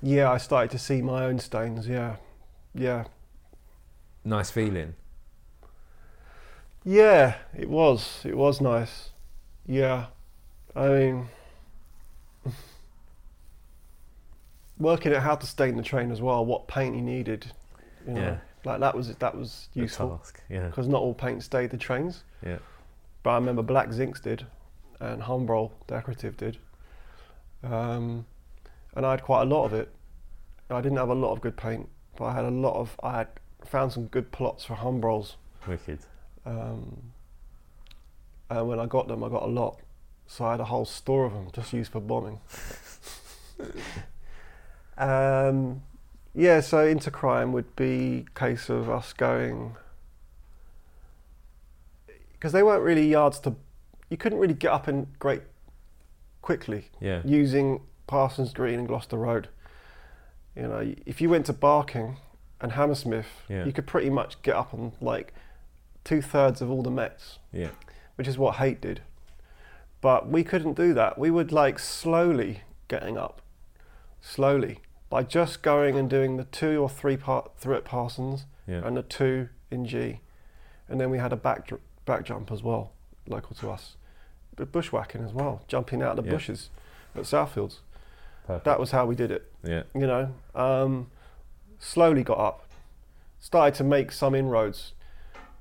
Speaker 2: Yeah, I started to see my own stains. Yeah, yeah,
Speaker 4: Nice feeling.
Speaker 2: yeah. It was it was nice. Yeah, I mean. Working at how to stain the train as well, what paint you needed, you know,
Speaker 4: Yeah.
Speaker 2: like that was that was
Speaker 4: The
Speaker 2: useful.
Speaker 4: task. Yeah.
Speaker 2: because not all paint stayed the trains.
Speaker 4: Yeah.
Speaker 2: But I remember Black Zinks did, and Humbrol Decorative did, um, and I had quite a lot of it. I didn't have a lot of good paint, but I had a lot of. I had found some good plots for Humbrols,
Speaker 4: Wicked.
Speaker 2: um, and when I got them, I got a lot. So I had a whole store of them just used for bombing. um, yeah, so into crime would be case of us going because they weren't really yards to. You couldn't really get up and great quickly
Speaker 4: Yeah.
Speaker 2: using Parsons Green and Gloucester Road. You know, if you went to Barking and Hammersmith,
Speaker 4: Yeah.
Speaker 2: you could pretty much get up on like two thirds of all the Mets,
Speaker 4: Yeah.
Speaker 2: which is what Haight did. But we couldn't do that. We would like slowly getting up, slowly by just going and doing the two or three part three at Parsons
Speaker 4: Yeah.
Speaker 2: and the two in G, and then we had a back dr- back jump as well, local to us, but bushwhacking as well, jumping out of the
Speaker 4: Yeah.
Speaker 2: bushes at Southfields.
Speaker 4: Perfect.
Speaker 2: That was how we did it,
Speaker 4: yeah.
Speaker 2: you know. Um, slowly got up, started to make some inroads.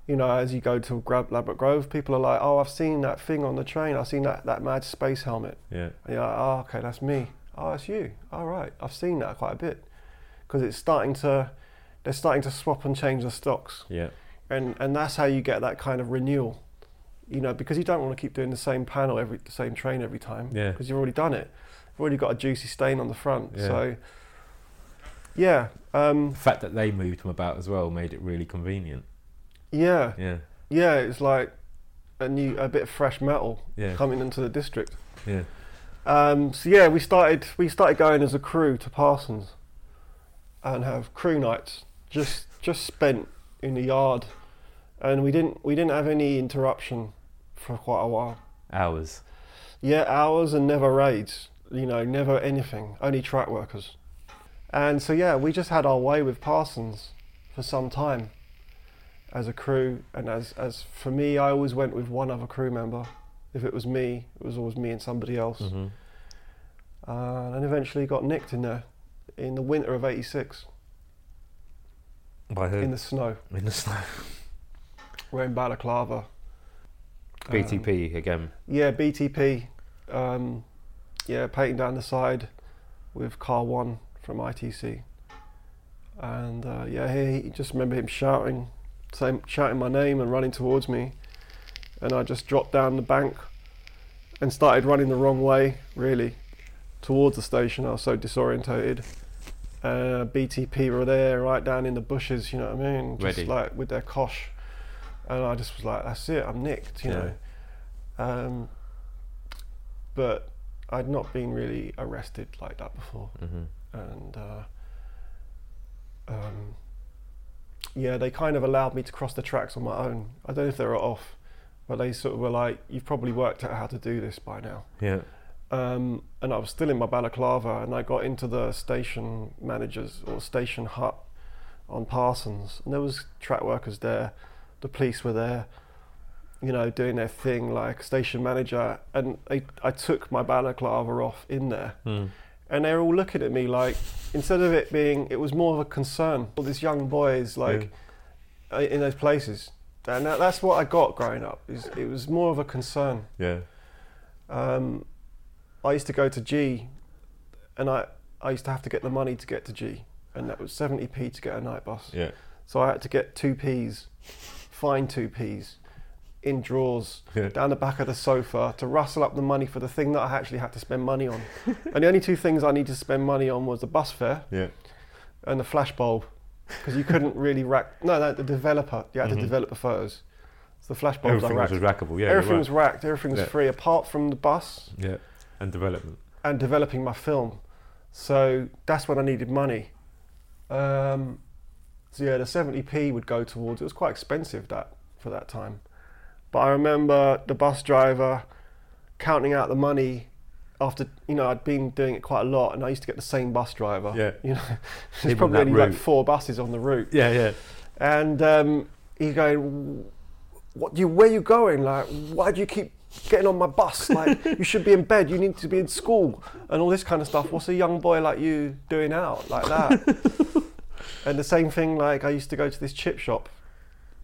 Speaker 2: You know, as you go to Grab Ladbroke Grove, people are like, "Oh, I've seen that thing on the train. I've seen that that mad space helmet."
Speaker 3: Yeah.
Speaker 2: And you're like, "Oh, okay, that's me. Oh, that's you. All right, I've seen that quite a bit because it's starting to they're starting to swap and change the stocks."
Speaker 3: Yeah.
Speaker 2: and and that's how you get that kind of renewal you know because you don't want to keep doing the same panel every the same train every time
Speaker 3: Yeah.
Speaker 2: because you've already done it you've already got a juicy stain on the front
Speaker 3: Yeah.
Speaker 2: so yeah um
Speaker 3: The fact that they moved them about as well made it really convenient.
Speaker 2: yeah
Speaker 3: Yeah.
Speaker 2: yeah it's like a new a bit of fresh metal
Speaker 3: Yeah.
Speaker 2: coming into the district
Speaker 3: Yeah.
Speaker 2: um so yeah we started we started going as a crew to parsons and have crew nights just just spent in the yard and we didn't we didn't have any interruption for quite a while
Speaker 3: Hours.
Speaker 2: Yeah, hours and never raids. You know, never anything. Only track workers. And so yeah, we just had our way with Parsons for some time as a crew and as as for me I always went with one other crew member. If it was me, it was always me and somebody else.
Speaker 3: Mm-hmm.
Speaker 2: Uh, and eventually got nicked in there in the winter of 86
Speaker 3: By who?
Speaker 2: in the snow.
Speaker 3: In the snow.
Speaker 2: We're in Balaclava.
Speaker 1: BTP again.
Speaker 2: Yeah, BTP. Um, yeah, painting down the side with car one from ITC. And uh, yeah, he, he just remember him shouting, saying, shouting my name and running towards me. And I just dropped down the bank and started running the wrong way, really, towards the station. I was so disorientated. Uh, BTP were there, right down in the bushes, you know what I mean? Just
Speaker 3: Ready.
Speaker 2: like with their kosh. And I just was like, that's it, I'm nicked, you
Speaker 3: Yeah.
Speaker 2: know. Um, but I'd not been really arrested like that before,
Speaker 3: Mm-hmm.
Speaker 2: and uh, um, yeah, they kind of allowed me to cross the tracks on my own. I don't know if they were off, but they sort of were like, "You've probably worked out how to do this by now."
Speaker 3: Yeah.
Speaker 2: um, and I was still in my balaclava, and I got into the station manager's or station hut on Parsons, and there was track workers there, the police were there, you know, doing their thing like station manager, and I, I took my balaclava off in there,
Speaker 3: Mm.
Speaker 2: and they were all looking at me like, instead of it being, it was more of a concern. All this young boy is like uh in those places, and that, that's what I got growing up. Is it was more of a concern.
Speaker 3: Yeah.
Speaker 2: Um, I used to go to G, and I I used to have to get the money to get to G, and that was seventy p to get a night bus.
Speaker 3: Yeah.
Speaker 2: So I had to get two p's, find two p's, in drawers
Speaker 3: Yeah.
Speaker 2: down the back of the sofa to rustle up the money for the thing that I actually had to spend money on. and the only two things I needed to spend money on was the bus fare
Speaker 3: Yeah.
Speaker 2: and the flash bulb because you couldn't really rack. No, no, the developer. You had
Speaker 3: Mhm.
Speaker 2: to develop the photos. So the flash bulbs
Speaker 3: Everything
Speaker 2: I
Speaker 3: else
Speaker 2: racked.
Speaker 3: was rackable. Yeah. you're
Speaker 2: everything
Speaker 3: right.
Speaker 2: was racked. Everything was
Speaker 3: Yeah.
Speaker 2: free apart from the bus
Speaker 3: Yeah. And development.
Speaker 2: and developing my film. So that's when I needed money. Um, so yeah, the 70p would go towards. It was quite expensive that for that time, but I remember the bus driver counting out the money after you know I'd been doing it quite a lot, and I used to get the same bus driver.
Speaker 3: Yeah.
Speaker 2: you know,
Speaker 3: Him
Speaker 2: there's
Speaker 3: on
Speaker 2: probably
Speaker 3: that
Speaker 2: only like
Speaker 3: route.
Speaker 2: four buses on the route,
Speaker 3: Yeah. Yeah.
Speaker 2: and um, he's going, "What do you? Where you going? Like, why do you keep getting on my bus? Like, you should be in bed. You need to be in school, and all this kind of stuff. What's a young boy like you doing out like that?" and the same thing, like I used to go to this chip shop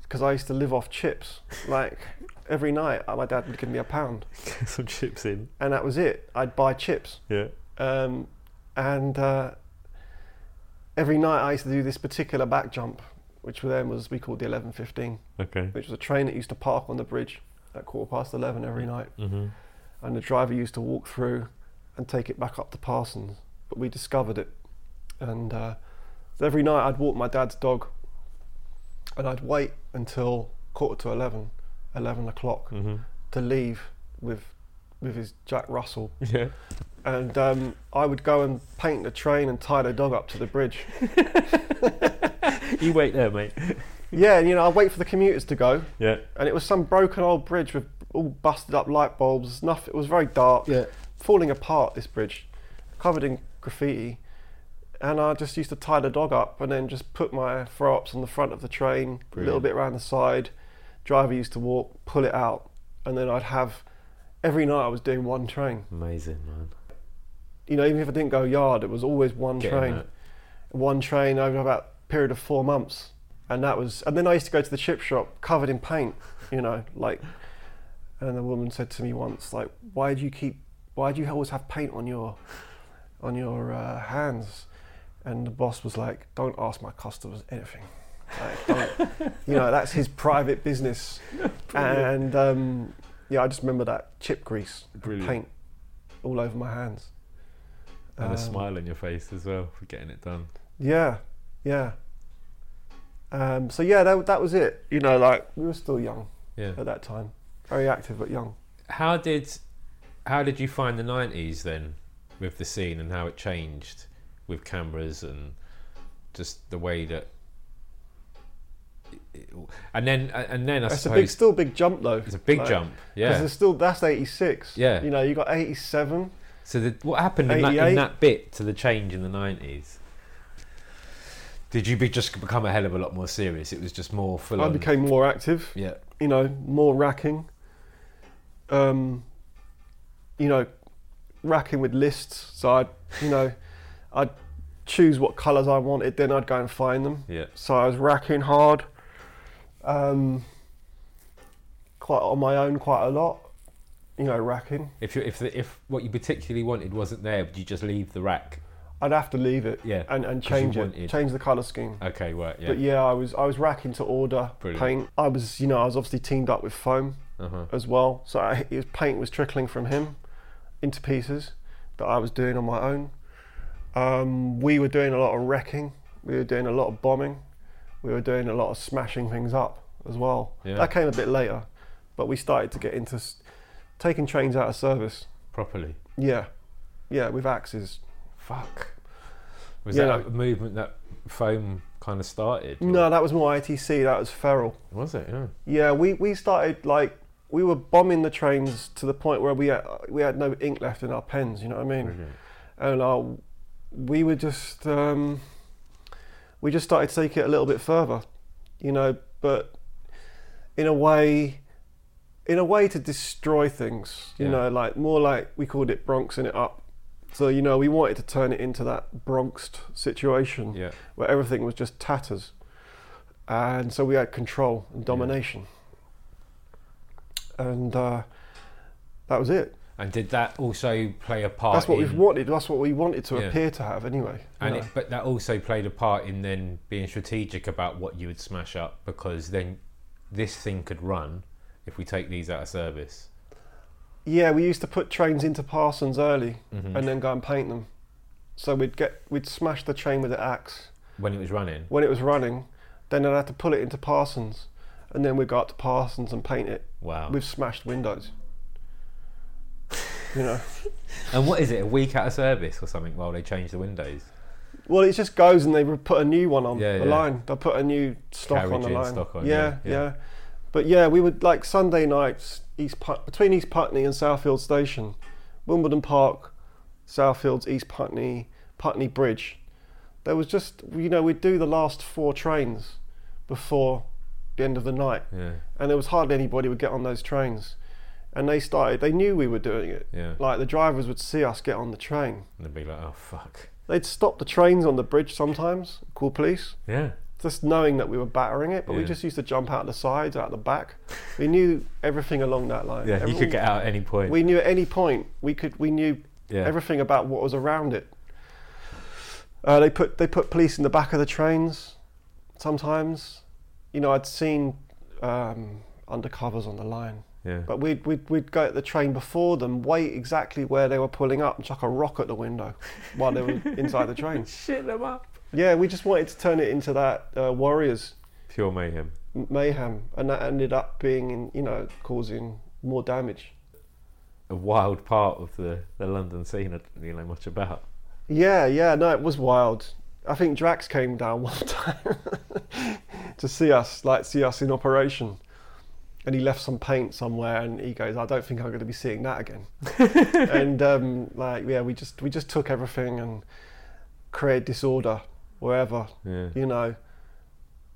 Speaker 2: because I used to live off chips. Like every night, uh, my dad would give me a pound,
Speaker 3: Get some chips in.
Speaker 2: and that was it. I'd buy chips
Speaker 3: Yeah.
Speaker 2: um, and uh, every night I used to do this particular back jump, which then was we called the eleven fifteen,
Speaker 3: Okay.
Speaker 2: which was a train that used to park on the bridge at quarter past eleven every night,
Speaker 3: Mm-hmm.
Speaker 2: and the driver used to walk through and take it back up to Parsons, but we discovered it, and uh, so every night I'd walk my dad's dog, and I'd wait until quarter to 11, 11 o'clock
Speaker 3: Mm-hmm.
Speaker 2: to leave with with his Jack Russell
Speaker 3: Yeah.
Speaker 2: and um, I would go and paint the train and tie the dog up to the bridge.
Speaker 3: You wait there, mate.
Speaker 2: yeah, and you know, I'd wait for the commuters to go,
Speaker 3: Yeah.
Speaker 2: and it was some broken old bridge with all busted up light bulbs, nothing, it was very dark,
Speaker 4: Yeah.
Speaker 2: falling apart, this bridge, covered in graffiti. And I just used to tie the dog up and then just put my throw ups on the front of the train, a little
Speaker 3: Brilliant.
Speaker 2: bit around the side. Driver used to walk, pull it out, and then I'd have every night I was doing one train.
Speaker 3: Amazing, man.
Speaker 2: You know, even if I didn't go yard, it was always one
Speaker 3: Getting
Speaker 2: train.
Speaker 3: that.
Speaker 2: one train over about a period of four months, and that was. And then I used to go to the chip shop covered in paint, you know, like. And the woman said to me once, like, "Why do you keep? Why do you always have paint on your, on your uh, hands?" And the boss was like, "Don't ask my customers anything." Like, don't- you know, that's his private business. And um, yeah, I just remember that chip grease, and
Speaker 3: Brilliant.
Speaker 2: paint all over my hands.
Speaker 3: And
Speaker 2: Um,
Speaker 3: a smile on your face as well for getting it done.
Speaker 2: Yeah, yeah. Um, so yeah, that, that was it. You know, like we were still young
Speaker 3: Yeah.
Speaker 2: at that time, very active but young.
Speaker 4: How did how did you find the nineties then with the scene and how it changed with cameras and just the way that and then and then I
Speaker 2: That's a
Speaker 4: suppose
Speaker 2: big, still big jump though.
Speaker 4: it's a big jump.
Speaker 2: Because
Speaker 4: Yeah.
Speaker 2: there's still that's 86.
Speaker 4: Yeah.
Speaker 2: You know, you got 87.
Speaker 4: So the, what happened in that, in
Speaker 2: 88?
Speaker 4: that bit to the change in the nineties? Did you be just become a hell of a lot more serious? It was just more full
Speaker 2: I
Speaker 4: on.
Speaker 2: became more active.
Speaker 4: yeah.
Speaker 2: You know, more racking. Um, you know, racking with lists. So I'd, you know, I'd choose what colours I wanted, then I'd go and find them.
Speaker 4: Yeah.
Speaker 2: so I was racking hard, um, quite on my own, quite a lot. You know, racking.
Speaker 4: If you if the, if what you particularly wanted wasn't there, would you just leave the rack?
Speaker 2: I'd have to leave it,
Speaker 4: Yeah,
Speaker 2: and, and
Speaker 4: 'cause you
Speaker 2: change it,
Speaker 4: wanted-
Speaker 2: change the color scheme.
Speaker 4: Okay, right. Yeah.
Speaker 2: But yeah, I was I was racking to order
Speaker 4: Brilliant.
Speaker 2: paint. I was you know I was obviously teamed up with foam
Speaker 4: Uh-huh.
Speaker 2: as well, so I, his paint was trickling from him into pieces that I was doing on my own. Um, we were doing a lot of wrecking. We were doing a lot of bombing. We were doing a lot of smashing things up as well.
Speaker 4: Yeah.
Speaker 2: That came a bit later, but we started to get into s- taking trains out of service.
Speaker 4: Properly.
Speaker 2: Yeah, yeah, with axes.
Speaker 4: Fuck. Was
Speaker 2: Yeah,
Speaker 4: that
Speaker 2: no.
Speaker 4: a movement that foam kind of started? or-
Speaker 2: No, that was more ITC. That was Feral.
Speaker 4: Was it? Yeah.
Speaker 2: Yeah, we, we started like we were bombing the trains to the point where we had, we had no ink left in our pens. You know what I mean?
Speaker 4: Brilliant.
Speaker 2: And our, we were just um, we just started to take it a little bit further, you know. But in a way, in a way to destroy things, you
Speaker 4: Yeah.
Speaker 2: know, like more like we called it Bronxing it up. So you know, we wanted to turn it into that Bronxed situation
Speaker 4: Yeah.
Speaker 2: where everything was just tatters. And so we had control and domination. And uh, that was it.
Speaker 4: And did that also play a part?
Speaker 2: That's what
Speaker 4: in,
Speaker 2: we've wanted. That's what we wanted to
Speaker 4: Yeah.
Speaker 2: appear to have anyway. you
Speaker 4: And
Speaker 2: know.
Speaker 4: it, but that also played a part in then being strategic about what you would smash up because then this thing could run if we take these out of service.
Speaker 2: yeah, we used to put trains into Parsons early
Speaker 4: Mm-hmm.
Speaker 2: and then go and paint them. So we'd get we'd smash the train with an axe
Speaker 4: When it was running,
Speaker 2: when it was running, then I'd have to pull it into Parsons and then we'd go up to Parsons and paint it
Speaker 4: wow!
Speaker 2: with smashed windows. You know.
Speaker 4: and what is it? A week out of service or something? While they change the windows,
Speaker 2: Well, it just goes and they re- put a new one on
Speaker 4: Yeah,
Speaker 2: the
Speaker 4: yeah.
Speaker 2: line. They put a new stock on
Speaker 4: Carriage
Speaker 2: the
Speaker 4: in,
Speaker 2: line.
Speaker 4: stock on,
Speaker 2: yeah,
Speaker 4: yeah,
Speaker 2: yeah,
Speaker 4: yeah.
Speaker 2: But yeah, we would like Sunday nights East Put- between East Putney and Southfield Station, Wimbledon Park, Southfields, East Putney, Putney Bridge. There was just you know we'd do the last four trains before the end of the night,
Speaker 4: yeah,
Speaker 2: and there was hardly anybody would get on those trains. And they started. They knew we were doing it.
Speaker 4: yeah,
Speaker 2: Like the drivers would see us get on the train.
Speaker 4: and they'd be like, oh fuck,
Speaker 2: They'd stop the trains on the bridge sometimes, call police,
Speaker 4: yeah,
Speaker 2: just knowing that we were battering it, but we
Speaker 4: Yeah.
Speaker 2: just used to jump out the sides, out the back. We knew everything along that line.
Speaker 4: yeah. You
Speaker 2: Every-
Speaker 4: could get out at any point.
Speaker 2: We knew at any point we could. We knew
Speaker 4: yeah,
Speaker 2: everything about what was around it. Uh, they put they put police in the back of the trains. Sometimes, you know, I'd seen um, undercovers on the line,
Speaker 4: yeah.
Speaker 2: but we'd, we'd we'd go at the train before them, wait exactly where they were pulling up, and chuck a rock at the window while they were inside the train.
Speaker 3: Shit them up.
Speaker 2: Yeah, we just wanted to turn it into that uh, Warriors
Speaker 4: Pure mayhem.
Speaker 2: m- mayhem, and that ended up being, in, you know, causing more damage.
Speaker 4: A wild part of the, the London scene. I don't really know much about.
Speaker 2: Yeah, yeah, no, it was wild. I think Drax came down one time to see us, like see us in operation, and he left some paint somewhere, and he goes, "I don't think I'm going to be seeing that again." and um, like, yeah, we just we just took everything and created disorder wherever
Speaker 4: Yeah,
Speaker 2: you know,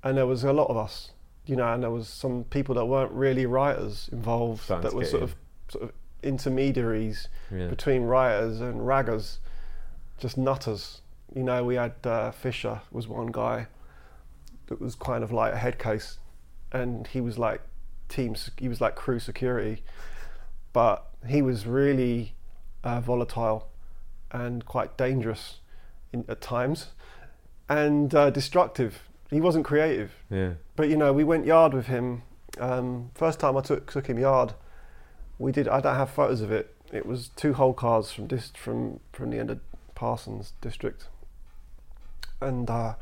Speaker 2: and there was a lot of us, you know, and there was some people that weren't really writers involved
Speaker 4: Starting
Speaker 2: that
Speaker 4: to
Speaker 2: were
Speaker 4: get
Speaker 2: sort
Speaker 4: in.
Speaker 2: of sort of intermediaries
Speaker 4: yeah.
Speaker 2: between writers and raggers, just nutters You know, we had uh, Fisher was one guy that was kind of like a head case, and he was like team. s- He was like crew security, but he was really uh, volatile and quite dangerous in, at times, and uh, destructive. He wasn't creative
Speaker 3: Yeah.
Speaker 2: but you know, we went yard with him. Um, first time I took took him yard, we did. I don't have photos of it. It was two whole cars from dis- from from the end of Parsons district, and uh,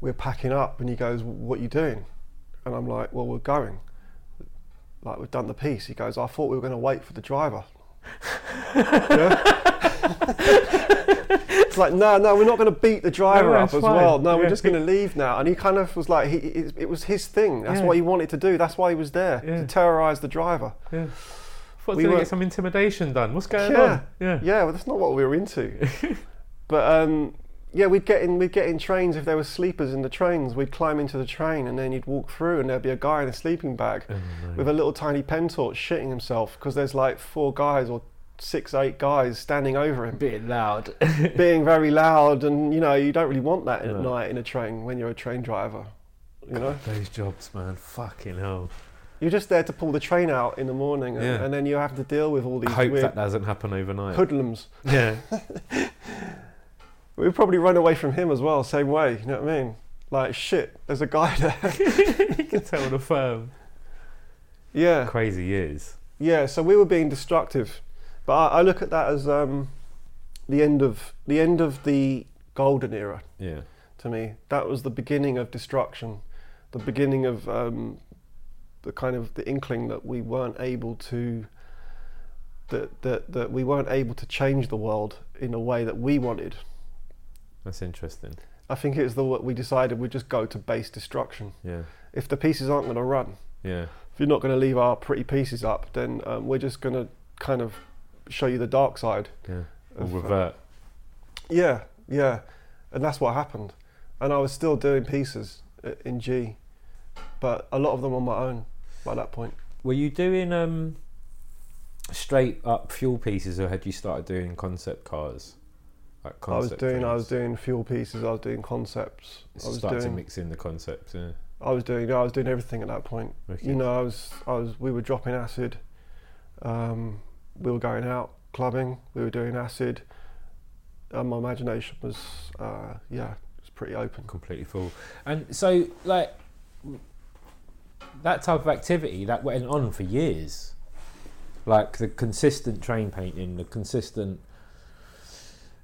Speaker 2: we're packing up, and he goes, "What you doing?" And I'm like, "Well, we're going. Like we've done the piece." He goes, "I thought we were going to wait for the driver." Yeah? it's like no, no, we're not going to beat the driver
Speaker 3: No,
Speaker 2: up
Speaker 3: it's
Speaker 2: as
Speaker 3: fine.
Speaker 2: well. No,
Speaker 3: Yeah.
Speaker 2: we're just going to leave now. And he kind of was like, he, it, it was his thing. That's
Speaker 3: Yeah.
Speaker 2: what he wanted to do. That's why he was there
Speaker 3: Yeah.
Speaker 2: to terrorize the driver.
Speaker 3: Yeah. Thought
Speaker 2: We
Speaker 3: we were...
Speaker 2: were-
Speaker 3: get some intimidation done. What's going
Speaker 2: Yeah.
Speaker 3: on? Yeah.
Speaker 2: Yeah, well, that's not what we were into. but um, yeah, we'd get in. We'd get in trains if there were sleepers in the trains. We'd climb into the train and then you'd walk through, and there'd be a guy in a sleeping bag
Speaker 4: Oh,
Speaker 2: with a little tiny pentorch shitting himself because there's like four guys or six, eight guys standing over him.
Speaker 5: bit loud.
Speaker 2: being very loud, and you know you don't really want that
Speaker 3: No.
Speaker 2: at night in a train when you're a train driver. You know,
Speaker 3: Those jobs, man. Fucking hell.
Speaker 2: you're just there to pull the train out in the morning, and,
Speaker 3: Yeah.
Speaker 2: and then you have to deal with all these
Speaker 3: Hope
Speaker 2: weird
Speaker 3: that doesn't happen overnight.
Speaker 2: hoodlums.
Speaker 3: yeah.
Speaker 2: We'd probably run away from him as well, same way. You know what I mean? Like shit, there's a guy there.
Speaker 3: you can tell the firm.
Speaker 2: yeah,
Speaker 3: Crazy years.
Speaker 2: yeah. So we were being destructive, but I, I look at that as um, the end of the end of the golden era.
Speaker 3: Yeah.
Speaker 2: to me. That was the beginning of destruction, the beginning of um, the kind of the inkling that we weren't able to that, that that we weren't able to change the world in a way that we wanted.
Speaker 3: That's interesting.
Speaker 2: I think it was the what we decided we'd just go to base destruction.
Speaker 3: Yeah.
Speaker 2: If the pieces aren't going to run,
Speaker 3: Yeah.
Speaker 2: if you're not going to leave our pretty pieces up, then um, we're just going to kind of show you the dark side.
Speaker 3: Yeah. Or
Speaker 2: of, uh,
Speaker 3: revert.
Speaker 2: Yeah, yeah, and that's what happened. And I was still doing pieces i- in G, but a lot of them on my own by that point.
Speaker 3: Were you doing um, straight up fuel pieces, or had you started doing concept cars? Like
Speaker 2: I was
Speaker 3: concept
Speaker 2: doing, I
Speaker 3: things?
Speaker 2: was doing fuel pieces, I was doing concepts, I
Speaker 3: So
Speaker 2: was
Speaker 3: start to
Speaker 2: doing,
Speaker 3: mix in the concepts. Yeah.
Speaker 2: I was doing, I was doing everything at that point.
Speaker 3: Okay.
Speaker 2: You know, I was, I was, we were dropping acid, um, we were going out clubbing, we were doing acid. And my imagination was, uh, yeah, it was pretty open.
Speaker 3: completely full.
Speaker 4: And so, like, that type of activity that went on for years. Like the consistent train painting, the consistent,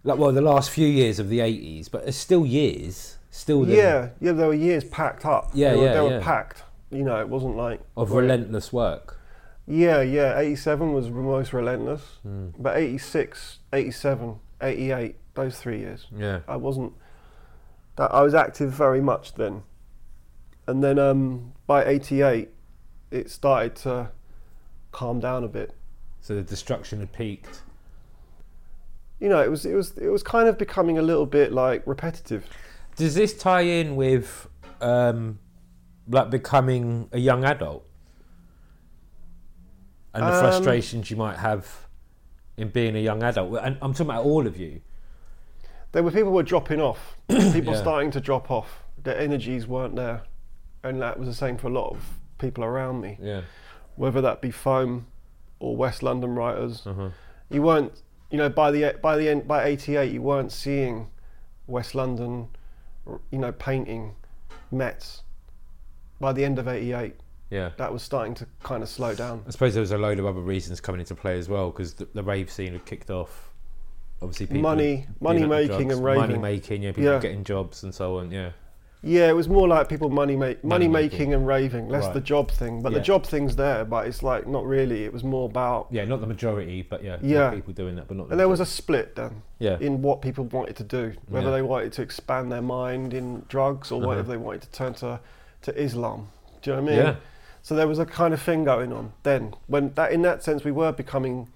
Speaker 4: like, well, the last few years of the 80s, but it's still years, still the,
Speaker 2: Yeah, yeah, there were years packed up.
Speaker 4: Yeah,
Speaker 2: they were,
Speaker 4: yeah,
Speaker 2: they were
Speaker 4: yeah.
Speaker 2: packed. You know, it wasn't like
Speaker 4: of
Speaker 2: Right.
Speaker 4: relentless work.
Speaker 2: Yeah, yeah, 87 was the most relentless. But 86, 87, 88, those three years,
Speaker 3: Yeah.
Speaker 2: I wasn't. That, I was active very much then. And then um, by 88, it started to calm down a bit.
Speaker 4: So the destruction had peaked.
Speaker 2: You know, it was it was it was kind of becoming a little bit like repetitive.
Speaker 4: Does this tie in with, um, like, becoming a young adult? And the
Speaker 2: Um,
Speaker 4: frustrations you might have in being a young adult? And I'm talking about all of you.
Speaker 2: There were people who were dropping off. people
Speaker 4: Yeah.
Speaker 2: starting to drop off. Their energies weren't there, and that was the same for a lot of people around me.
Speaker 4: Yeah.
Speaker 2: whether that be foam or West London writers.
Speaker 4: Uh-huh.
Speaker 2: You weren't, you know, by the by the end by '88, you weren't seeing West London, r- you know, painting Mets. By the end of '88,
Speaker 4: Yeah.
Speaker 2: that was starting to kind of slow down.
Speaker 4: I suppose there was a load of other reasons coming into play as well because the, the rave scene had kicked off. Obviously, people
Speaker 2: Money-
Speaker 4: being
Speaker 2: money
Speaker 4: out on
Speaker 2: making
Speaker 4: drugs,
Speaker 2: and
Speaker 4: money
Speaker 2: raving.
Speaker 4: making, yeah, people
Speaker 2: Yeah.
Speaker 4: getting jobs and so on. Yeah,
Speaker 2: Yeah, it was more like people money make money
Speaker 4: Money-making.
Speaker 2: making and raving, less
Speaker 4: Right.
Speaker 2: the job thing. But
Speaker 4: Yeah.
Speaker 2: the job thing's there, but it's like not really. It was more about.
Speaker 4: yeah, not the majority, but yeah,
Speaker 2: Yeah.
Speaker 4: people doing that, but not. the
Speaker 2: And there was a
Speaker 4: majority.
Speaker 2: split then
Speaker 4: yeah,
Speaker 2: in what people wanted to do, whether
Speaker 4: Yeah.
Speaker 2: they wanted to expand their mind in drugs or
Speaker 4: Uh-huh.
Speaker 2: whether they wanted to turn to, to Islam. Do you know what I mean?
Speaker 4: yeah,
Speaker 2: So there was a kind of thing going on then. When that, in that sense, we were becoming,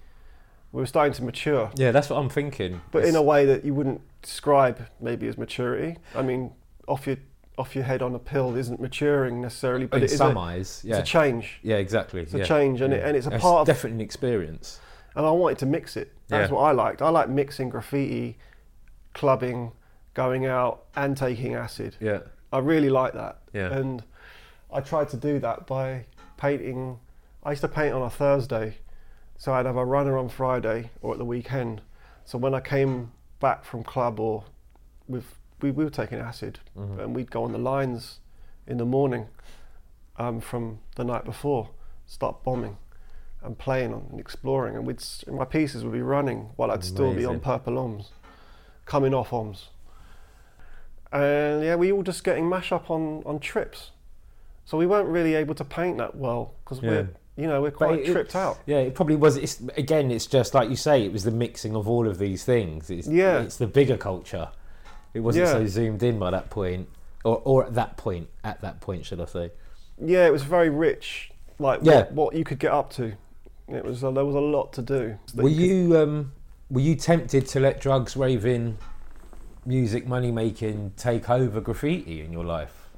Speaker 2: we were starting to mature,
Speaker 4: yeah. That's what I'm thinking.
Speaker 2: but in
Speaker 4: It's-
Speaker 2: a way that you wouldn't describe maybe as maturity. I mean, off your off your head on a pill isn't maturing necessarily, but
Speaker 4: in
Speaker 2: it is
Speaker 4: some
Speaker 2: a,
Speaker 4: eyes,
Speaker 2: it's
Speaker 4: yeah,
Speaker 2: a change.
Speaker 4: yeah, exactly.
Speaker 2: It's a change, and it- and it's a part of-
Speaker 4: definitely an experience.
Speaker 2: and I wanted to mix it. That's
Speaker 4: Yeah.
Speaker 2: what I liked. I like mixing graffiti, clubbing, going out and taking acid.
Speaker 4: Yeah.
Speaker 2: I really like that.
Speaker 4: Yeah.
Speaker 2: And I tried to do that by painting. I used to paint on a Thursday, so I'd have a runner on Friday or at the weekend. So when I came back from club or with we, we were taking acid
Speaker 4: Mm-hmm.
Speaker 2: and we'd go on the lines in the morning um, from the night before, start bombing and playing on and exploring. And we'd s- my pieces would be running while I'd still be on
Speaker 4: Amazing.
Speaker 2: purple oms, coming off oms. And yeah, we all just getting mash up on, on trips. So we weren't really able to paint that well because we're you know we're quite
Speaker 4: it-
Speaker 2: tripped out.
Speaker 4: Yeah, it probably was. It's again, it's just like you say, it was the mixing of all of these things. It's,
Speaker 2: Yeah.
Speaker 4: it's the bigger culture. It wasn't
Speaker 2: Yeah.
Speaker 4: so zoomed in by that point, or or at that point, at that point, should I say?
Speaker 2: Yeah, it was very rich. Like
Speaker 4: Yeah.
Speaker 2: what, what you could get up to. It was there was a lot to do.
Speaker 4: Were you um, were you tempted to let drugs, raving, music, money making take over graffiti in your life?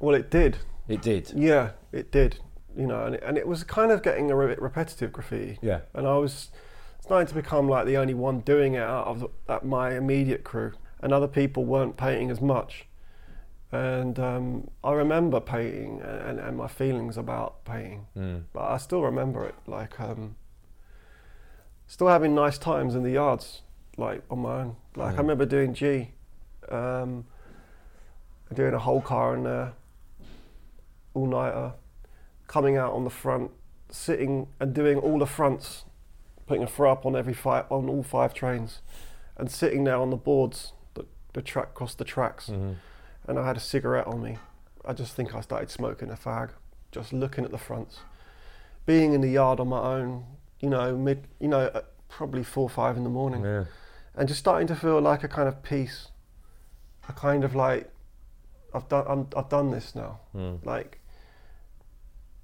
Speaker 2: Well, it did.
Speaker 4: It did.
Speaker 2: Yeah, it did. You know, and it, and it was kind of getting a bit repetitive graffiti.
Speaker 4: Yeah.
Speaker 2: And I was starting to become like the only one doing it out of the, that my immediate crew, and other people weren't painting as much. And um, I remember painting and, and, and my feelings about painting,
Speaker 4: Mm.
Speaker 2: but I still remember it. Like, um, still having nice times in the yards, like on my own. Like, I remember doing G, um, doing a whole car in there, all nighter, coming out on the front, sitting and doing all the fronts, putting a throw up on every five on all five trains, and sitting there on the boards that the track crossed the
Speaker 3: Mm.
Speaker 2: tracks,
Speaker 4: Mm-hmm.
Speaker 2: and I had a cigarette on me. I just think I started smoking a fag, just looking at the fronts, being in the yard on my own. You know, mid, you know, at probably four or five in the morning
Speaker 4: Yeah.
Speaker 2: and just starting to feel like a kind of peace, a kind of like I've done I'm, I've done this now. Like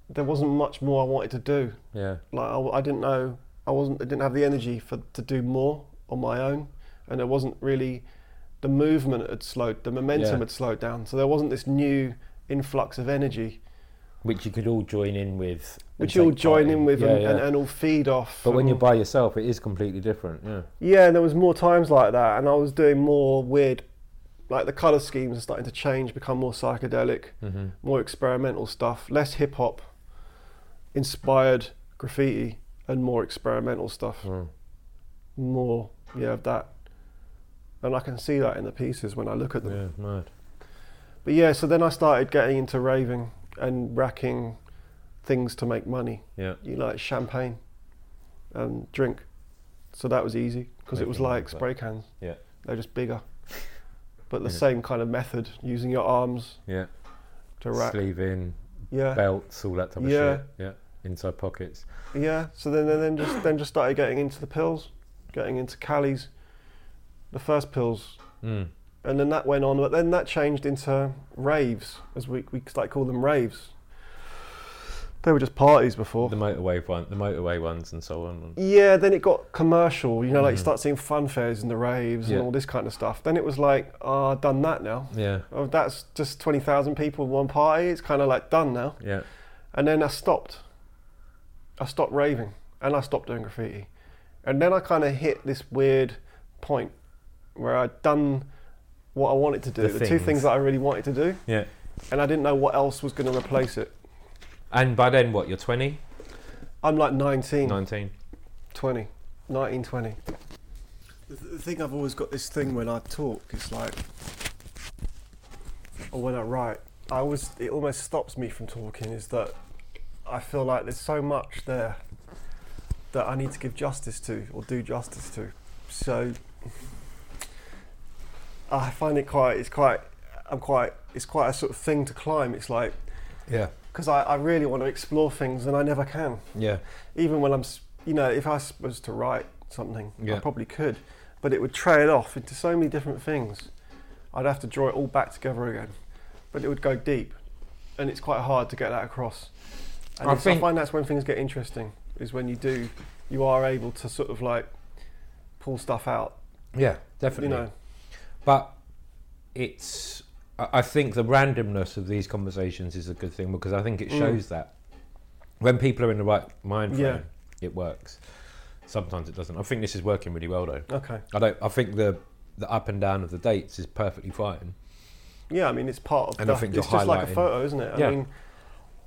Speaker 2: there wasn't much more I wanted to do.
Speaker 4: Yeah.
Speaker 2: Like I, I didn't know I wasn't I didn't have the energy for to do more on my own, and there wasn't really the movement had slowed, the momentum
Speaker 4: Yeah.
Speaker 2: had slowed down, so there wasn't this new influx of energy
Speaker 4: Which you could all join in with. and
Speaker 2: which you all
Speaker 4: take part
Speaker 2: join in with
Speaker 4: Yeah,
Speaker 2: and,
Speaker 4: yeah.
Speaker 2: And, and all feed off.
Speaker 4: but when
Speaker 2: and-
Speaker 4: you're by yourself, it is completely different. Yeah.
Speaker 2: Yeah, and there was more times like that, and I was doing more weird, like the color schemes are starting to change, become more psychedelic, more experimental stuff, less hip hop, inspired graffiti, and more experimental stuff. More, yeah, of that. And I can see that in the pieces when I look at them.
Speaker 4: Yeah. Mad.
Speaker 2: But yeah, so then I started getting into raving and racking things to make money.
Speaker 4: Yeah.
Speaker 2: You like champagne and drink. So that was easy because it was
Speaker 4: Making
Speaker 2: like
Speaker 4: things up.
Speaker 2: spray cans.
Speaker 4: Yeah.
Speaker 2: They're just bigger. But the same kind of method, using your arms
Speaker 4: Yeah.
Speaker 2: to rack.
Speaker 4: Sleeve in,
Speaker 2: Yeah.
Speaker 4: belts, all that type of
Speaker 2: Yeah.
Speaker 4: shit. Yeah. Inside pockets.
Speaker 2: Yeah. So then, then, then just then just started getting into the pills, getting into Cali's, the first pills.
Speaker 4: Mm.
Speaker 2: And then that went on, but then that changed into raves, as we we like call them raves. They were just parties before.
Speaker 4: The motorway one, the motorway ones, and so on.
Speaker 2: Yeah, then it got commercial. You know, like you start seeing fun fairs and the raves
Speaker 4: Mm-hmm. Yeah.
Speaker 2: and all this kind of stuff. Then it was like, oh, I've done that now.
Speaker 4: Yeah,
Speaker 2: Oh, that's just 20,000 people in one party. It's kind of like done now.
Speaker 4: yeah,
Speaker 2: And then I stopped. I stopped raving and I stopped doing graffiti. And then I kind of hit this weird point where I'd done what I wanted to do,
Speaker 4: The
Speaker 2: the, two
Speaker 4: things.
Speaker 2: things that I really wanted to do,
Speaker 4: yeah.
Speaker 2: and I didn't know what else was going to replace it.
Speaker 4: And by then, what? You're 20,
Speaker 2: I'm like 19.
Speaker 4: 19.
Speaker 2: 20, 1920. The th- the thing I've always got this thing when I talk, it's like, or when I write, I always, it almost stops me from talking is that I feel like there's so much there that I need to give justice to or do justice to. So I find it quite, it's quite, I'm quite, it's quite a sort of thing to climb. It's like,
Speaker 4: Yeah,
Speaker 2: because I, I really want to explore things and I never can
Speaker 4: yeah,
Speaker 2: even when I'm, s- you know, if I s- was to write something,
Speaker 4: Yeah.
Speaker 2: I probably could, but it would trail off into so many different things. I'd have to draw it all back together again, but it would go deep, and it's quite hard to get that across. And
Speaker 4: I
Speaker 2: I,
Speaker 4: think-
Speaker 2: I find that's when things get interesting, is when you do, you are able to sort of like pull stuff out,
Speaker 4: yeah, definitely.
Speaker 2: you know.
Speaker 4: But it's, I I think the randomness of these conversations is a good thing because I think it
Speaker 2: Mm.
Speaker 4: shows that when people are in the right mind frame,
Speaker 2: Yeah.
Speaker 4: it works. Sometimes it doesn't. I think this is working really well though.
Speaker 2: Okay.
Speaker 4: I don't. I think the
Speaker 3: the up and down of the dates is perfectly fine.
Speaker 2: Yeah, I mean it's part of.
Speaker 3: And I
Speaker 2: the-
Speaker 3: think you're
Speaker 2: it's just like a
Speaker 3: highlighting-
Speaker 2: photo, isn't it? I
Speaker 3: Yeah.
Speaker 2: mean,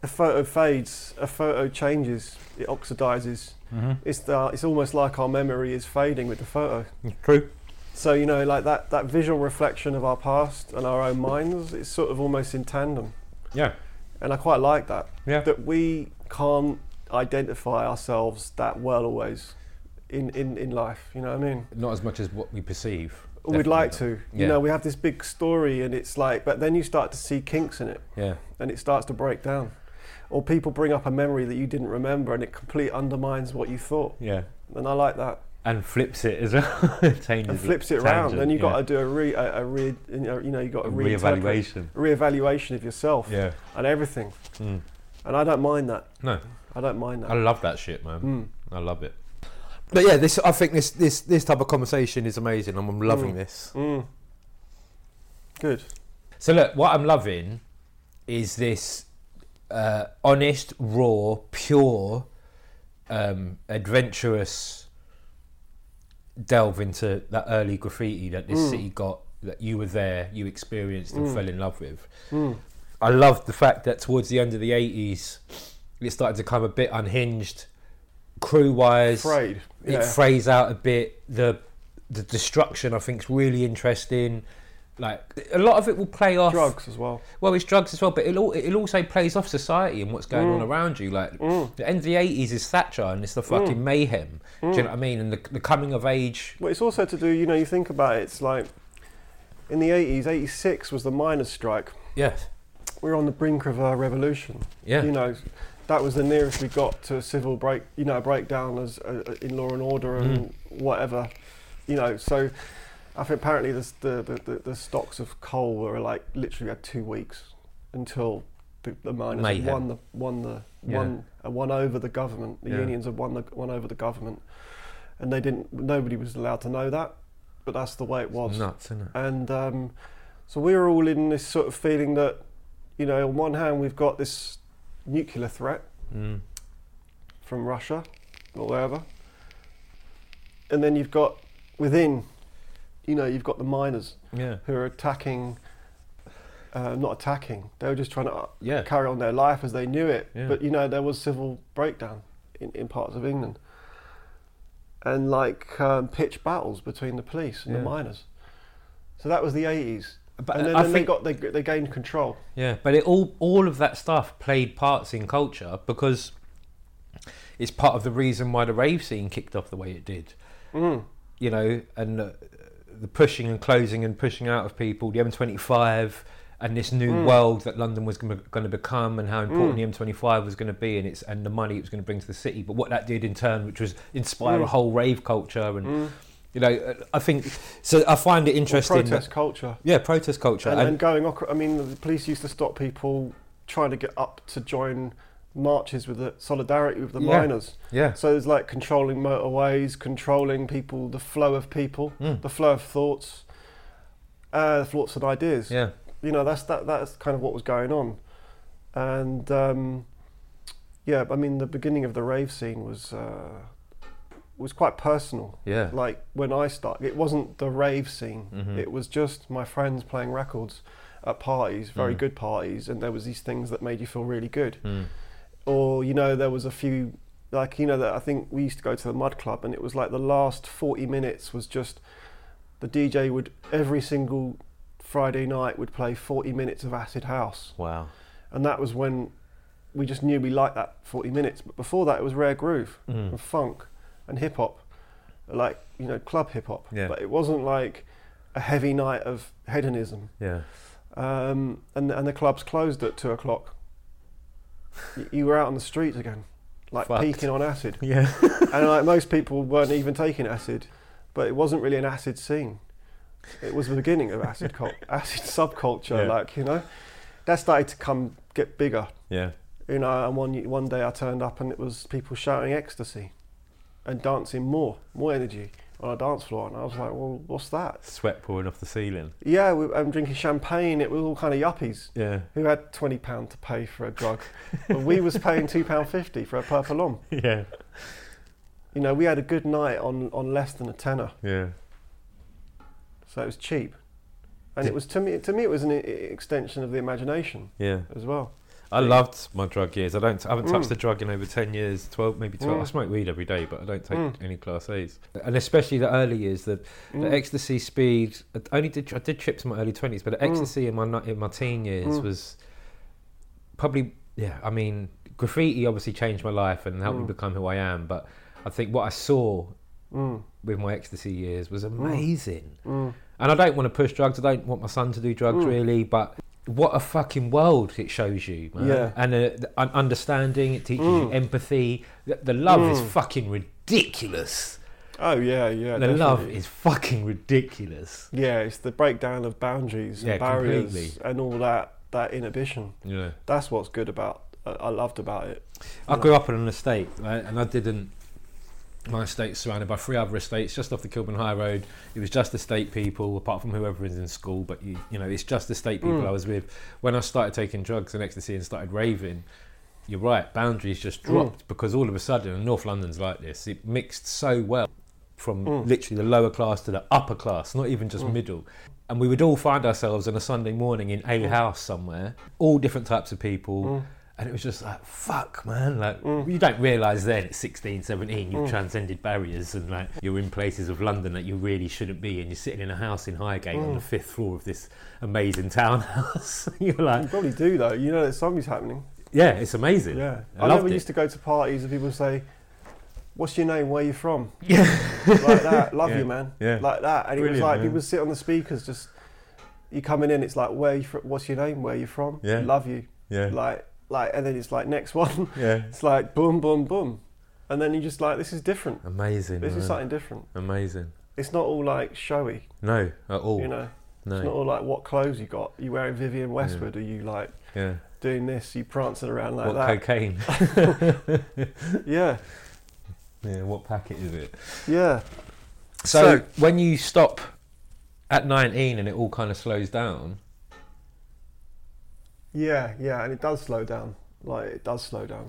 Speaker 2: a photo fades, a photo changes, it oxidizes.
Speaker 3: Mm-hmm.
Speaker 2: It's the, it's almost like our memory is fading with the photo.
Speaker 6: True.
Speaker 2: So you know, like that that visual reflection of our past and our own minds, it's sort of almost in tandem,
Speaker 6: Yeah.
Speaker 2: and I quite like that.
Speaker 6: Yeah.
Speaker 2: That we can't identify ourselves that well always in in in life. You know what I mean?
Speaker 3: Not as much as what we perceive.
Speaker 2: We'd
Speaker 3: definitely
Speaker 2: like
Speaker 3: not.
Speaker 2: to.
Speaker 3: Yeah.
Speaker 2: You know, we have this big story, and it's like, but then you start to see kinks in it.
Speaker 3: Yeah.
Speaker 2: and it starts to break down. Or people bring up a memory that you didn't remember and it completely undermines what you thought.
Speaker 6: Yeah.
Speaker 2: And I like that.
Speaker 6: And flips it as well. It Changes
Speaker 2: And flips it around.
Speaker 6: tangent,
Speaker 2: And you've got
Speaker 6: yeah.
Speaker 2: to do a re, a, a re, you know, you know, you've got to reinterpret-
Speaker 6: reevaluation.
Speaker 2: reevaluation of yourself
Speaker 6: Yeah.
Speaker 2: and everything.
Speaker 6: Mm.
Speaker 2: And I don't mind that.
Speaker 3: No.
Speaker 2: I don't mind that.
Speaker 3: I love that shit, man.
Speaker 2: Mm.
Speaker 3: I love it. But yeah, this I think this this this type of conversation is amazing. I'm, I'm loving
Speaker 2: Mm.
Speaker 3: this.
Speaker 2: Mm. Good.
Speaker 3: So look, what I'm loving is this uh, honest, raw, pure, um, adventurous delve into that early graffiti that this city got. That you were there, you experienced and fell in love with. I loved the fact that towards the end of the 80s, it started to come a bit unhinged, crew wise
Speaker 2: Afraid.
Speaker 3: it
Speaker 2: Yeah.
Speaker 3: frays out a bit. The the destruction I think is really interesting. Like a lot of it will play off.
Speaker 2: Drugs as well.
Speaker 3: Well, it's drugs as well, but it'll, it also plays off society and what's going on
Speaker 2: Mm.
Speaker 3: around you. Like the end of the eighties is Thatcher and it's the fucking mayhem.
Speaker 2: Mm.
Speaker 3: Do you know what I mean? And the, the coming of age.
Speaker 2: Well, it's also to do, you know, you think about it, it's like in the 80s, 86 was the miners' strike.
Speaker 3: Yeah,
Speaker 2: We were on the brink of a revolution.
Speaker 3: yeah,
Speaker 2: you know, that was the nearest we got to a civil break, you know, breakdown as uh, in law and order and
Speaker 3: Mm.
Speaker 2: whatever, you know. So, I think apparently the, the the the stocks of coal were like literally had two weeks until the, the miners had
Speaker 3: Mayhem.
Speaker 2: won the won the
Speaker 3: Yeah.
Speaker 2: won uh, won over the government. The
Speaker 6: Yeah.
Speaker 2: unions had won the won over the government, and they didn't. Nobody was allowed to know that, but that's the way it was
Speaker 3: nuts, isn't it?
Speaker 2: and um, so we were all in this sort of feeling that, you know, on one hand we've got this nuclear threat
Speaker 3: Mm.
Speaker 2: from Russia or wherever, and then you've got within, you know, you've got the miners
Speaker 6: Yeah.
Speaker 2: who are attacking, uh, not attacking. They were just trying to uh,
Speaker 6: Yeah.
Speaker 2: carry on their life as they knew it.
Speaker 6: Yeah.
Speaker 2: But you know, there was civil breakdown in, in parts of England, and like um, pitched battles between the police and
Speaker 6: Yeah.
Speaker 2: the miners. So that was the eighties,
Speaker 3: But
Speaker 2: and then,
Speaker 3: I
Speaker 2: then they
Speaker 3: think-
Speaker 2: got they, they gained control.
Speaker 3: Yeah, but it all all of that stuff played parts in culture because it's part of the reason why the rave scene kicked off the way it did.
Speaker 2: Mm.
Speaker 3: You know, and uh, the pushing and closing and pushing out of people, the M25 and this new
Speaker 2: Mm.
Speaker 3: world that London was going to become and how important the M25 was going to be and its and the money it was going to bring to the city, but what that did in turn which was
Speaker 2: Mm.
Speaker 3: inspire a whole rave culture and you know, uh, I think so I find it interesting that-
Speaker 2: Protest culture,
Speaker 3: yeah, protest culture
Speaker 2: and,
Speaker 3: and-
Speaker 2: and going. acro- I mean, the police used to stop people trying to get up to join marches with the solidarity with the
Speaker 3: Yeah.
Speaker 2: miners.
Speaker 3: yeah.
Speaker 2: So it's like controlling motorways, controlling people, the flow of people,
Speaker 3: Mm.
Speaker 2: the flow of thoughts, uh, thoughts and ideas.
Speaker 3: Yeah.
Speaker 2: You know, that's that. That's kind of what was going on, and um, yeah, I mean, the beginning of the rave scene was uh, was quite personal.
Speaker 3: Yeah.
Speaker 2: Like when I started, it wasn't the rave scene.
Speaker 6: Mm-hmm.
Speaker 3: Mm-hmm.
Speaker 2: It was just my friends playing records at parties, very good parties, and there was these things that made you feel really good
Speaker 6: Mm.
Speaker 2: or you know there was a few like you know that I think we used to go to the mud club and it was like the last 40 minutes was just the DJ would every single Friday night would play 40 minutes of acid house
Speaker 6: Wow.
Speaker 2: and that was when we just knew we liked that 40 minutes but before that it was rare groove
Speaker 6: Mm.
Speaker 2: and funk and hip hop like you know club hip hop
Speaker 6: Yeah.
Speaker 2: but it wasn't like a heavy night of hedonism
Speaker 6: Yeah.
Speaker 2: um, and and the clubs closed at two o'clock. Y- You were out on the streets again, like
Speaker 6: Fucked.
Speaker 2: peaking on acid,
Speaker 6: Yeah.
Speaker 2: and like most people weren't even taking acid, but it wasn't really an acid scene. It was the beginning of acid cult, acid
Speaker 6: Yeah.
Speaker 2: subculture, like you know, that started to come get bigger,
Speaker 6: Yeah.
Speaker 2: you know. And one one day I turned up and it was people shouting ecstasy, and dancing more, more energy on a dance floor, and I was like, well, what's that?
Speaker 6: Sweat pouring off the ceiling.
Speaker 2: Yeah, we, I'm drinking champagne. It was all kind of yuppies
Speaker 6: Yeah.
Speaker 2: who had twenty pound to pay for a drug, but we was paying two pound fifty for a purple om.
Speaker 6: Yeah.
Speaker 2: You know, we had a good night on, on less than a tenner.
Speaker 6: Yeah.
Speaker 2: so it was cheap, and it was to me. To me, it was an e- extension of the imagination
Speaker 3: Yeah.
Speaker 2: as well.
Speaker 3: I loved my drug years. I don't. I haven't touched
Speaker 2: Mm.
Speaker 3: a drug in over ten years, twelve, maybe twelve. I
Speaker 2: Mm.
Speaker 3: smoke weed every day, but I don't take
Speaker 2: Mm.
Speaker 3: any class A's. And especially the early years, the, the
Speaker 2: Mm.
Speaker 3: ecstasy, speed. I only did. I did trips in my early twenties, but the
Speaker 2: Mm.
Speaker 3: ecstasy in my ni- in my teen years
Speaker 2: Mm.
Speaker 3: was probably. Yeah, I mean, graffiti obviously changed my life and helped me
Speaker 2: Mm.
Speaker 3: become who I am. But I think what I saw
Speaker 2: Mm,
Speaker 3: with my ecstasy years was amazing.
Speaker 2: mm,
Speaker 3: And I don't want to push drugs. I don't want my son to do drugs
Speaker 2: Mm.
Speaker 3: really, but what a fucking world it shows you, man.
Speaker 2: Yeah.
Speaker 3: And uh, the un- understanding, it teaches you
Speaker 2: Mm.
Speaker 3: empathy. The, the love
Speaker 2: Mm.
Speaker 3: is fucking ridiculous.
Speaker 2: Oh yeah, yeah.
Speaker 3: the love
Speaker 2: definitely.
Speaker 3: is fucking ridiculous.
Speaker 2: Yeah, it's the breakdown of boundaries
Speaker 3: Yeah,
Speaker 2: and barriers
Speaker 3: completely.
Speaker 2: and all that that inhibition.
Speaker 3: Yeah.
Speaker 2: That's what's good about. I, I loved about it.
Speaker 3: I grew up on an estate, right? And I didn't. My estate's surrounded by three other estates just off the Kilburn High Road. It was just estate people, apart from whoever is in school, but you, you know, it's just estate people
Speaker 2: Mm.
Speaker 3: I was with. When I started taking drugs and ecstasy and started raving, you're right, boundaries just dropped
Speaker 2: Mm.
Speaker 3: because all of a sudden, and North London's like this, it mixed so well from
Speaker 2: Mm.
Speaker 3: literally the lower class to the upper class, not even just middle. And we would all find ourselves on a Sunday morning in
Speaker 2: Mm.
Speaker 3: a house somewhere, all different types of people. And it was just like, fuck, man. Like, you don't realise then at 16, 17, you've transcended barriers and like you're in places of London that you really shouldn't be. And you're sitting in a house in Highgate
Speaker 2: Mm.
Speaker 3: on the fifth floor of this amazing townhouse. you're like,
Speaker 2: You probably do though. You know that something's happening.
Speaker 3: yeah, it's amazing.
Speaker 2: Yeah,
Speaker 3: I,
Speaker 2: I,
Speaker 3: loved
Speaker 2: never
Speaker 3: it.
Speaker 2: used to go to parties and people would say, "What's your name? Where you from?"
Speaker 3: Yeah.
Speaker 2: like that. Love
Speaker 3: Yeah,
Speaker 2: you, man.
Speaker 3: yeah.
Speaker 2: like that. And it was
Speaker 3: Brilliant,
Speaker 2: like
Speaker 3: man.
Speaker 2: people sit on the speakers. Just you coming in, it's like, "Where you? Fr- what's your name? Where you from?
Speaker 3: Yeah.
Speaker 2: Love you."
Speaker 3: Yeah.
Speaker 2: Like, like, and then it's like next one.
Speaker 3: yeah.
Speaker 2: it's like boom, boom, boom, and then you just like, "This is different.
Speaker 3: Amazing.
Speaker 2: This is
Speaker 3: man.
Speaker 2: something different."
Speaker 3: Amazing.
Speaker 2: It's not all like showy,
Speaker 3: No, at all.
Speaker 2: you know. It's not
Speaker 3: no.
Speaker 2: all like what clothes you got. You wearing Vivian Westwood? Are you like
Speaker 3: Yeah.
Speaker 2: doing this? You prancing around like
Speaker 3: what
Speaker 2: that?
Speaker 3: cocaine?
Speaker 2: Yeah,
Speaker 3: yeah, what packet is it?
Speaker 2: yeah.
Speaker 3: So,
Speaker 2: So-
Speaker 3: when you stop at 19 and it all kind of slows down,
Speaker 2: Yeah, yeah, and it does slow down. Like it does slow down.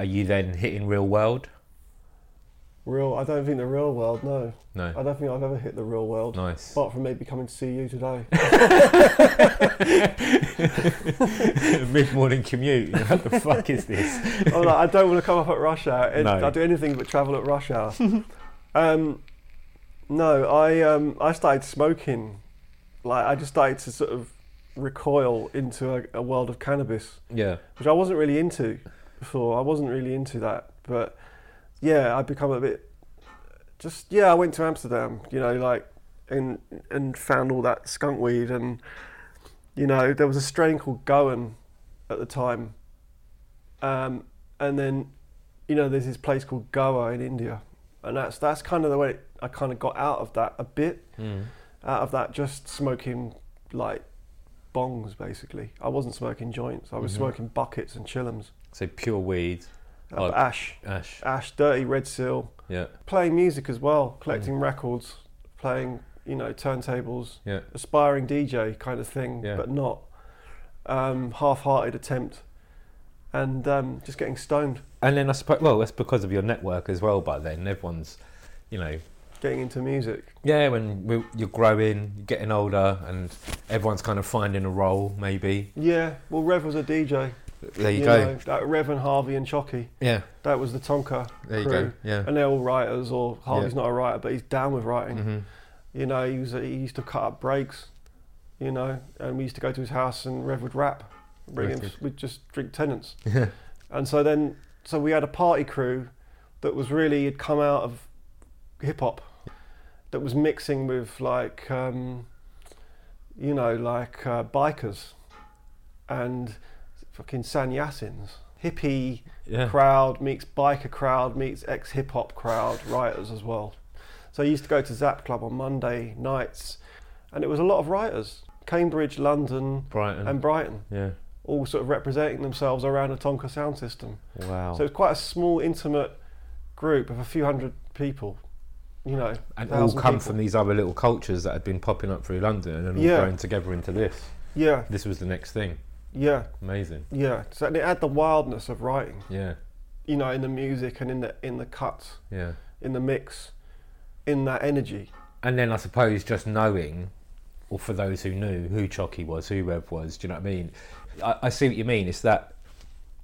Speaker 3: are you then hitting real world?
Speaker 2: Real, I don't think the real world. No,
Speaker 3: No.
Speaker 2: I don't think I've ever hit the real world.
Speaker 3: Nice.
Speaker 2: Apart from maybe coming to see you today.
Speaker 3: Mid morning commute. What the fuck is this?
Speaker 2: I'm like, I don't want to come up at rush hour. It-
Speaker 3: No.
Speaker 2: I do anything but travel at rush hour. um, no, I um, I started smoking. Like I just started to sort of recoil into a, a world of cannabis,
Speaker 3: Yeah.
Speaker 2: which I wasn't really into before. I wasn't really into that, but yeah, I become a bit. Just yeah, I went to Amsterdam. You know, like and and found all that skunk weed and you know there was a strain called Goan at the time um, and then you know there's this place called Goa in India and that's that's kind of the way I kind of got out of that a bit out of that just smoking like bongs basically I wasn't smoking joints I was
Speaker 3: Mm-hmm.
Speaker 2: smoking buckets and chillums
Speaker 3: So pure weed,
Speaker 2: of
Speaker 3: Oh.
Speaker 2: ash
Speaker 3: ash.
Speaker 2: ash dirty red seal
Speaker 3: Yeah. Mm.
Speaker 2: playing music as well collecting records playing you know turntables
Speaker 3: Yeah.
Speaker 2: aspiring DJ kind of thing,
Speaker 3: Yeah.
Speaker 2: but not um, half-hearted attempt, and um, just getting stoned,
Speaker 3: And then I suppose, well, that's because of your network as well by then. Everyone's, you know,
Speaker 2: getting into music.
Speaker 3: yeah, when we- you're growing, you're getting older, and everyone's kind of finding a role, maybe.
Speaker 2: Yeah, well, Rev was a DJ.
Speaker 3: There you, go.
Speaker 2: know, that Rev and Harvey and Chocky.
Speaker 3: Yeah.
Speaker 2: That was the Tonka,
Speaker 3: There you go.
Speaker 2: Crew.
Speaker 3: Yeah.
Speaker 2: and they're all writers. Or Harvey's not a writer, but he's down with writing.
Speaker 3: Mhm.
Speaker 2: You know, he was he used to cut up breaks. You know, and we used to go to his house and Rev would rap. Bring him,
Speaker 3: Wicked.
Speaker 2: we'd just drink tenants.
Speaker 4: Mm-hmm.
Speaker 3: Yeah.
Speaker 2: And so then, so we had a party crew that was really had come out of hip hop, that was mixing with like, um, you know, like uh, bikers and fucking sannyasins, hippie
Speaker 3: Yeah.
Speaker 2: crowd meets biker crowd meets ex hip hop crowd writers as well. So I used to go to Zap Club on Monday nights, and it was a lot of writers, Cambridge, London,
Speaker 3: Brighton.
Speaker 2: and Brighton
Speaker 3: yeah.
Speaker 2: all sort of representing themselves around a Tonka sound system.
Speaker 3: Wow.
Speaker 2: So it's quite a small, intimate group of a few hundred people, you know.
Speaker 3: and all
Speaker 2: 1,000
Speaker 3: come
Speaker 2: people.
Speaker 3: from these other little cultures that had been popping up through London and all
Speaker 2: Yeah.
Speaker 3: growing together into this.
Speaker 2: Yeah,
Speaker 3: This was the next thing.
Speaker 2: yeah,
Speaker 3: Amazing.
Speaker 2: yeah. So and it had the wildness of writing,
Speaker 3: Yeah.
Speaker 2: you know, in the music and in the in the cuts,
Speaker 3: Yeah.
Speaker 2: in the mix, in that energy.
Speaker 4: and then I suppose just knowing, or for those who knew who Chocky was, who Rev was, do you know what I mean? I, I see what you mean. It's that.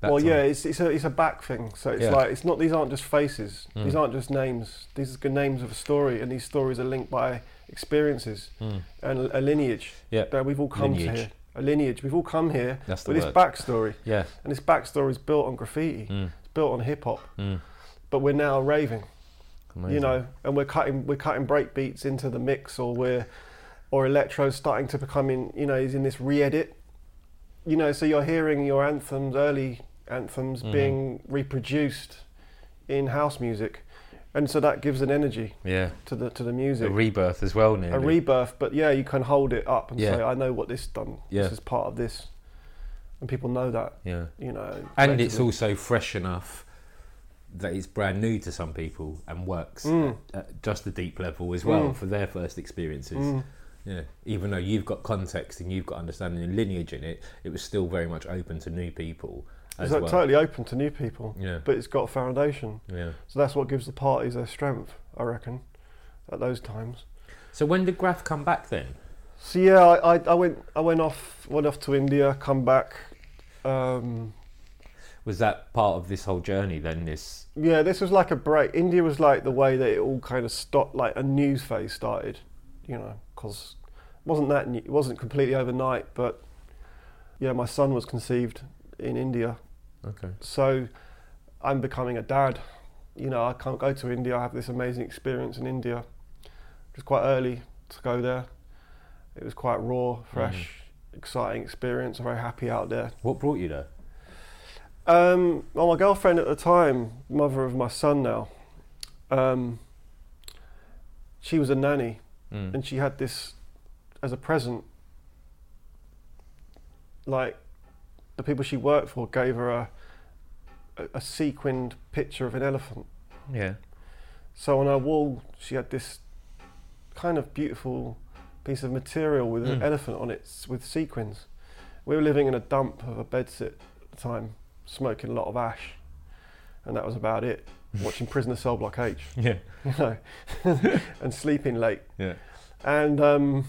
Speaker 4: that
Speaker 2: well,
Speaker 4: time.
Speaker 2: yeah, it's, it's, a, it's a back thing. So it's
Speaker 4: Yeah. Hmm.
Speaker 2: like it's not these aren't just faces. These aren't just names. These are good names of a story, and these stories are linked by experiences and a lineage
Speaker 4: Hmm. Yeah.
Speaker 2: that we've all come
Speaker 4: Lineage.
Speaker 2: to here. A lineage. We've all come here
Speaker 4: That's the
Speaker 2: with this
Speaker 4: word.
Speaker 2: backstory,
Speaker 4: Yeah.
Speaker 2: and this backstory is built on graffiti.
Speaker 4: Hmm.
Speaker 2: It's built on hip hop,
Speaker 4: Mm.
Speaker 2: but we're now raving.
Speaker 4: Amazing.
Speaker 2: you know, and we're cutting we're cutting break beats into the mix, or we're or electro's starting to become in you know he's in this re-edit, you know. So you're hearing your anthems, early anthems,
Speaker 4: Mm-hmm.
Speaker 2: being reproduced in house music, and so that gives an energy
Speaker 4: Yeah.
Speaker 2: to the to the
Speaker 4: The
Speaker 2: music,
Speaker 4: rebirth as well, nearly.
Speaker 2: a rebirth. But yeah, you can hold it up and
Speaker 4: Yeah.
Speaker 2: say, I know what this done.
Speaker 4: Yeah.
Speaker 2: This is part of this, and people know that,
Speaker 4: yeah.
Speaker 2: you know.
Speaker 4: And it's
Speaker 2: collectively.
Speaker 4: also fresh enough that it's brand new to some people and works
Speaker 2: Mm.
Speaker 4: at, at just a deep level as well
Speaker 2: Mm.
Speaker 4: for their first experiences.
Speaker 2: Mm.
Speaker 4: Yeah. Even though you've got context and you've got understanding and lineage in it, it was still very much open to new people as
Speaker 2: It's like
Speaker 4: well.
Speaker 2: totally open to new people,
Speaker 4: Yeah.
Speaker 2: but it's got a foundation.
Speaker 4: yeah.
Speaker 2: So that's what gives the parties their strength, I reckon, at those times.
Speaker 4: So when did Graf come back then?
Speaker 2: So yeah, I, I, I went I went off went off to India, come back. Um,
Speaker 4: Was that part of this whole journey then? This
Speaker 2: yeah, this was like a break. India was like the way that it all kind of stopped, like a news phase started, you know, because it wasn't that new, it wasn't completely overnight, but yeah, my son was conceived in India,
Speaker 4: okay.
Speaker 2: so I'm becoming a dad. You know, I can't go to India. I have this amazing experience in India. It was quite early to go there. It was quite raw, fresh, exciting experience. I'm very happy out there.
Speaker 4: What brought you there?
Speaker 2: Um, well, my girlfriend at the time, mother of my son now, um, she was a nanny
Speaker 4: Mm.
Speaker 2: and she had this as a present. Like the people she worked for gave her a, a, a sequined picture of an elephant.
Speaker 4: Yeah.
Speaker 2: So on her wall, she had this kind of beautiful piece of material with an
Speaker 4: Mm.
Speaker 2: elephant on it s- with sequins. We were living in a dump of a bedsit at the time, smoking a lot of ash, and that was about it. Watching Prisoner Cell Block H,
Speaker 4: Yeah.
Speaker 2: you know, and sleeping late.
Speaker 4: Yeah.
Speaker 2: And um,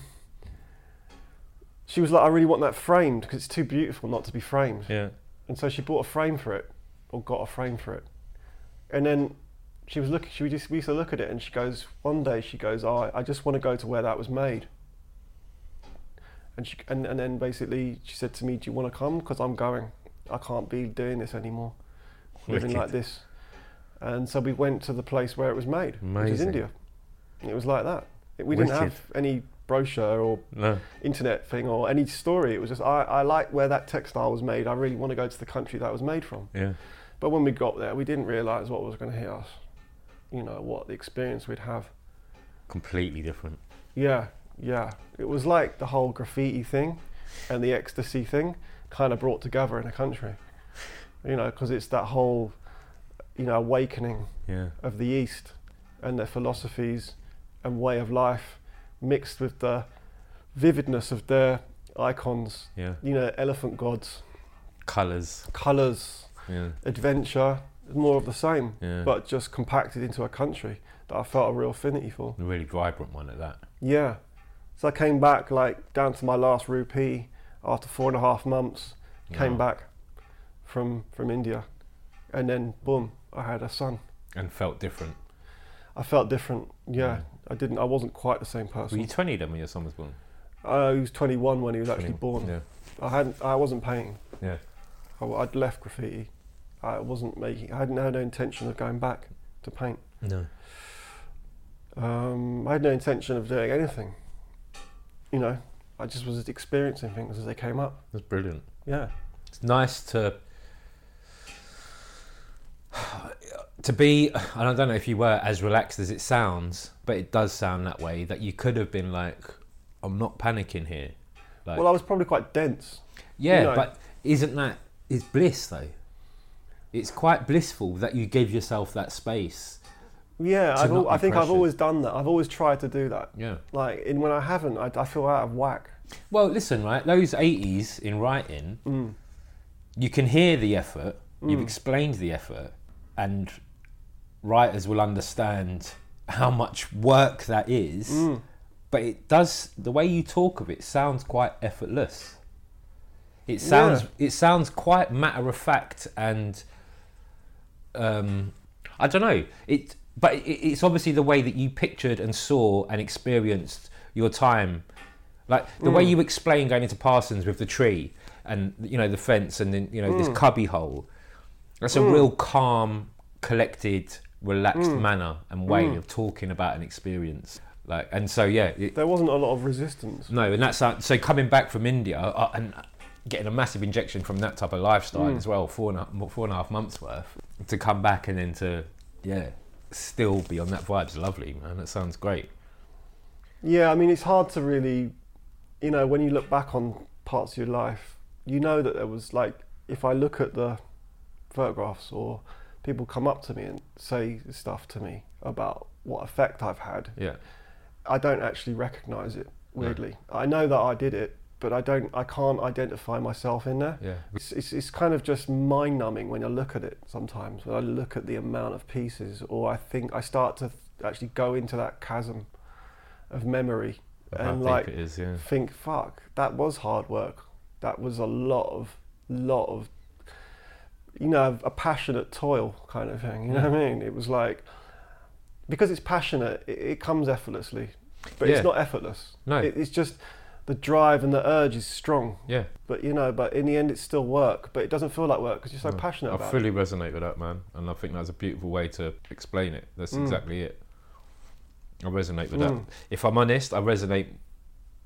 Speaker 2: she was like, I really want that framed because it's too beautiful not to be framed.
Speaker 4: Yeah.
Speaker 2: And so she bought a frame for it, or got a frame for it. And then she was looking. She would just we used to look at it, and she goes, one day she goes, oh, I- I just want to go to where that was made. And she and, and then basically she said to me, do you want to come? Because I'm going. I can't be doing this anymore, living
Speaker 4: Wicked.
Speaker 2: like this. And so we went to the place where it was made, which is
Speaker 4: Amazing.
Speaker 2: India. And it was like that. We didn't
Speaker 4: Wicked.
Speaker 2: have any brochure or
Speaker 4: No.
Speaker 2: internet thing or any story. It was just, I, I like where that textile was made. I really want to go to the country that was made from.
Speaker 4: Yeah.
Speaker 2: But when we got there, we didn't realise what was going to hit us. You know, what the experience we'd have.
Speaker 4: Completely different.
Speaker 2: Yeah, yeah. It was like the whole graffiti thing and the ecstasy thing kind of brought together in a country. You know, because it's that whole, you know, awakening
Speaker 4: Yeah.
Speaker 2: of the East and their philosophies and way of life mixed with the vividness of their icons
Speaker 4: Yeah.
Speaker 2: you know, elephant gods,
Speaker 4: Colors.
Speaker 2: colours,
Speaker 4: Yeah.
Speaker 2: adventure, more of the same,
Speaker 4: Yeah.
Speaker 2: but just compacted into a country that I felt a real affinity for.
Speaker 4: A really vibrant one at that.
Speaker 2: Yeah. So I came back, like, down to my last rupee after four and a half months, came
Speaker 4: Wow.
Speaker 2: back from, from India, and then boom, I had a son.
Speaker 4: And felt different.
Speaker 2: I felt different. Yeah, I didn't. I wasn't quite the same
Speaker 4: Were you
Speaker 2: person.
Speaker 4: 20 then when your son was born?
Speaker 2: I was 21 when he was actually born.
Speaker 4: Yeah.
Speaker 2: I hadn't. I wasn't painting.
Speaker 4: Yeah.
Speaker 2: I, would left graffiti. I wasn't making. I hadn't had no intention of going back to paint.
Speaker 4: No.
Speaker 2: Um, I had no intention of doing anything. You know, I just was experiencing things as they came up.
Speaker 4: That's brilliant.
Speaker 2: Yeah.
Speaker 4: It's nice to to be and I don't know if you were as relaxed as it sounds, but it does sound that way that you could have been like I'm not panicking here. Like
Speaker 2: Well, I was probably quite dense.
Speaker 4: yeah,
Speaker 2: know-
Speaker 4: but isn't that it's bliss though? It's quite blissful that you give yourself that space.
Speaker 2: Yeah,
Speaker 4: To
Speaker 2: I've
Speaker 4: not
Speaker 2: al-
Speaker 4: be
Speaker 2: I think I've
Speaker 4: pressured.
Speaker 2: always done that. I've always tried to do that.
Speaker 4: Yeah.
Speaker 2: Like, and when I haven't, I, I feel out of whack.
Speaker 4: Well, listen, right? Those 80s in writing, you can hear the effort, you've explained the effort, and writers will understand how much work that is, but it does. The way you talk of it sounds quite effortless. It sounds it sounds quite matter of fact and um, I don't know. It, but it, it's obviously the way that you pictured and saw and experienced your time, like the way you explained going into Parsons with the tree and you know the fence and then you know this cubby hole. That's a real calm, collected, relaxed manner and way of talking about an experience. Like and so yeah, it,
Speaker 2: There wasn't a lot of resistance.
Speaker 4: no, and that's how- so coming back from India uh, and getting a massive injection from that type of lifestyle as well, four and, a, mo- four and a half months worth, to come back and then to yeah, still be on that vibe's lovely, man. That sounds great.
Speaker 2: Yeah, I mean, it's hard to really, you know, when you look back on parts of your life, you know that there was like, if I look at the photographs or people come up to me and say stuff to me about what effect I've had,
Speaker 4: Yeah,
Speaker 2: I don't actually recognize it.
Speaker 4: No.
Speaker 2: Weirdly, I know that I did it, but I don't. I can't identify myself in there.
Speaker 4: yeah,
Speaker 2: It's, it's, it's kind of just mind numbing when I look at it sometimes. When I look at the amount of pieces, or I think I start to th- actually go into that chasm of memory
Speaker 3: Of how
Speaker 2: and
Speaker 3: deep
Speaker 2: like
Speaker 3: it is, yeah.
Speaker 2: think, fuck, that was hard work. That was a lot of, lot of, you know, a passionate toil kind of thing. You know what I mean? It was like, because it's passionate, it, it comes effortlessly, but
Speaker 4: Yeah.
Speaker 2: it's not effortless.
Speaker 4: No.
Speaker 2: It, it's just the drive and the urge is strong.
Speaker 4: yeah.
Speaker 2: But you know, but in the end, it's still work. But it doesn't feel like work because you're so passionate
Speaker 3: I
Speaker 2: about
Speaker 3: fully resonate with that, man, and I think that's a beautiful way to explain it. That's exactly it. I resonate with that.
Speaker 2: Mm.
Speaker 3: If I'm honest, I resonate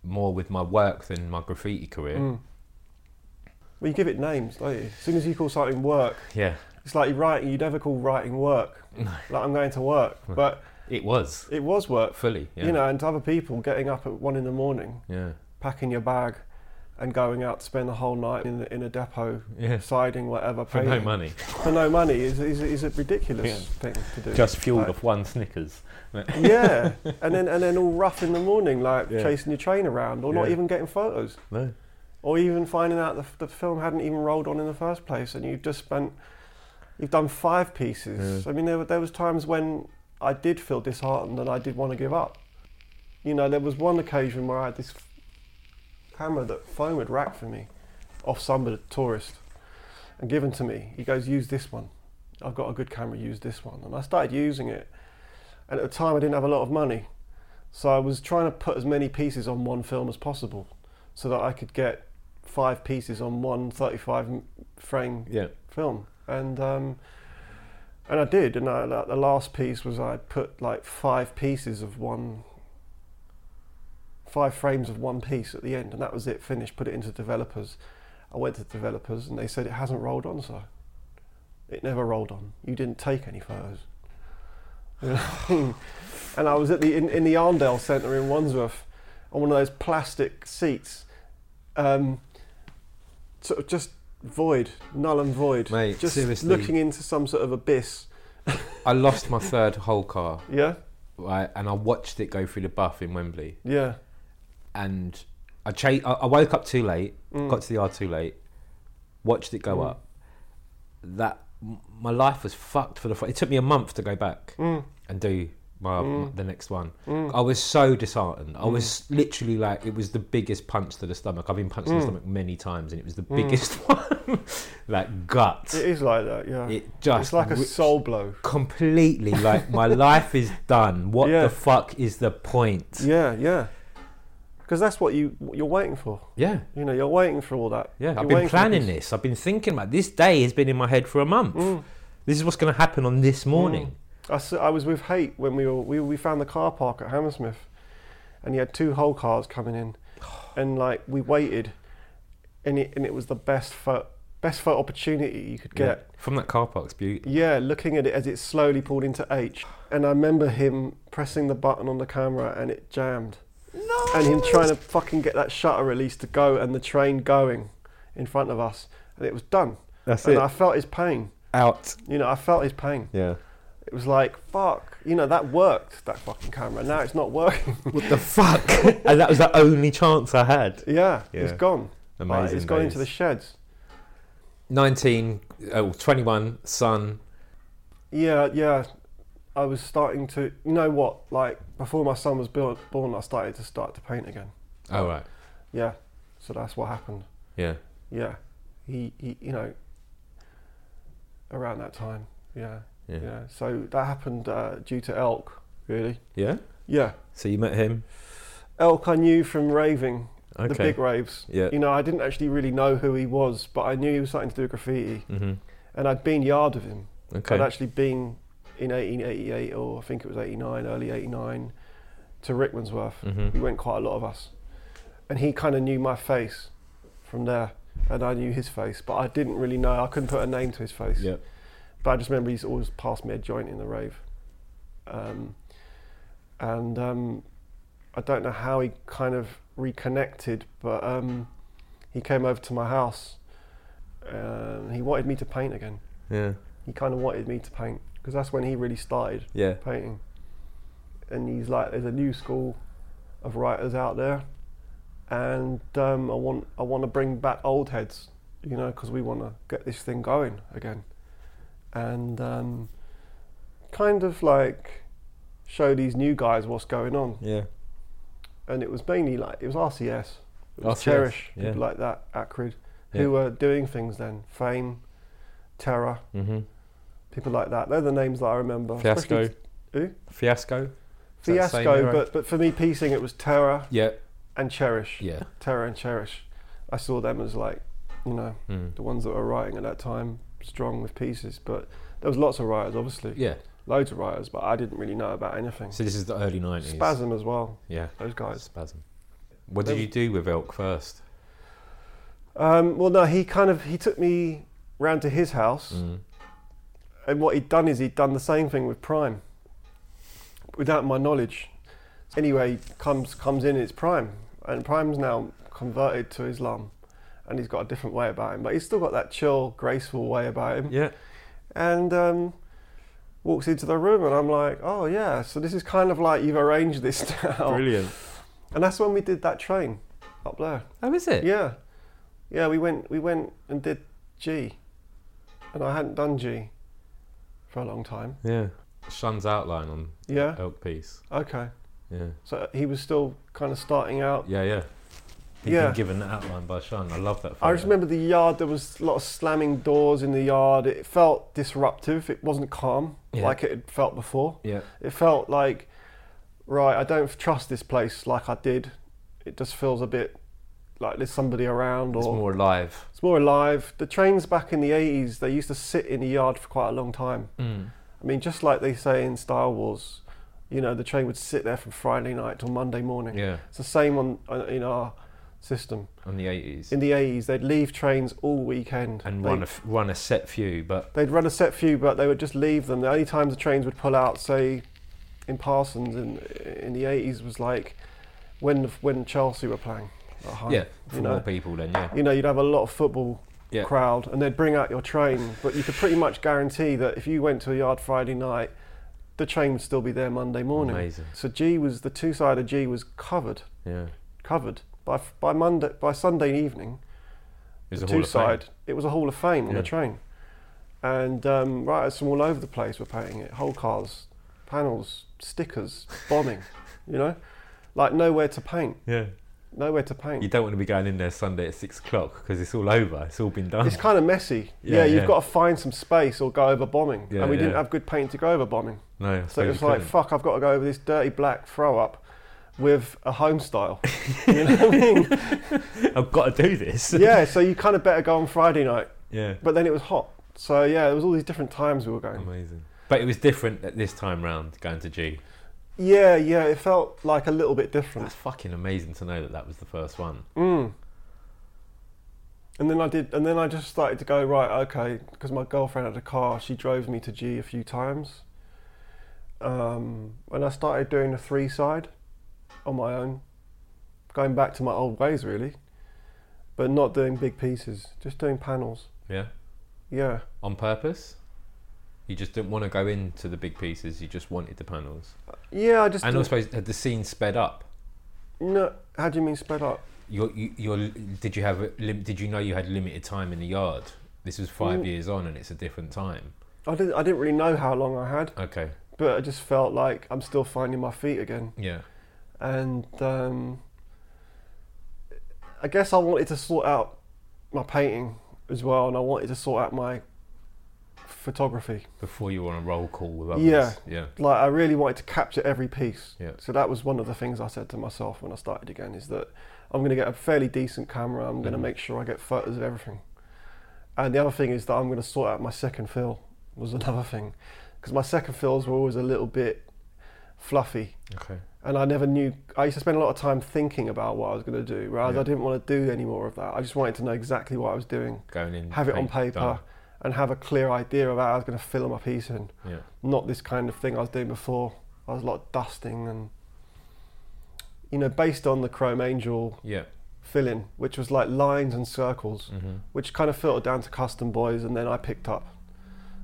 Speaker 3: more with my work than my graffiti career.
Speaker 2: it. Mm. Well, you give it names, don't you? As soon as you call something work,
Speaker 3: Yeah,
Speaker 2: it's like writing. You never call writing work. Like I'm going to work, but
Speaker 3: it was
Speaker 2: it was work.
Speaker 3: fully. Yeah.
Speaker 2: You know, and to other people getting up at one in the morning,
Speaker 3: Yeah.
Speaker 2: packing your bag, and going out to spend the whole night in, the, in a depot,
Speaker 3: Yeah.
Speaker 2: siding, whatever,
Speaker 3: For no
Speaker 2: painting,
Speaker 3: money,
Speaker 2: for no money is, is, is a ridiculous thing to do.
Speaker 3: just fueled
Speaker 2: Like,
Speaker 3: off one Snickers.
Speaker 2: yeah, and then and then all rough in the morning, like
Speaker 3: Yeah.
Speaker 2: chasing your train around, or not
Speaker 3: Yeah.
Speaker 2: even getting photos,
Speaker 3: No.
Speaker 2: or even finding out the, f- the film hadn't even rolled on in the first place, and you've just spent, you've done five pieces. I mean, there were there was times when I did feel disheartened and I did want to give up. You know, there was one occasion where I had this f- camera that foam had racked for me, off somebody tourist, and given to me. He goes, use this one. I've got a good camera. Use this one, and I started using it. And at the time, I didn't have a lot of money. So I was trying to put as many pieces on one film as possible so that I could get five pieces on one 35 m- frame
Speaker 3: Yeah.
Speaker 2: film. And, um, and I did. And I, like, the last piece was I put like five pieces of one, five frames of one piece at the end. And that was it, finished, put it into developers. I went to developers and they said it hasn't rolled on, sir. It never rolled on. You didn't take any photos. You know what I mean? and I was at the in, in the Arndale Centre in Wandsworth on one of those plastic seats, um, sort of just void, null and void,
Speaker 3: Mate,
Speaker 2: just
Speaker 3: seriously.
Speaker 2: looking into some sort of abyss.
Speaker 3: I lost my third whole car,
Speaker 2: Yeah,
Speaker 3: right, and I watched it go through the buff in Wembley.
Speaker 2: yeah,
Speaker 3: and I, cha- I I woke up too late,
Speaker 2: Mm.
Speaker 3: got to the yard too late, watched it go up. That m- my life was fucked for the. Fr- it took me a month to go back
Speaker 2: Mm.
Speaker 3: and do my m- the next one. I was so disheartened.
Speaker 2: Mm.
Speaker 3: I was literally like, it was the biggest punch to the stomach. I've been
Speaker 2: Mm.
Speaker 3: punched in the stomach many times, and it was the biggest one. like gut.
Speaker 2: it is like that. Yeah,
Speaker 3: It just
Speaker 2: it's like a
Speaker 3: ri-
Speaker 2: soul blow.
Speaker 3: completely like my life is done. What
Speaker 2: Yeah. Mm.
Speaker 3: the fuck is the point?
Speaker 2: Yeah, yeah, because that's what you what you're waiting for.
Speaker 3: yeah.
Speaker 2: You know, you're waiting for all that.
Speaker 3: Yeah,
Speaker 2: You're
Speaker 3: I've
Speaker 2: waiting
Speaker 3: been
Speaker 2: for
Speaker 3: planning
Speaker 2: this.
Speaker 3: this. Mm. I've been thinking about this day has been in my head for a month. This is what's going to happen on this morning.
Speaker 2: I, s- I was with Hate when we were we, we found the car park at Hammersmith, and he had two whole cars coming in, and like we waited, and it and it was the best photo best photo opportunity you could get.
Speaker 3: From that car park's beauty.
Speaker 2: Yeah, looking at it as it slowly pulled into H, and I remember him pressing the button on the camera and it jammed, no. and him trying to fucking get that shutter release to go and the train going in front of us, and it was done.
Speaker 3: That's
Speaker 2: and I felt his pain.
Speaker 3: Out.
Speaker 2: You know, I felt his pain.
Speaker 3: Yeah.
Speaker 2: It was like, fuck, you know, that worked, that fucking camera. Now it's not working.
Speaker 3: What the fuck? and that oh, was the only chance I had.
Speaker 2: yeah,
Speaker 3: Yeah.
Speaker 2: it's gone. Like,
Speaker 3: Amazing.
Speaker 2: it's gone into the
Speaker 3: days.
Speaker 2: sheds.
Speaker 4: 19, oh, 21, son.
Speaker 2: Yeah, yeah. I was starting to, you know what? Like before my son was built, born, I started to start to paint again.
Speaker 3: Oh right.
Speaker 2: Yeah, so that's what happened.
Speaker 3: Yeah.
Speaker 2: Yeah, he, he you know, around that time. Yeah,
Speaker 3: Yeah.
Speaker 2: yeah. So that happened uh, due to elk, really.
Speaker 3: Yeah.
Speaker 2: Yeah,
Speaker 3: So you met him.
Speaker 2: elk I knew from raving,
Speaker 3: Okay.
Speaker 2: the big raves.
Speaker 3: Yeah.
Speaker 2: You know, I didn't actually really know who he was, but I knew he was something to do with graffiti,
Speaker 3: Mm-hmm.
Speaker 2: and I'd been yard with him. I'd
Speaker 3: Okay.
Speaker 2: actually been in 1888 or I think it was 89, early 89, to Rickmansworth.
Speaker 3: Mhm.
Speaker 2: We went quite a lot of us. And he kind of knew my face from there. And I knew his face, but I didn't really know. I couldn't put a name to his face.
Speaker 4: Yeah.
Speaker 2: But I just remember he's always passed me a joint in the rave. Um, and um, I don't know how he kind of reconnected, but um, he came over to my house. Um, he wanted me to paint again
Speaker 3: Yeah.
Speaker 2: he kind of wanted me to paint because that's when he really started
Speaker 3: Yeah.
Speaker 2: painting. And he's like, "There's a new school of writers out there, and um, I want I want to bring back old heads, you know, because we want to get this thing going again." And um, kind of like show these new guys what's going on.
Speaker 3: Yeah.
Speaker 2: And it was mainly like it was RCS, it was
Speaker 3: RCS,
Speaker 2: Cherish,
Speaker 3: yeah.
Speaker 2: people like that, Acrid,
Speaker 3: Yeah.
Speaker 2: who were doing things then. Fame, Terror,
Speaker 3: Mm-hmm.
Speaker 2: people like that. They're the names that I remember.
Speaker 3: Fiasco.
Speaker 2: Especially- Who?
Speaker 3: Fiasco. Is that the same
Speaker 2: Fiasco,
Speaker 3: era?
Speaker 2: but, but for me, piecing it was Terror
Speaker 4: Yeah,
Speaker 2: and Cherish.
Speaker 4: yeah.
Speaker 2: Terror and Cherish. I saw them as like, you know,
Speaker 3: Mm.
Speaker 2: the ones that were writing at that time, strong with pieces. But there was lots of writers, obviously.
Speaker 4: Yeah.
Speaker 2: Loads of writers, but I didn't really know about anything.
Speaker 4: So this is the early 90s.
Speaker 2: Spasm as well,
Speaker 3: Yeah.
Speaker 2: those guys.
Speaker 4: Spasm.
Speaker 3: What did you do with elk first?
Speaker 2: Um, well, no, he kind of, he took me round to his house.
Speaker 3: Mm.
Speaker 2: And what he'd done is he'd done the same thing with Prime, without my knowledge. Anyway, comes comes in it's Prime, and Prime's now converted to Islam, and he's got a different way about him, but he's still got that chill, graceful way about him.
Speaker 3: Yeah.
Speaker 2: And um, walks into the room, and I'm like, oh yeah, so this is kind of like you've arranged this now.
Speaker 3: Brilliant.
Speaker 2: And that's when we did that train up there.
Speaker 3: Oh, is it?
Speaker 2: Yeah, yeah, we went we went and did G, and I hadn't done G for a long time.
Speaker 3: Yeah. Shun's outline on
Speaker 2: Yeah.
Speaker 3: elk piece.
Speaker 2: Okay.
Speaker 3: Yeah.
Speaker 2: So he was still kind of starting out.
Speaker 3: Yeah. Yeah.
Speaker 4: He'd
Speaker 2: Yeah.
Speaker 4: been given that outline by Sean. I love that. Photo.
Speaker 2: I just remember the yard. There was a lot of slamming doors in the yard. It felt disruptive. It wasn't calm
Speaker 4: Yeah.
Speaker 2: like it had felt before.
Speaker 4: Yeah.
Speaker 2: It felt like, right, I don't trust this place like I did. It just feels a bit like there's somebody around or
Speaker 3: It's more alive.
Speaker 2: it's more alive. The trains back in the 80s, they used to sit in the yard for quite a long time.
Speaker 3: Mm.
Speaker 2: I mean, just like they say in Star Wars, you know, the train would sit there from Friday night till Monday morning.
Speaker 3: Yeah.
Speaker 2: It's the same on on- in our system.
Speaker 3: On the eighties.
Speaker 2: In the 80s, they'd leave trains all weekend.
Speaker 3: And
Speaker 2: they,
Speaker 3: run a f- run a set few, but
Speaker 2: They'd run a set few, but they would just leave them. The only times the trains would pull out, say, in Parsons in in the 80s, was like when when Chelsea were playing. at home.
Speaker 3: yeah, for
Speaker 2: you
Speaker 3: more
Speaker 2: know,
Speaker 3: people then. Yeah.
Speaker 2: you know, you'd have a lot of football
Speaker 3: Yeah.
Speaker 2: crowd, and they'd bring out your train. But you could pretty much guarantee that if you went to a yard Friday night, the train would still be there Monday morning.
Speaker 3: Amazing.
Speaker 2: So G was the two sided G was covered,
Speaker 3: Yeah. It
Speaker 2: covered by by Monday by Sunday evening.
Speaker 3: was
Speaker 2: the
Speaker 3: a Hall
Speaker 2: two
Speaker 3: of Fame.
Speaker 2: side. It was a hall of fame on
Speaker 3: Yeah.
Speaker 2: the train, and um, writers from all over the place were painting it. Whole cars, panels, stickers, bombing. you know, like nowhere to paint,
Speaker 3: Yeah.
Speaker 2: nowhere to paint.
Speaker 3: You don't want to be going in there Sunday at six o'clock because it's all over. It's all been done.
Speaker 2: it's kind of messy.
Speaker 3: Oh. Yeah,
Speaker 2: Yeah, you've
Speaker 3: yeah.
Speaker 2: got to find some space or go over bombing.
Speaker 3: Yeah,
Speaker 2: and we didn't
Speaker 3: yeah.
Speaker 2: have good paint to go over bombing.
Speaker 3: no. I
Speaker 2: So
Speaker 3: suppose
Speaker 2: it
Speaker 3: you
Speaker 2: was like,
Speaker 3: couldn't.
Speaker 2: fuck, I've got to go over this dirty black throw up with a home style. you know what I mean?
Speaker 3: I've got to do this.
Speaker 2: yeah, so you kind of better go on Friday night.
Speaker 3: Yeah.
Speaker 2: But then it was hot. So yeah, there was all these different times we were going.
Speaker 3: Amazing. But it was different at this time round going to G.
Speaker 2: Yeah, yeah, it felt like a little bit different.
Speaker 3: That's fucking amazing to know that that was the first one.
Speaker 2: Mm. And then I did, and then I just started to go right, okay, because my girlfriend had a car. She drove me to G a few times, um, and I started doing the three side on my own, going back to my old ways really, but not doing big pieces, just doing panels.
Speaker 3: Yeah.
Speaker 2: Yeah,
Speaker 3: On purpose. You just didn't want to go into the big pieces. You just wanted the panels.
Speaker 2: yeah. I just
Speaker 3: And I
Speaker 2: didn't-
Speaker 3: suppose had the scene sped up.
Speaker 2: no. How do you mean sped up?
Speaker 3: Your, you- your, did you have? a Lim, did you know you had limited time in the yard? This was five
Speaker 2: Mm.
Speaker 3: years on, and it's a different time.
Speaker 2: I didn't. I didn't really know how long I had.
Speaker 3: Okay.
Speaker 2: but I just felt like I'm still finding my feet again.
Speaker 4: Yeah.
Speaker 2: and um, I guess I wanted to sort out my painting as well, and I wanted to sort out my photography.
Speaker 4: Before you were on a roll call with others.
Speaker 2: Yeah.
Speaker 4: Yeah.
Speaker 2: Like I really wanted to capture every piece.
Speaker 4: Yeah.
Speaker 2: So that was one of the things I said to myself when I started again is that I'm going to get a fairly decent camera. I'm going to
Speaker 4: Mhm.
Speaker 2: make sure I get photos of everything. And the other thing is that I'm going to sort out my second fill was another thing because my second fills were always a little bit fluffy
Speaker 4: Okay.
Speaker 2: and I never knew. I used to spend a lot of time thinking about what I was going to do, whereas
Speaker 4: Yeah.
Speaker 2: I didn't want to do any more of that. I just wanted to know exactly what I was doing,
Speaker 4: Going in.
Speaker 2: have it on paper,
Speaker 4: done.
Speaker 2: and have a clear idea about how I was going to fill my piece in.
Speaker 4: Yeah.
Speaker 2: Not this kind of thing I was doing before. I was a lot of dusting and, you know, based on the Chrome Angel
Speaker 4: Yeah.
Speaker 2: filling, which was like lines and circles,
Speaker 4: Mm-hmm.
Speaker 2: which kind of filtered down to Custom Boys, and then I picked up.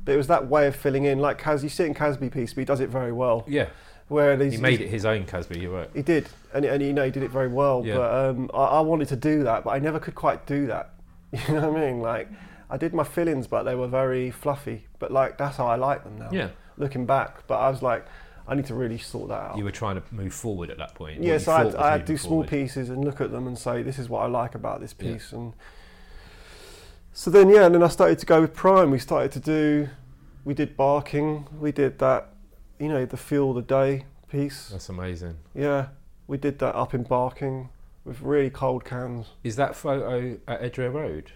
Speaker 2: But it was that way of filling in, like Cas. You see it in Casby piece, but he does it very well.
Speaker 4: Yeah.
Speaker 2: Where these
Speaker 4: He made it his own, Casby. You're right.
Speaker 2: He did, and, and you know he did it very well.
Speaker 4: Yeah.
Speaker 2: But um, I, I wanted to do that, but I never could quite do that. You know what I mean? Like I did my fillings, but they were very fluffy. But like that's how I like them now.
Speaker 4: Yeah.
Speaker 2: Looking back, but I was like, I need to really sort that out.
Speaker 4: You were trying to move forward at that point.
Speaker 2: yeah,
Speaker 4: What
Speaker 2: so
Speaker 4: you
Speaker 2: I
Speaker 4: thought
Speaker 2: had,
Speaker 4: was
Speaker 2: I had to
Speaker 4: moving
Speaker 2: do small
Speaker 4: forward.
Speaker 2: pieces and look at them and say, this is what I like about this
Speaker 4: Yeah.
Speaker 2: piece. And so then, yeah, and then I started to go with Prime. We started to do, we did barking, we did that, you know, the fuel of the day piece.
Speaker 4: That's amazing.
Speaker 2: Yeah, we did that up in Barking with really cold cans.
Speaker 4: Is that photo at Edgware Road?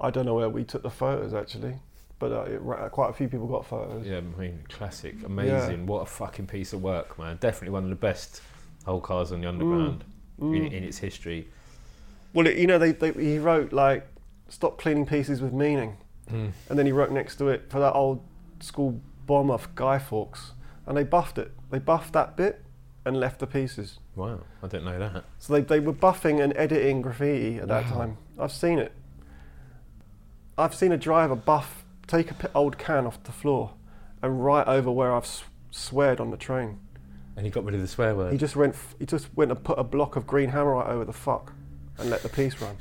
Speaker 2: I don't know where we took the photos actually, but uh, it, ra- quite a few people got photos.
Speaker 4: Yeah, I mean, classic, amazing. What a fucking piece of work, man. Definitely one of the best whole cars on the underground in,
Speaker 2: Mm.
Speaker 4: in its history.
Speaker 2: Well, it, you know, they, they, he wrote like, "Stop cleaning pieces with meaning,"
Speaker 4: Mm.
Speaker 2: and then he wrote next to it for that old school bomber of Guy Fawkes, and they buffed it. They buffed that bit and left the pieces.
Speaker 4: Wow, I didn't know that.
Speaker 2: So they, they were buffing and editing graffiti at that
Speaker 4: Wow.
Speaker 2: time. I've seen it. I've seen a driver buff, take a p- old can off the floor and right over where I've s- sweared on the train.
Speaker 4: And he got rid of the swear word.
Speaker 2: He just went f- he just went and put a block of green hammerite over the fuck and let the piece run.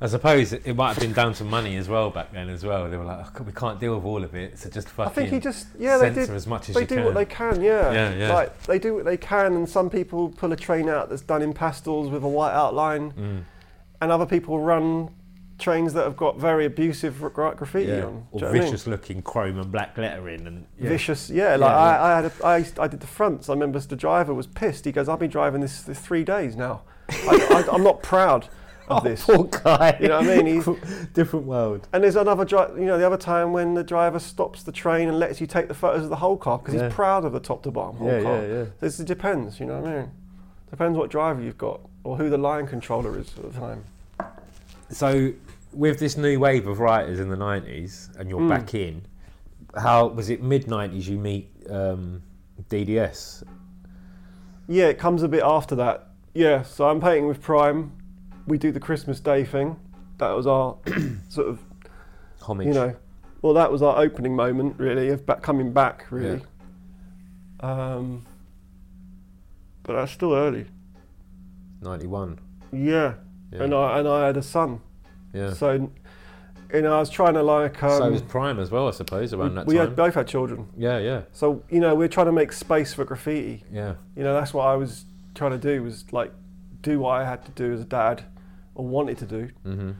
Speaker 4: I suppose it, it might have been down to money as well back then as well. They were like, "Oh, we can't deal with all of it, so just
Speaker 2: I
Speaker 4: fucking
Speaker 2: think he just yeah they
Speaker 4: censor
Speaker 2: did
Speaker 4: as much as
Speaker 2: they
Speaker 4: you
Speaker 2: do
Speaker 4: can."
Speaker 2: what they can yeah.
Speaker 4: Yeah, yeah.
Speaker 2: like they do what they can and some people pull a train out that's done in pastels with a white outline
Speaker 4: Mm.
Speaker 2: and other people run trains that have got very abusive gra- graffiti on.
Speaker 4: Yeah.
Speaker 2: Do you know
Speaker 4: Or
Speaker 2: what I mean?
Speaker 4: vicious looking chrome and black lettering and yeah.
Speaker 2: vicious. Yeah, like
Speaker 4: Yeah,
Speaker 2: I, I had, a, I, used- I did the fronts. I remember the driver was pissed. He goes, "I've been driving this, this three days now. I, I, I'm not proud of this."
Speaker 4: Oh, Poor guy.
Speaker 2: You know what I mean? He's,
Speaker 4: Different world.
Speaker 2: and there's another, dri- you know, the other time when the driver stops the train and lets you take the photos of the whole car because
Speaker 4: Yeah.
Speaker 2: he's proud of the top to bottom whole
Speaker 4: Yeah,
Speaker 2: car.
Speaker 4: yeah, yeah.
Speaker 2: So it's- it depends. You know what I mean? Depends what driver you've got or who the line controller is at the time.
Speaker 4: So, with this new wave of writers in the nineties, and you're
Speaker 2: Mm.
Speaker 4: back in, how was it mid nineties? You meet um, DDS.
Speaker 2: Yeah, it comes a bit after that. Yeah, so I'm painting with Prime. We do the Christmas Day thing. That was our sort of
Speaker 4: Homage.
Speaker 2: you know, well, that was our opening moment, really, of back, coming back, really. Um, but that's still early.
Speaker 4: ninety one.
Speaker 2: Yeah.
Speaker 4: Yeah.
Speaker 2: and I and I had a son,
Speaker 4: yeah. So,
Speaker 2: so you know, I was trying to like. Um,
Speaker 4: was Prime as well, I suppose,
Speaker 2: we
Speaker 4: around that
Speaker 2: we
Speaker 4: time.
Speaker 2: had both had children,
Speaker 4: yeah, yeah,
Speaker 2: so you know, we're trying to make space for graffiti.
Speaker 4: yeah.
Speaker 2: You know, that's what I was trying to do was like do what I had to do as a dad, or wanted to do,
Speaker 4: Mm-hmm.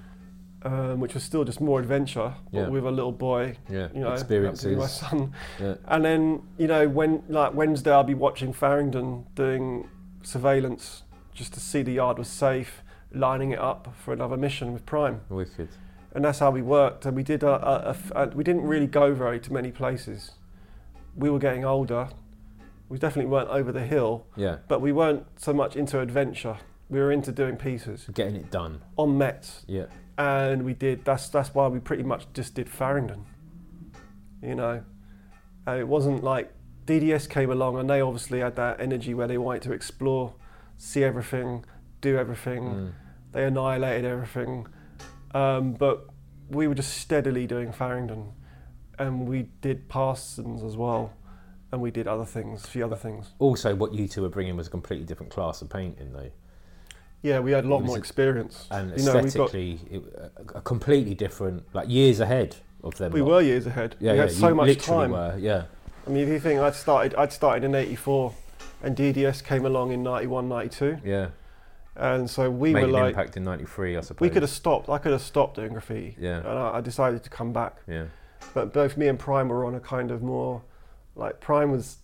Speaker 2: um, which was still just more adventure, but
Speaker 4: Yeah.
Speaker 2: with a little boy
Speaker 4: Yeah.
Speaker 2: you know, happens to be
Speaker 4: Experiences.
Speaker 2: My son.
Speaker 4: Yeah.
Speaker 2: And then you know when like Wednesday, I'll be watching Farringdon doing surveillance just to see the yard was safe, lining it up for another mission with Prime.
Speaker 4: Wicked.
Speaker 2: And that's how we worked. And we did a, a- a f- a- we didn't really go very to many places. We were getting older. We definitely weren't over the hill,
Speaker 4: Yeah.
Speaker 2: but we weren't so much into adventure. We were into doing pieces
Speaker 4: Getting it done.
Speaker 2: on Met
Speaker 4: Yeah.
Speaker 2: and we did that's that's why we pretty much just did Farringdon you know and it wasn't like DDS came along and they obviously had that energy where they wanted to explore see everything do everything
Speaker 4: Mm.
Speaker 2: they annihilated everything um, but we were just steadily doing Farringdon and we did Parsons as well and we did other things a few other things
Speaker 4: Also, what you two were bringing was a completely different class of painting, though.
Speaker 2: yeah we had a lot
Speaker 4: Was
Speaker 2: more
Speaker 4: it-
Speaker 2: experience
Speaker 4: and
Speaker 2: you know we got
Speaker 4: aesthetically, it, a, a completely different, like years ahead of them.
Speaker 2: we
Speaker 4: lot.
Speaker 2: were years ahead
Speaker 4: Yeah,
Speaker 2: we
Speaker 4: yeah,
Speaker 2: had so
Speaker 4: you
Speaker 2: much
Speaker 4: literally
Speaker 2: time
Speaker 4: Were, yeah,
Speaker 2: I mean, if you think I'd started, I'd started in '84, and DDS came along in '91, '92,
Speaker 3: Yeah.
Speaker 2: and so we
Speaker 3: Made
Speaker 2: were
Speaker 3: an
Speaker 2: like,
Speaker 3: impact in '93, I suppose.
Speaker 2: we could have stopped. I could have stopped doing graffiti, and
Speaker 3: Yeah.
Speaker 2: I, I decided to come back.
Speaker 3: Yeah.
Speaker 2: But both me and Prime were on a kind of more, like Prime was,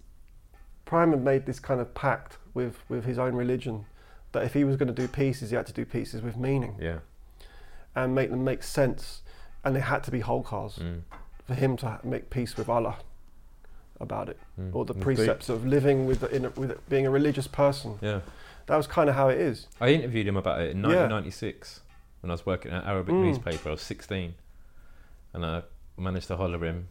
Speaker 2: Prime had made this kind of pact with with his own religion, that if he was going to do pieces, he had to do pieces with meaning
Speaker 3: Yeah.
Speaker 2: and make them make sense, and they had to be whole cars.
Speaker 3: Mm.
Speaker 2: for him to ha- make peace with Allah about it,
Speaker 3: Mm.
Speaker 2: or the
Speaker 4: Indeed.
Speaker 2: precepts of living with, in a, with being a religious person.
Speaker 4: Yeah.
Speaker 2: That was kind of how it is.
Speaker 4: I interviewed him about it in
Speaker 2: Yeah.
Speaker 4: 1996 when I was working at an Arabic
Speaker 2: Mm.
Speaker 4: newspaper. I was 16, and I managed to holler him,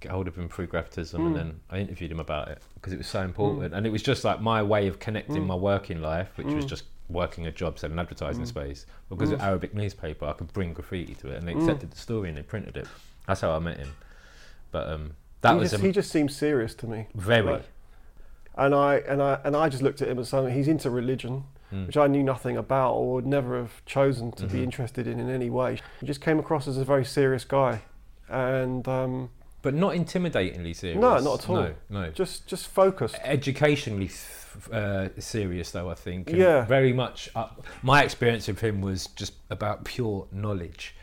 Speaker 4: get hold of him through gravitism,
Speaker 2: Mm.
Speaker 4: and then I interviewed him about it because it was
Speaker 2: Hmm.
Speaker 4: so important. And it was just like my way of connecting
Speaker 2: Mm.
Speaker 4: my working life, which was
Speaker 2: Mm.
Speaker 4: just working a job selling advertising
Speaker 2: Mm.
Speaker 4: space, because of
Speaker 2: Mm.
Speaker 4: Arabic newspaper, I could bring graffiti to it, and they
Speaker 2: Mm.
Speaker 4: accepted the story and they printed it. That's how I met him. But um, that
Speaker 2: he,
Speaker 4: was
Speaker 2: just,
Speaker 4: a
Speaker 2: he just seemed serious to me,
Speaker 4: very
Speaker 2: like, and I and I and I just looked at him as something. He's into religion,
Speaker 4: Mm.
Speaker 2: which I knew nothing about, or would never have chosen to
Speaker 4: Mhm.
Speaker 2: be interested in in any way. He just came across as a very serious guy, and um,
Speaker 4: but not intimidatingly serious.
Speaker 2: No, not at all.
Speaker 4: No, no.
Speaker 2: just just focused.
Speaker 4: educationally s- uh, serious though i think and
Speaker 2: Yeah.
Speaker 4: very much up, my experience of him was just about pure knowledge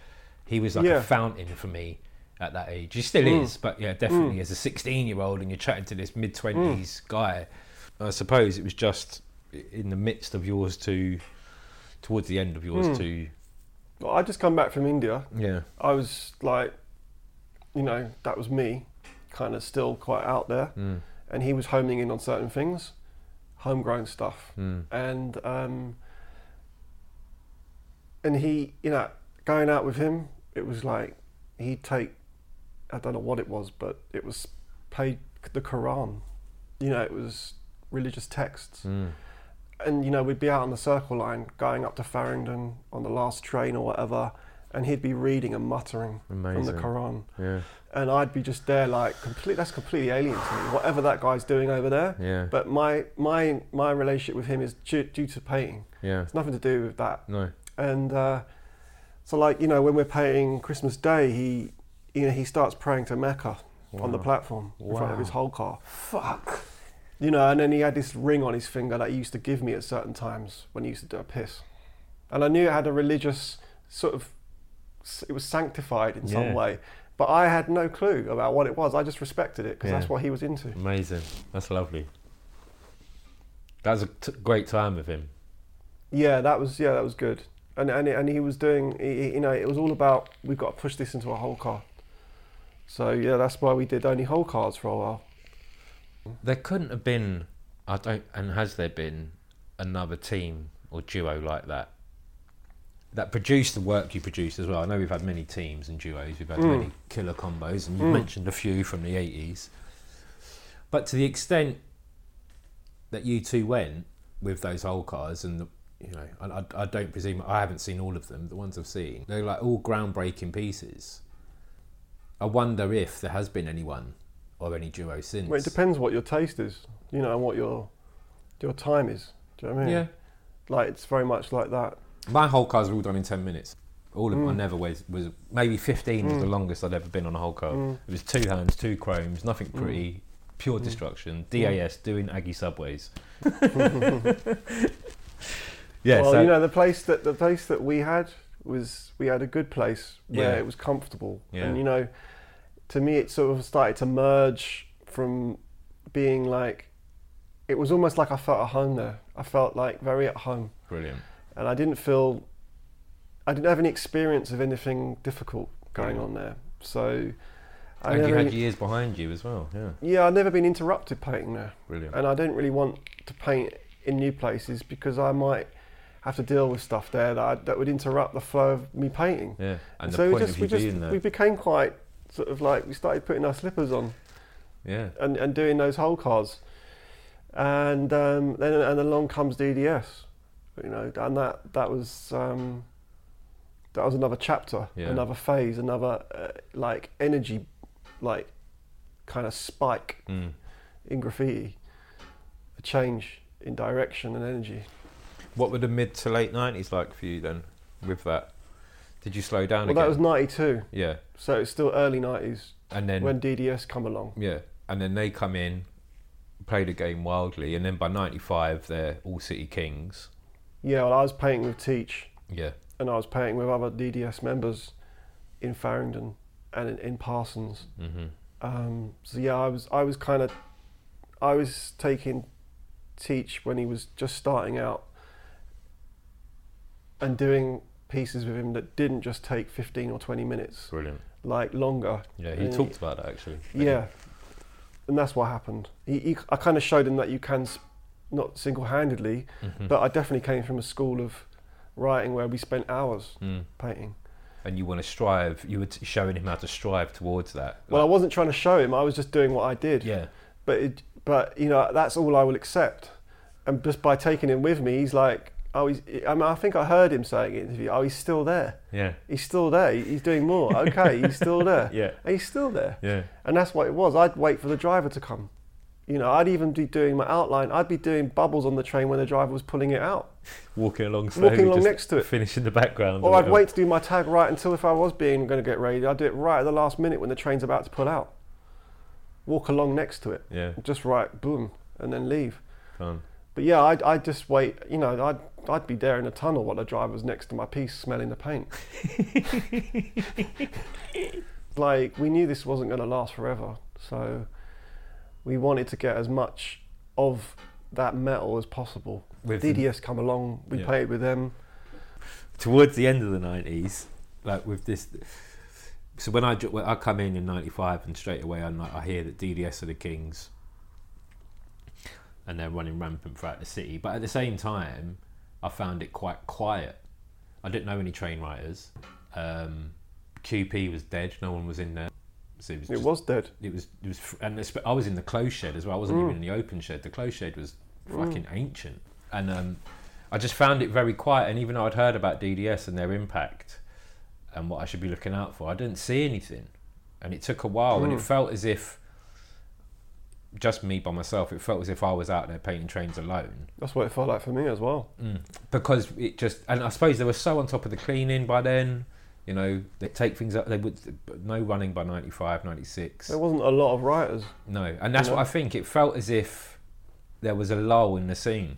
Speaker 4: he was like
Speaker 2: Yeah.
Speaker 4: a fountain for me at that age he still
Speaker 2: Mm. Mm.
Speaker 4: is but yeah definitely as a 16 year old and you're chatting to this mid-20s guy i suppose it was just i- in the midst of yours two towards the end of yours
Speaker 2: Mm.
Speaker 4: two
Speaker 2: Well, I just come back from India.
Speaker 4: yeah
Speaker 2: I was like, you know, that was me, kind of still quite out there.
Speaker 4: mm,
Speaker 2: and he was homing in on certain things, homegrown stuff,
Speaker 4: mm,
Speaker 2: and um, and he, you know, going out with him, it was like he'd take, I don't know what it was, but it was play the Quran, you know, it was religious texts,
Speaker 3: Hmm.
Speaker 4: mm.
Speaker 2: and you know we'd be out on the Circle Line going up to Farringdon on the last train or whatever, and he'd be reading and muttering from
Speaker 4: Amazing.
Speaker 2: the Quran.
Speaker 4: yeah
Speaker 2: And I'd be just there, like complete. That's completely alien to me. Whatever that guy's doing over there,
Speaker 4: yeah
Speaker 2: but my my my relationship with him is due, due to painting.
Speaker 4: yeah
Speaker 2: It's nothing to do with that.
Speaker 4: no
Speaker 2: And uh, so, like you know, when we're painting Christmas Day, he you know he starts praying to Mecca on the
Speaker 4: Wow.
Speaker 2: platform in front of his
Speaker 4: Wow.
Speaker 2: whole car. Fuck. You know, and then he had this ring on his finger that he used to give me at certain times when he used to do a piss, and I knew it had a religious sort of it was sanctified in
Speaker 4: Yeah.
Speaker 2: some way. But I had no clue about what it was. I just respected it because
Speaker 4: Yeah.
Speaker 2: that's what he was into.
Speaker 4: Amazing. That's lovely. That was a t- great time with him.
Speaker 2: Yeah, that was yeah, that was good. And and and he was doing, he- he- you know, it was all about we've got to push this into a whole car. So yeah, that's why we did only whole cars for a while.
Speaker 4: There couldn't have been, I don't, and has there been another team or duo like that that produced the work you produced as well? I know we've had many teams and duos, we've had
Speaker 2: Mm.
Speaker 4: many killer combos, and you
Speaker 2: Mm.
Speaker 4: mentioned a few from the 80s. But to the extent that you two went with those whole cars and the you know, I, I, I don't presume I haven't seen all of them. The ones I've seen, they're like all groundbreaking pieces. I wonder if there has been anyone or any duo since.
Speaker 2: Well, it depends what your taste is, you know, and what your your time is. Do you know what I mean?
Speaker 4: Yeah.
Speaker 2: Like it's very much like that.
Speaker 4: My whole cars were all done in 10 minutes. All of them, I
Speaker 2: Mm.
Speaker 4: never was, was maybe 15 was the longest I'd ever been on a whole car.
Speaker 2: Mm.
Speaker 4: It was two hands, two chromes, nothing pretty, pure
Speaker 2: Mm.
Speaker 4: destruction, DAS doing Aggie subways. yeah,
Speaker 2: well,
Speaker 4: so
Speaker 2: you know, the place that the place that we had was we had a good place where
Speaker 4: Yeah.
Speaker 2: it was comfortable,
Speaker 4: Yeah.
Speaker 2: and you know, to me, it sort of started to merge from being like, it was almost like I felt at home there. I felt like very at home,
Speaker 4: brilliant.
Speaker 2: and I didn't feel, I didn't have any experience of anything difficult going
Speaker 4: Yeah.
Speaker 2: on there. So, I
Speaker 4: Mm. And you
Speaker 2: never,
Speaker 4: had years behind you as well. Yeah,
Speaker 2: yeah, I'd never been interrupted painting there
Speaker 4: brilliant.
Speaker 2: and I didn't really want to paint in new places because I might have to deal with stuff there that, I, that would interrupt the flow of me painting.
Speaker 4: Yeah, and
Speaker 2: so
Speaker 4: the
Speaker 2: we
Speaker 4: point
Speaker 2: just
Speaker 4: of
Speaker 2: we
Speaker 4: you
Speaker 2: just
Speaker 4: being there.
Speaker 2: we became quite sort of like we started putting our slippers on
Speaker 4: yeah,
Speaker 2: and, and doing those whole cars, and um, then and along comes DDS, you know, and that that was. Um, that was another chapter,
Speaker 4: Yeah.
Speaker 2: another phase, another uh, like energy, like kind of spike
Speaker 4: mm.
Speaker 2: in graffiti a change in direction and energy.
Speaker 4: What were the mid to late nineties like for you then? With that, did you slow down
Speaker 2: Well,
Speaker 4: again?
Speaker 2: that was 92,
Speaker 4: yeah,
Speaker 2: so it's still early 90s
Speaker 4: and then
Speaker 2: when DDS come along.
Speaker 4: yeah, and then they come in, play the game wildly, and then by '95 they're all city kings.
Speaker 2: Yeah, well, I was painting with Teach,
Speaker 4: Yeah,
Speaker 2: and I was painting with other DDS members in Farringdon and in, in Parsons.
Speaker 4: hmm
Speaker 2: Um, so yeah, I was I was kind of I was taking Teach when he was just starting out and doing pieces with him that didn't just take 15 or 20 minutes,
Speaker 4: brilliant.
Speaker 2: like longer.
Speaker 4: Yeah, he
Speaker 2: And
Speaker 4: talked about that actually.
Speaker 2: Yeah, and that's what happened. He, he, I kind of showed him that you can, s- not single-handedly,
Speaker 4: Mhm.
Speaker 2: but I definitely came from a school of writing where we spent hours
Speaker 4: Mm.
Speaker 2: painting.
Speaker 4: And you want to strive. You were t- showing him how to strive towards that.
Speaker 2: Well, I
Speaker 4: Like,
Speaker 2: wasn't trying to show him; I was just doing what I did.
Speaker 4: yeah,
Speaker 2: but it, but you know that's all I will accept. And just by taking him with me, he's like, oh, he's, I, mean, I think I heard him saying in the interview, oh, he's still there.
Speaker 4: yeah,
Speaker 2: He's still there. He's doing more. Okay, he's still there.
Speaker 4: yeah,
Speaker 2: He's still there.
Speaker 4: yeah.
Speaker 2: And that's what it was. I'd wait for the driver to come. You know, I'd even be doing my outline. I'd be doing bubbles on the train when the driver was pulling it out.
Speaker 4: Walking along slowly,
Speaker 2: Walking along
Speaker 4: just
Speaker 2: next to it.
Speaker 4: finishing the background.
Speaker 2: Or I'd
Speaker 4: whatever.
Speaker 2: wait to do my tag right until if I was being going to get ready, I'd do it right at the last minute when the train's about to pull out. Walk along next to it,
Speaker 4: Yeah,
Speaker 2: just right, boom, and then leave.
Speaker 4: fun.
Speaker 2: But yeah, I'd, I'd just wait. You know, I'd, I'd be there in a tunnel while the driver's next to my piece smelling the paint. like, we knew this wasn't going to last forever. So we wanted to get as much of that metal as possible.
Speaker 4: With the-
Speaker 2: DDS come along, we
Speaker 4: Yeah.
Speaker 2: painted with them.
Speaker 4: towards the end of the nineties, like with this. So when I jo- when I come in in '95 and straight away I kn- I hear that DDS are the kings, and they're running rampant throughout the city. But at the same time, I found it quite quiet. I didn't know any train writers. Um, QP was dead. No one was in there. So it was,
Speaker 2: It
Speaker 4: just-
Speaker 2: was dead.
Speaker 4: it was it was fr- and esp- I was in the closed shed as well. I wasn't even in the open shed. The closed shed was fucking ancient, and um, I just found it very quiet. And even though I'd heard about DDS and their impact and what I should be looking out for, I didn't see anything, and it took a while. And it felt as if just me by myself. It felt as if I was out there painting trains alone
Speaker 2: That's what it felt like for me as well.
Speaker 4: because it just and I suppose they were so on top of the cleaning by then. You know, they take things up. They would no running by 95, 96.
Speaker 7: Oh.
Speaker 2: There wasn't a lot of writers.
Speaker 4: No, and that's
Speaker 2: You know?
Speaker 4: what I think. It felt as if there was a lull in the scene.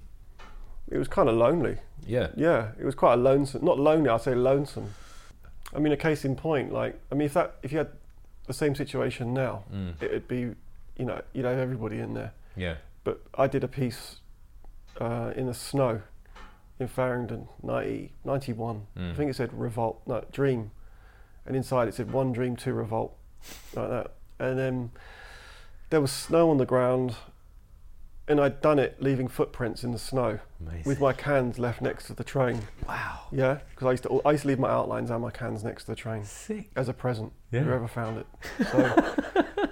Speaker 2: It was kind of lonely.
Speaker 4: Yeah,
Speaker 2: Yeah, it was quite a lonesome. Not lonely, I'd say lonesome. I mean, a case in point, like I mean, if that if you had the same situation now,
Speaker 4: Mm.
Speaker 2: it'd be, you know, you'd have everybody in there.
Speaker 4: yeah,
Speaker 2: But I did a piece uh, in the snow in Farringdon, 90, 91. I
Speaker 4: Mm.
Speaker 2: think it said revolt, no dream, and inside it said one dream, two revolt, like that. And then there was snow on the ground, and I'd done it leaving footprints in the snow
Speaker 4: amazing.
Speaker 2: with my cans left next to the train.
Speaker 4: wow,
Speaker 2: Yeah, because I used to I used to leave my outlines and my cans next to the train
Speaker 4: sick.
Speaker 2: as a present.
Speaker 4: Yeah.
Speaker 2: Whoever found it. So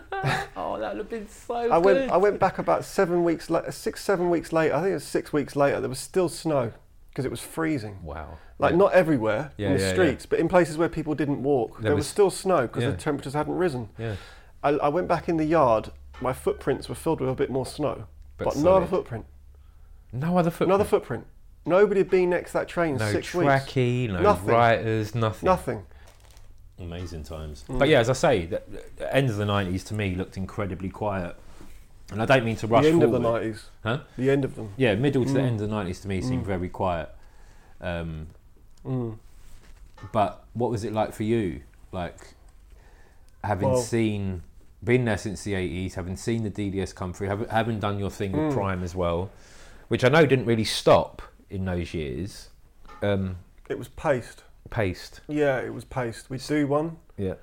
Speaker 7: Oh, that would have been so
Speaker 2: I
Speaker 7: good.
Speaker 2: went I went back about seven weeks later, six seven weeks later. I think it was six weeks later. There was still snow because it was freezing.
Speaker 4: Wow,
Speaker 2: Like
Speaker 4: Yeah.
Speaker 2: not everywhere
Speaker 4: Yeah,
Speaker 2: in the
Speaker 4: yeah, yeah.
Speaker 2: streets, but in places where people didn't walk, there,
Speaker 4: There
Speaker 2: was,
Speaker 4: was-
Speaker 2: still snow because
Speaker 4: yeah.
Speaker 2: the temperatures hadn't risen.
Speaker 4: Yeah,
Speaker 2: I, I went back in the yard. My footprints were filled with a bit more snow,
Speaker 4: But
Speaker 2: but, no other
Speaker 4: solid.
Speaker 2: footprint.
Speaker 4: no other foot.
Speaker 2: Another footprint. Nobody had been next to that train in
Speaker 4: no
Speaker 2: six weeks.
Speaker 4: tracky, no
Speaker 2: Nothing.
Speaker 4: writers, nothing.
Speaker 2: Nothing.
Speaker 4: Amazing times.
Speaker 2: Mm.
Speaker 4: But yeah, as I say, the, the end of the nineties to me looked incredibly quiet, and I don't mean to rush
Speaker 2: the end
Speaker 4: forward.
Speaker 2: of the nineties.
Speaker 4: Huh?
Speaker 2: The end of them.
Speaker 4: Yeah, middle to the
Speaker 2: Mm.
Speaker 4: end of the nineties to me seemed very quiet. Um,
Speaker 2: Mm.
Speaker 4: But what was it like for you? Like having
Speaker 2: Well-
Speaker 4: seen, been there since the eighties, having seen the DDS come through, having, having done your thing with
Speaker 2: Mm.
Speaker 4: Prime as well, which I know didn't really stop in those years. Um,
Speaker 2: It was paced.
Speaker 4: paste.
Speaker 2: Yeah, it was paced. We'd do one,
Speaker 4: Yeah.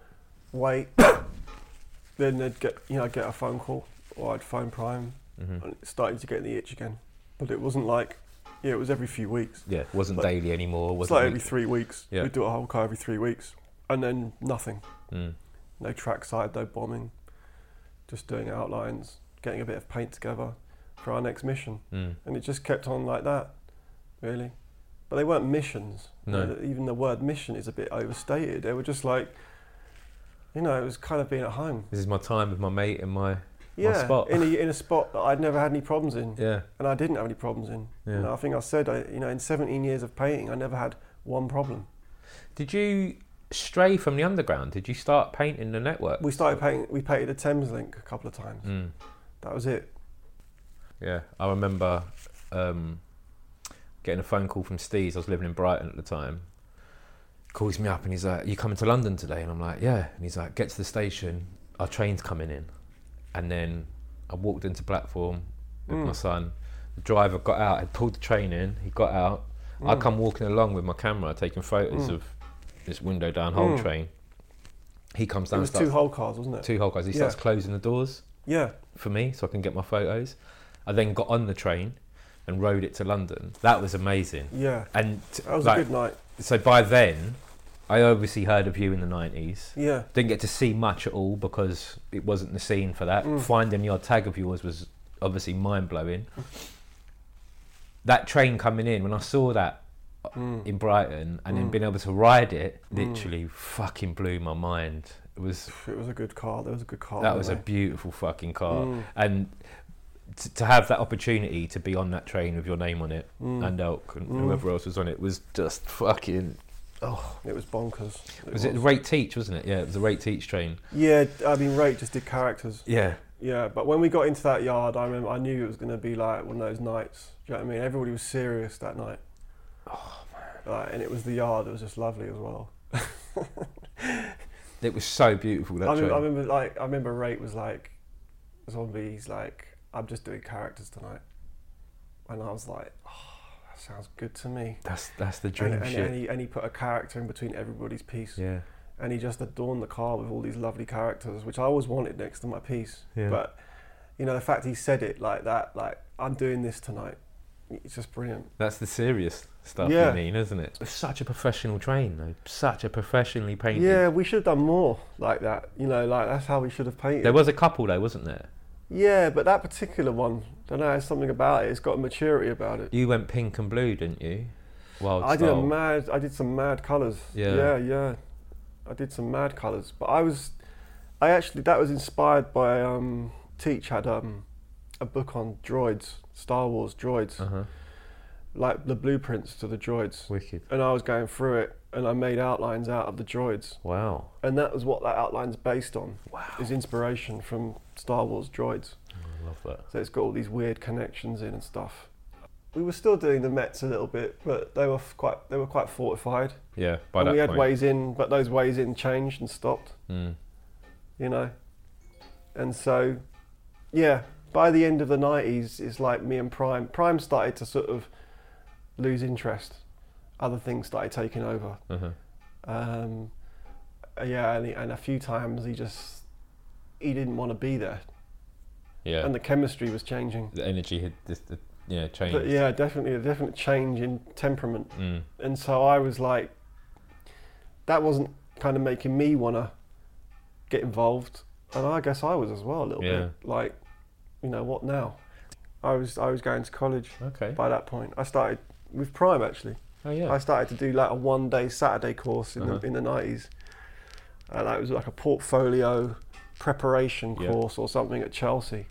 Speaker 2: wait, then they'd get you know get a phone call or I'd phone Prime,
Speaker 4: hmm
Speaker 2: and it started to get the itch again. But it wasn't like yeah, it was every few weeks.
Speaker 4: Yeah. it Wasn't
Speaker 2: Like-
Speaker 4: daily anymore.
Speaker 2: It's
Speaker 4: Wasn't
Speaker 2: like every
Speaker 4: weekly.
Speaker 2: three weeks.
Speaker 4: Yeah.
Speaker 2: We'd do a whole car every three weeks, and then nothing.
Speaker 4: Mm.
Speaker 2: No trackside, no bombing. Just doing outlines, getting a bit of paint together for our next mission,
Speaker 4: Mm.
Speaker 2: and it just kept on like that, really. But they weren't missions. You
Speaker 4: No.
Speaker 2: know, even the word mission is a bit overstated. They were just like, you know, it was kind of being at home.
Speaker 4: This is my time with my mate and my My
Speaker 2: Yeah,
Speaker 4: spot.
Speaker 2: in a in a spot that I'd never had any problems in,
Speaker 4: yeah.
Speaker 2: and I didn't have any problems in.
Speaker 4: Yeah.
Speaker 2: You know, I think I said, I, you know, in 17 years of painting, I never had one problem.
Speaker 4: Did you Stray from the underground. Did you start painting the network?
Speaker 2: We started painting. We painted a Thames Link a couple of times.
Speaker 4: Mm.
Speaker 2: That was it.
Speaker 4: Yeah, I remember um, getting a phone call from Steve's. I was living in Brighton at the time. Calls me up and he's like, "You coming to London today?" And I'm like, "Yeah." And he's like, "Get to the station. Our train's coming in." And then I walked into platform with
Speaker 2: Mm.
Speaker 4: my son. The driver got out. Had pulled the train in. He got out.
Speaker 2: Mm.
Speaker 4: I come walking along with my camera, taking photos of this window down whole train. He
Speaker 2: Mm.
Speaker 4: comes
Speaker 2: It
Speaker 4: down.
Speaker 2: was
Speaker 4: starts,
Speaker 2: two whole cars, wasn't it?
Speaker 4: two whole guys. He
Speaker 2: Yeah.
Speaker 4: starts closing the doors
Speaker 2: Yeah.
Speaker 4: for me so I can get my photos. I then got on the train and rode it to London. That was amazing.
Speaker 2: Yeah.
Speaker 4: And t-
Speaker 2: That was
Speaker 4: like,
Speaker 2: a good night.
Speaker 4: so by then, I obviously heard of you in the 90s.
Speaker 2: Yeah.
Speaker 4: Didn't get to see much at all because it wasn't the scene for that. Finding your tag of yours was obviously mind blowing. That train coming in, when I saw that uh,
Speaker 2: Mm.
Speaker 4: in Brighton and then being able to ride it, literally fucking blew my mind. It was
Speaker 2: It was a good car. That was a good car.
Speaker 4: that
Speaker 2: by
Speaker 4: was
Speaker 2: the
Speaker 4: a
Speaker 2: way.
Speaker 4: beautiful fucking car
Speaker 2: Mm.
Speaker 4: and t- to have that opportunity to be on that train with your name on it
Speaker 2: Mm.
Speaker 4: and uh, elk and
Speaker 2: Mm.
Speaker 4: whoever else was on it was just fucking oh
Speaker 2: It was bonkers.
Speaker 4: was it the rate teach wasn't it yeah it was the rate teach train
Speaker 2: Yeah, I mean, Ray just did characters.
Speaker 4: yeah
Speaker 2: Yeah, but when we got into that yard, I remember I knew it was going to be like one of those nights. Do you know what I mean? Everybody was serious that night. Oh man! Like, and it was the yard. It was just lovely as well.
Speaker 4: it was so beautiful that
Speaker 2: I remember, I
Speaker 4: train
Speaker 2: remember, like, I remember Rate was like, zombies, like, I'm just doing characters tonight, and I was like, oh, that sounds good to me.
Speaker 4: that's that's the
Speaker 2: And,
Speaker 4: dream
Speaker 2: and,
Speaker 4: shit
Speaker 2: and, he, and he put a character in between everybody's piece,
Speaker 4: yeah
Speaker 2: and he just adorned the car with all these lovely characters, which I always wanted next to my piece.
Speaker 4: Yeah.
Speaker 2: But you know, the fact he said it like that, like, I'm doing this tonight, it's just brilliant.
Speaker 4: that's the serious stuff
Speaker 2: Yeah.
Speaker 4: you mean isn't it it's such a professional train though such a professionally painted
Speaker 2: Yeah, we should have done more like that. You know, like that's how we should have painted.
Speaker 4: there was a couple though wasn't there
Speaker 2: yeah, but that particular one, don't know, there's something about it. It's got a maturity about it.
Speaker 4: you went pink and blue didn't you wild
Speaker 2: I did a
Speaker 4: style.
Speaker 2: mad. I did some mad colours.
Speaker 4: Yeah.
Speaker 2: yeah, yeah. I did some mad colours, but I was, I actually that was inspired by um, Teach had um, a book on droids, Star Wars droids,
Speaker 4: uh-huh
Speaker 2: like the blueprints to the droids,
Speaker 4: wicked
Speaker 2: and I was going through it and I made outlines out of the droids,
Speaker 4: wow
Speaker 2: and that was what that outline's based on.
Speaker 4: Wow.
Speaker 2: Is inspiration from Star Wars droids.
Speaker 4: I love that
Speaker 2: So it's got all these weird connections in and stuff. We were still doing the Mets a little bit, but they were f- quite they were quite fortified.
Speaker 4: yeah by
Speaker 2: and
Speaker 4: that
Speaker 2: we had
Speaker 4: point.
Speaker 2: ways in, but those ways in changed and stopped,
Speaker 4: Mm.
Speaker 2: you know. And so, yeah, by the end of the nineties, it's like me and Prime. Prime started to sort of lose interest. Other things started taking over.
Speaker 4: Uh-huh.
Speaker 2: Um, uh, yeah, and, he, and a few times he just he didn't want to be there,
Speaker 4: Yeah.
Speaker 2: and the chemistry was changing.
Speaker 4: the energy had just, uh, yeah changed.
Speaker 2: But yeah, definitely a definite change in temperament.
Speaker 4: Mm.
Speaker 2: and so I was like, that wasn't kind of making me wanna get involved, and I guess I was as well a little
Speaker 4: Yeah.
Speaker 2: bit. Like, you know, what now? I was I was going to college
Speaker 4: Okay.
Speaker 2: by that point. I started with Prime actually.
Speaker 4: Oh yeah.
Speaker 2: I started to do like a one day Saturday course in
Speaker 4: Uh-huh.
Speaker 2: the in the nineties, and that was like a portfolio preparation
Speaker 4: Yeah.
Speaker 2: course or something at Chelsea.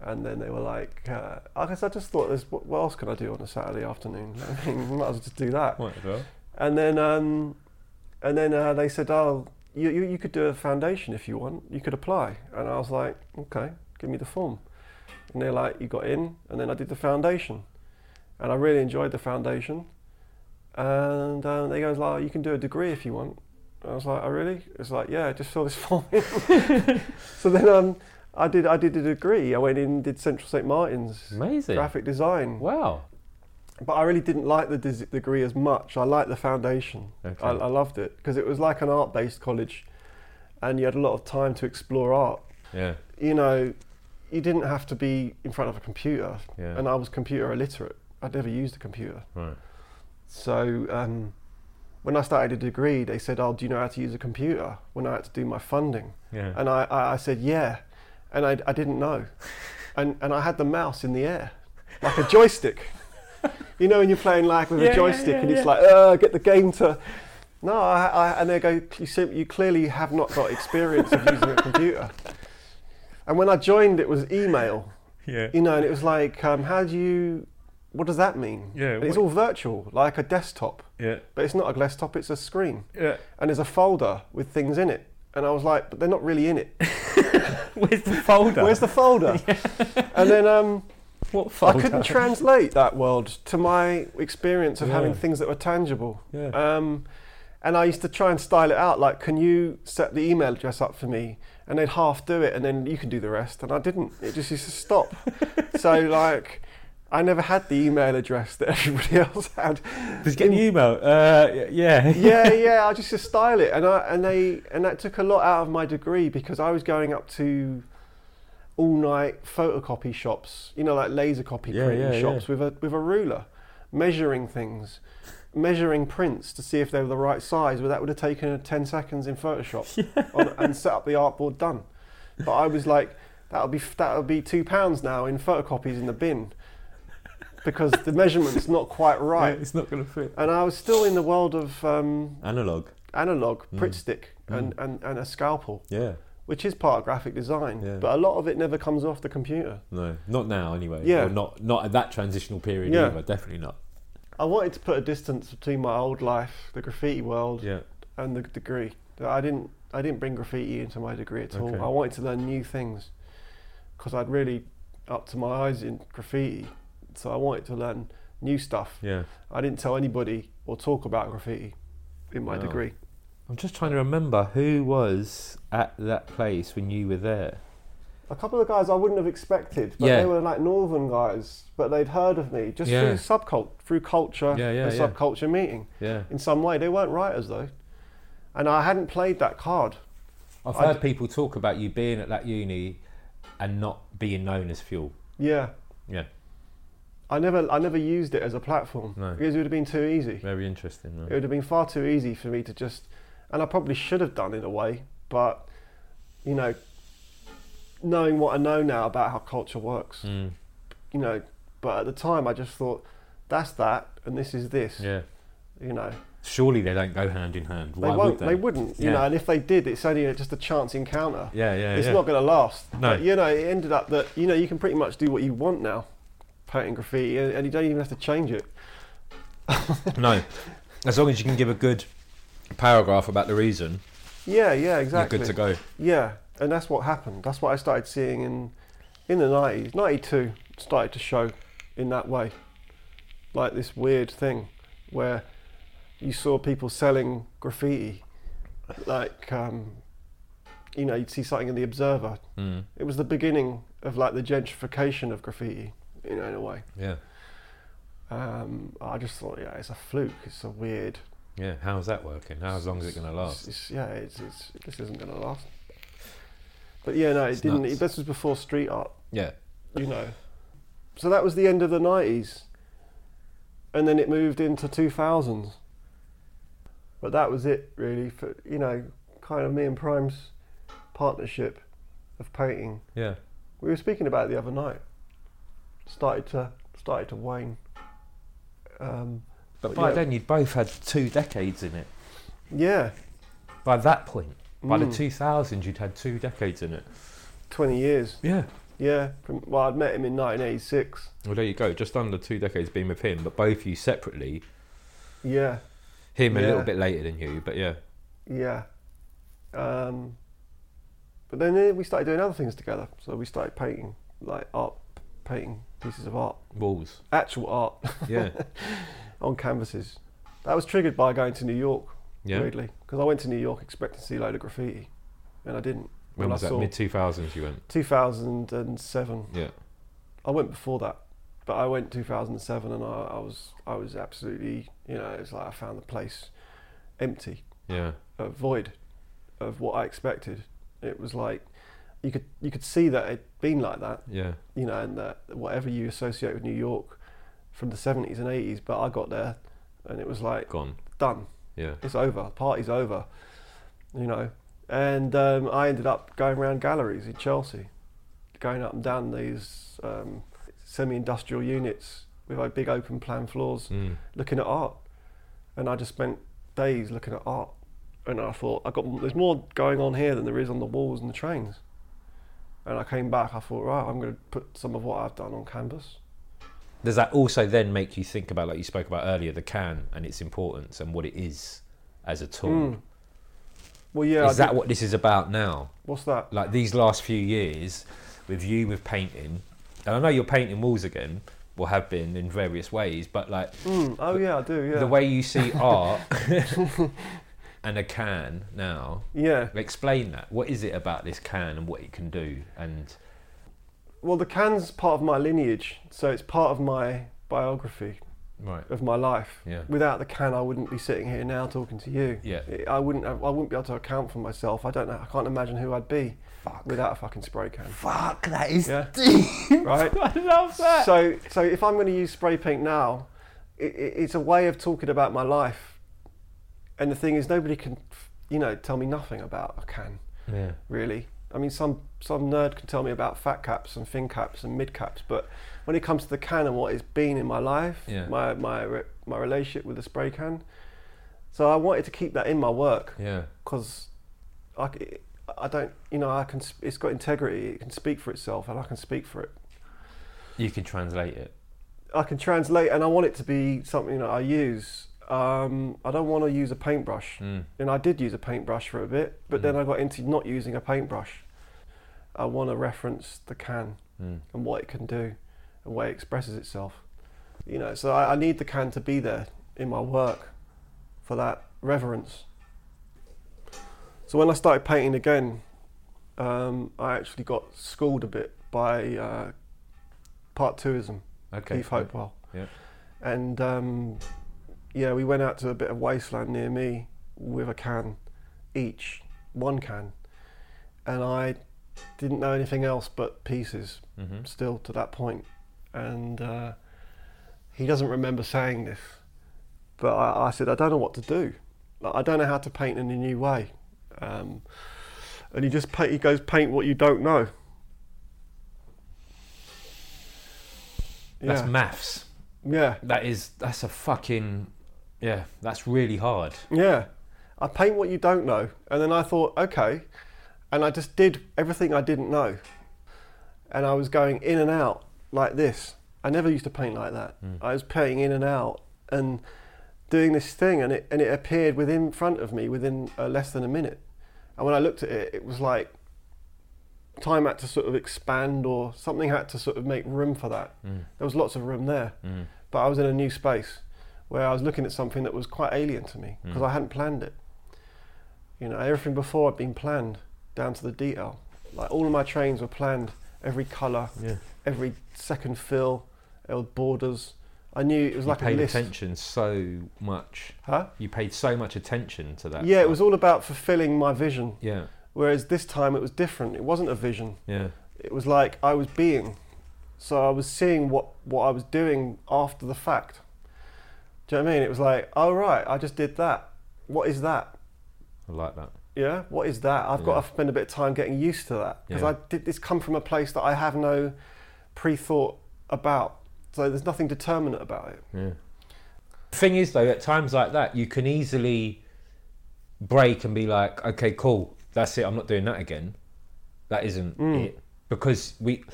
Speaker 2: And then they were like, uh, I guess I just thought, this, what, what else could I do on a Saturday afternoon? I mean, might as well just do that.
Speaker 4: Might as well.
Speaker 2: And then, um, and then uh, they said, "Oh, you, you, you could do a foundation if you want. You could apply." And I was like, "Okay, give me the form." And they're like, "You got in." And then I did the foundation, and I really enjoyed the foundation. And uh, they goes, "Like, you can do a degree if you want." And I was like, "Oh, really?" It's like, "Yeah, just fill this form in." so then um, I did. I did a degree. I went in, and did Central St Martin's
Speaker 4: Amazing.
Speaker 2: graphic design
Speaker 4: Wow.
Speaker 2: but I really didn't like the dis- degree as much. I liked the foundation.
Speaker 4: Okay.
Speaker 2: I, I loved it because it was like an art-based college, and you had a lot of time to explore art.
Speaker 4: Yeah.
Speaker 2: You know, you didn't have to be in front of a computer,
Speaker 4: Yeah.
Speaker 2: and I was computer illiterate. I'd never used a computer,
Speaker 4: Right.
Speaker 2: so um, when I started a degree, they said, "Oh, do you know how to use a computer?" When I had to do my funding,
Speaker 4: Yeah.
Speaker 2: and I, I, I said, "Yeah," and I, I didn't know, and and I had the mouse in the air, like a joystick. you know, when you're playing like with
Speaker 8: Yeah,
Speaker 2: a
Speaker 8: yeah,
Speaker 2: joystick,
Speaker 8: yeah,
Speaker 2: and it's
Speaker 8: yeah.
Speaker 2: like, "Uh, get the game to." No, I, I, and they go, "You sim- you clearly have not got experience of using a computer." And when I joined, it was email.
Speaker 4: yeah.
Speaker 2: You know, and it was like, um, "How do you?" what does that mean?
Speaker 9: Yeah,
Speaker 2: And it's
Speaker 9: what-
Speaker 2: all virtual, like a desktop,
Speaker 9: Yeah.
Speaker 2: but it's not a desktop; it's a screen,
Speaker 9: Yeah.
Speaker 2: and there's a folder with things in it. And I was like, but they're not really in it.
Speaker 9: Where's the folder?
Speaker 2: Where's the folder? And then um,
Speaker 9: what
Speaker 2: I
Speaker 9: folder?
Speaker 2: couldn't translate that world to my experience of
Speaker 4: Yeah.
Speaker 2: having things that were tangible.
Speaker 4: Yeah.
Speaker 2: Um, and I used to try and style it out, like, can you set the email address up for me? And they'd half do it, and then you can do the rest. And I didn't. It just used to stop. so like, I never had the email address that everybody else had.
Speaker 3: Did you get an email? Uh, y- yeah.
Speaker 2: yeah, yeah. I just used to style it, and I and they and that took a lot out of my degree because I was going up to all night photocopy shops, you know, like laser copy
Speaker 3: Yeah,
Speaker 2: printing
Speaker 3: yeah,
Speaker 2: shops with a with a ruler, measuring things, measuring prints to see if they were the right size. But that would have taken ten seconds in Photoshop on, and set up the artboard done. But I was like, that'll be that'll be two pounds now in photocopies in the bin. Because the measurement's not quite right,
Speaker 3: It's not going to fit.
Speaker 2: and I was still in the world of um,
Speaker 3: Analog.
Speaker 2: analog
Speaker 3: Hmm.
Speaker 2: Pritt stick and, and, and a scalpel,
Speaker 3: Yeah.
Speaker 2: which is part of graphic design,
Speaker 3: Yeah.
Speaker 2: but a lot of it never comes off the computer.
Speaker 3: No, not now anyway.
Speaker 2: Yeah.
Speaker 3: Or not not at that transitional period
Speaker 2: Yeah.
Speaker 3: either. Definitely not.
Speaker 2: I wanted to put a distance between my old life, the graffiti world,
Speaker 3: Yeah.
Speaker 2: and the degree. I didn't I didn't bring graffiti into my degree at
Speaker 3: Okay.
Speaker 2: all. I wanted to learn new things because I'd really up to my eyes in graffiti, so I wanted to learn new stuff.
Speaker 3: Yeah.
Speaker 2: I didn't tell anybody or talk about graffiti in my
Speaker 3: Wow.
Speaker 2: degree.
Speaker 3: I'm just trying to remember who was at that place when you were there.
Speaker 2: A couple of guys I wouldn't have expected, but
Speaker 3: Yeah.
Speaker 2: they were like northern guys, but they'd heard of me just
Speaker 3: Yeah.
Speaker 2: through subcult, through culture,
Speaker 3: Yeah, yeah,
Speaker 2: a
Speaker 3: yeah.
Speaker 2: subculture meeting
Speaker 3: Yeah.
Speaker 2: in some way. They weren't writers though, and I hadn't played that card.
Speaker 4: I've
Speaker 2: I
Speaker 4: heard people talk about you being at that uni and not being known as fuel.
Speaker 2: Yeah,
Speaker 3: Yeah.
Speaker 2: I never, I never used it as a platform
Speaker 3: No.
Speaker 2: because it would have been too easy.
Speaker 3: Very interesting.
Speaker 2: It would have been far too easy for me to just, and I probably should have done in a way, but you know, knowing what I know now about how culture works,
Speaker 3: Mm.
Speaker 2: you know, but at the time I just thought that's that and this is this,
Speaker 3: Yeah.
Speaker 2: you know.
Speaker 3: Surely they don't go hand in hand.
Speaker 2: They
Speaker 3: Why
Speaker 2: won't.
Speaker 3: would they?
Speaker 2: they? wouldn't. You
Speaker 3: Yeah.
Speaker 2: know, and if they did, it's only a, just a chance encounter.
Speaker 3: Yeah, yeah,
Speaker 2: it's
Speaker 3: yeah.
Speaker 2: not going to last.
Speaker 3: No.
Speaker 2: But you know, it ended up that you know you can pretty much do what you want now, painting graffiti, and, and you don't even have to change it.
Speaker 3: no. As long as you can give a good paragraph about the reason,
Speaker 2: Yeah, yeah, exactly.
Speaker 3: you're good to go.
Speaker 2: Yeah, and that's what happened. That's what I started seeing in in the nineties. Ninety two started to show in that way, like this weird thing where you saw people selling graffiti, like um, you know you'd see something in the Observer.
Speaker 3: Mm.
Speaker 2: It was the beginning of like the gentrification of graffiti, you know, in a way.
Speaker 3: Yeah.
Speaker 2: Um, I just thought, yeah, it's a fluke. It's a weird.
Speaker 3: Yeah. How's that working? How long is it going to
Speaker 2: It's,
Speaker 3: last?
Speaker 2: it's, yeah, it's, it's, this isn't going to last. But yeah, no, it
Speaker 3: It's
Speaker 2: didn't.
Speaker 3: nuts.
Speaker 2: This was before street art,
Speaker 3: Yeah.
Speaker 2: you know. So that was the end of the nineties, and then it moved into two thousands. But that was it, really. For you know, kind of me and Prime's partnership of painting.
Speaker 3: Yeah.
Speaker 2: We were speaking about it the other night. Started to started to wane. Um,
Speaker 3: But
Speaker 2: But
Speaker 3: by
Speaker 2: yeah.
Speaker 3: then you'd both had two decades in it.
Speaker 2: yeah,
Speaker 3: By that point, by the
Speaker 2: Mm.
Speaker 3: 2000s, you'd had two decades in it.
Speaker 2: twenty years.
Speaker 3: Yeah.
Speaker 2: Yeah, from, well, I'd met him in 1986.
Speaker 3: Well, there you go. Just under two decades being with him, but both you separately.
Speaker 2: Yeah,
Speaker 3: Him a little
Speaker 2: Yeah.
Speaker 3: bit later than you, but yeah.
Speaker 2: yeah. Um, but then eh, we started doing other things together. So we started painting, like art, painting pieces of art,
Speaker 3: Walls.
Speaker 2: actual art
Speaker 3: Yeah.
Speaker 2: on canvases. That was triggered by going to New York,
Speaker 3: Yeah.
Speaker 2: weirdly, because I went to New York expecting to see a load of graffiti, and I didn't.
Speaker 3: When
Speaker 2: Well,
Speaker 3: was
Speaker 2: I
Speaker 3: that?
Speaker 2: saw-
Speaker 3: Mid 2000s, you went.
Speaker 2: 2007.
Speaker 3: Yeah.
Speaker 2: I went before that, but I went 2007, and I, I was I was absolutely, you know, it's like I found the place empty.
Speaker 3: Yeah.
Speaker 2: a void of what I expected. It was like you could you could see that it'd been like that,
Speaker 3: Yeah.
Speaker 2: you know, and that whatever you associate with New York from the seventies and eighties, but I got there and it was like
Speaker 3: Gone.
Speaker 2: done.
Speaker 3: Yeah.
Speaker 2: It's over. Party's over. You know. And um, I ended up going around galleries in Chelsea, going up and down these um, semi industrial units with like big open plan floors
Speaker 3: Mm.
Speaker 2: looking at art, and I just spent days looking at art, and I thought I got there's more going on here than there is on the walls and the trains, and I came back. I thought right, I'm going to put some of what I've done on canvas,
Speaker 4: does that also then make you think about, like you spoke about earlier, the can and its importance and what it is as a tool?
Speaker 2: Mm. Well, yeah. I
Speaker 4: is that
Speaker 2: did-
Speaker 4: what this is about now?
Speaker 2: what's that?
Speaker 4: Like these last few years, with you with painting, and I know you're painting walls again, or have been in various ways, but like
Speaker 2: Mm, oh yeah, I do. Yeah.
Speaker 4: the way you see art and a can now,
Speaker 2: yeah.
Speaker 4: explain that. What is it about this can and what it can do? And
Speaker 2: Well, the can's part of my lineage, so it's part of my biography
Speaker 4: right,
Speaker 2: of my life.
Speaker 4: yeah,
Speaker 2: Without the can, I wouldn't be sitting here now talking to you.
Speaker 4: yeah,
Speaker 2: I I wouldn't. have- I wouldn't be able to account for myself. I don't know. I can't imagine who I'd be
Speaker 9: Fuck.
Speaker 2: without a fucking spray can.
Speaker 9: Fuck, that is
Speaker 2: Yeah.
Speaker 9: deep.
Speaker 2: Right.
Speaker 9: I love that.
Speaker 2: so so if I'm going to use spray paint now, it, it, it's a way of talking about my life. And the thing is, nobody can, you know, tell me nothing about a can
Speaker 4: yeah.
Speaker 2: really. I mean, some some nerd can tell me about fat caps and thin caps and mid caps, but when it comes to the can and what it's been in my life,
Speaker 4: Yeah.
Speaker 2: my my re- my relationship with the spray can. So I wanted to keep that in my work
Speaker 4: Yeah,
Speaker 2: because I, c- I don't, you know, I can. sp- It's got integrity. It can speak for itself, and I can speak for it.
Speaker 4: you can translate it.
Speaker 2: I can translate, and I want it to be something that I use. Um, I don't want to use a paintbrush,
Speaker 4: Mm.
Speaker 2: and I did use a paintbrush for a bit, but then I got into not using a paintbrush. I want to reference the can
Speaker 4: Mm.
Speaker 2: and what it can do, and where it expresses itself. You know, so I, I need the can to be there in my work for that reverence. So when I started painting again, um, I actually got schooled a bit by uh, part twoism.
Speaker 4: Okay.
Speaker 2: Keith Hopewell.
Speaker 4: Yeah.
Speaker 2: And um, yeah, we went out to a bit of wasteland near me with a can each, one can. And I didn't know anything else but pieces
Speaker 4: Mm-hmm.
Speaker 2: still to that point. And uh, he doesn't remember saying this, but I, I said, I don't know what to do. Like, I don't know how to paint in a new way. Um, and he just paint, he goes, paint what you don't know.
Speaker 4: That's
Speaker 2: Yeah.
Speaker 4: maths.
Speaker 2: Yeah,
Speaker 4: That is that's a fucking yeah. That's really hard.
Speaker 2: yeah. I paint what you don't know. And then I thought, okay. And I just did everything I didn't know. And I was going in and out like this. I never used to paint like that. I was painting in and out and doing this thing, and it, and it appeared within front of me within uh, less than a minute. And when I looked at it, it was like time had to sort of expand or something had to sort of make room for that. There was lots of room there.
Speaker 4: Mm.
Speaker 2: but I was in a new space where I was looking at something that was quite alien to me
Speaker 4: Hmm.
Speaker 2: because I hadn't planned it. You know, everything before had been planned down to the detail. Like all of my trains were planned, every colour,
Speaker 3: Yeah.
Speaker 2: every second fill, there were borders. I knew it was
Speaker 4: You
Speaker 2: like a
Speaker 4: paid
Speaker 2: list.
Speaker 4: attention so much.
Speaker 2: Huh?
Speaker 4: You paid so much attention to that.
Speaker 2: Yeah, it was all about fulfilling my vision.
Speaker 4: Yeah,
Speaker 2: Whereas this time it was different. It wasn't a vision.
Speaker 4: yeah,
Speaker 2: It was like I was being. So I was seeing what, what I was doing after the fact. Do you know what I mean? It was like, oh right, I just did that. What is that?
Speaker 4: I like that.
Speaker 2: Yeah, what is that? I've got
Speaker 4: Yeah.
Speaker 2: to spend a bit of time getting used to that because
Speaker 4: Yeah.
Speaker 2: I did this come from a place that I have no pre-thought about. So there's nothing determinate about it.
Speaker 4: Yeah. Thing is, though, at times like that, you can easily break and be like, "Okay, cool, that's it. I'm not doing that again. That isn't
Speaker 2: Mm.
Speaker 4: it." Because we,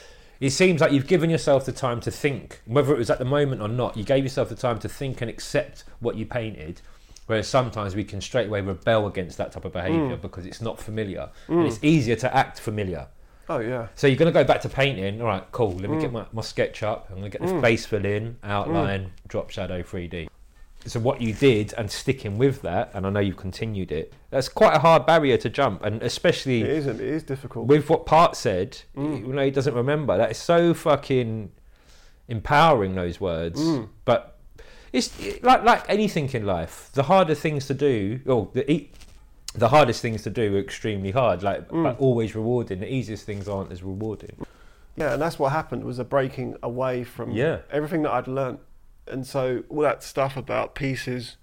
Speaker 4: it seems like you've given yourself the time to think, whether it was at the moment or not. You gave yourself the time to think and accept what you painted. Whereas sometimes we can straight away rebel against that type of
Speaker 2: Mm.
Speaker 4: behaviour because it's not familiar, and it's easier to act familiar.
Speaker 2: Oh yeah,
Speaker 4: So you're going to go back to painting. All right, cool. Let me
Speaker 2: Mm.
Speaker 4: get my, my sketch up. I'm going to get the face fill in, outline, drop shadow 3D. So what you did and sticking with that, and I know you've continued it, that's quite a hard barrier to jump. And
Speaker 2: it
Speaker 4: especially
Speaker 2: is. Mm. It is difficult.
Speaker 4: with what Part said, you know, he doesn't remember. That is so fucking empowering, those words.
Speaker 2: Mm.
Speaker 4: But it's it- like, like anything in life, the harder things to do, or the, e- the hardest things to do are extremely hard, like
Speaker 2: Mm.
Speaker 4: but always rewarding. The easiest things aren't as rewarding.
Speaker 2: Yeah, and that's what happened was a breaking away from
Speaker 4: Yeah.
Speaker 2: everything that I'd learnt. And so all that stuff about pieces,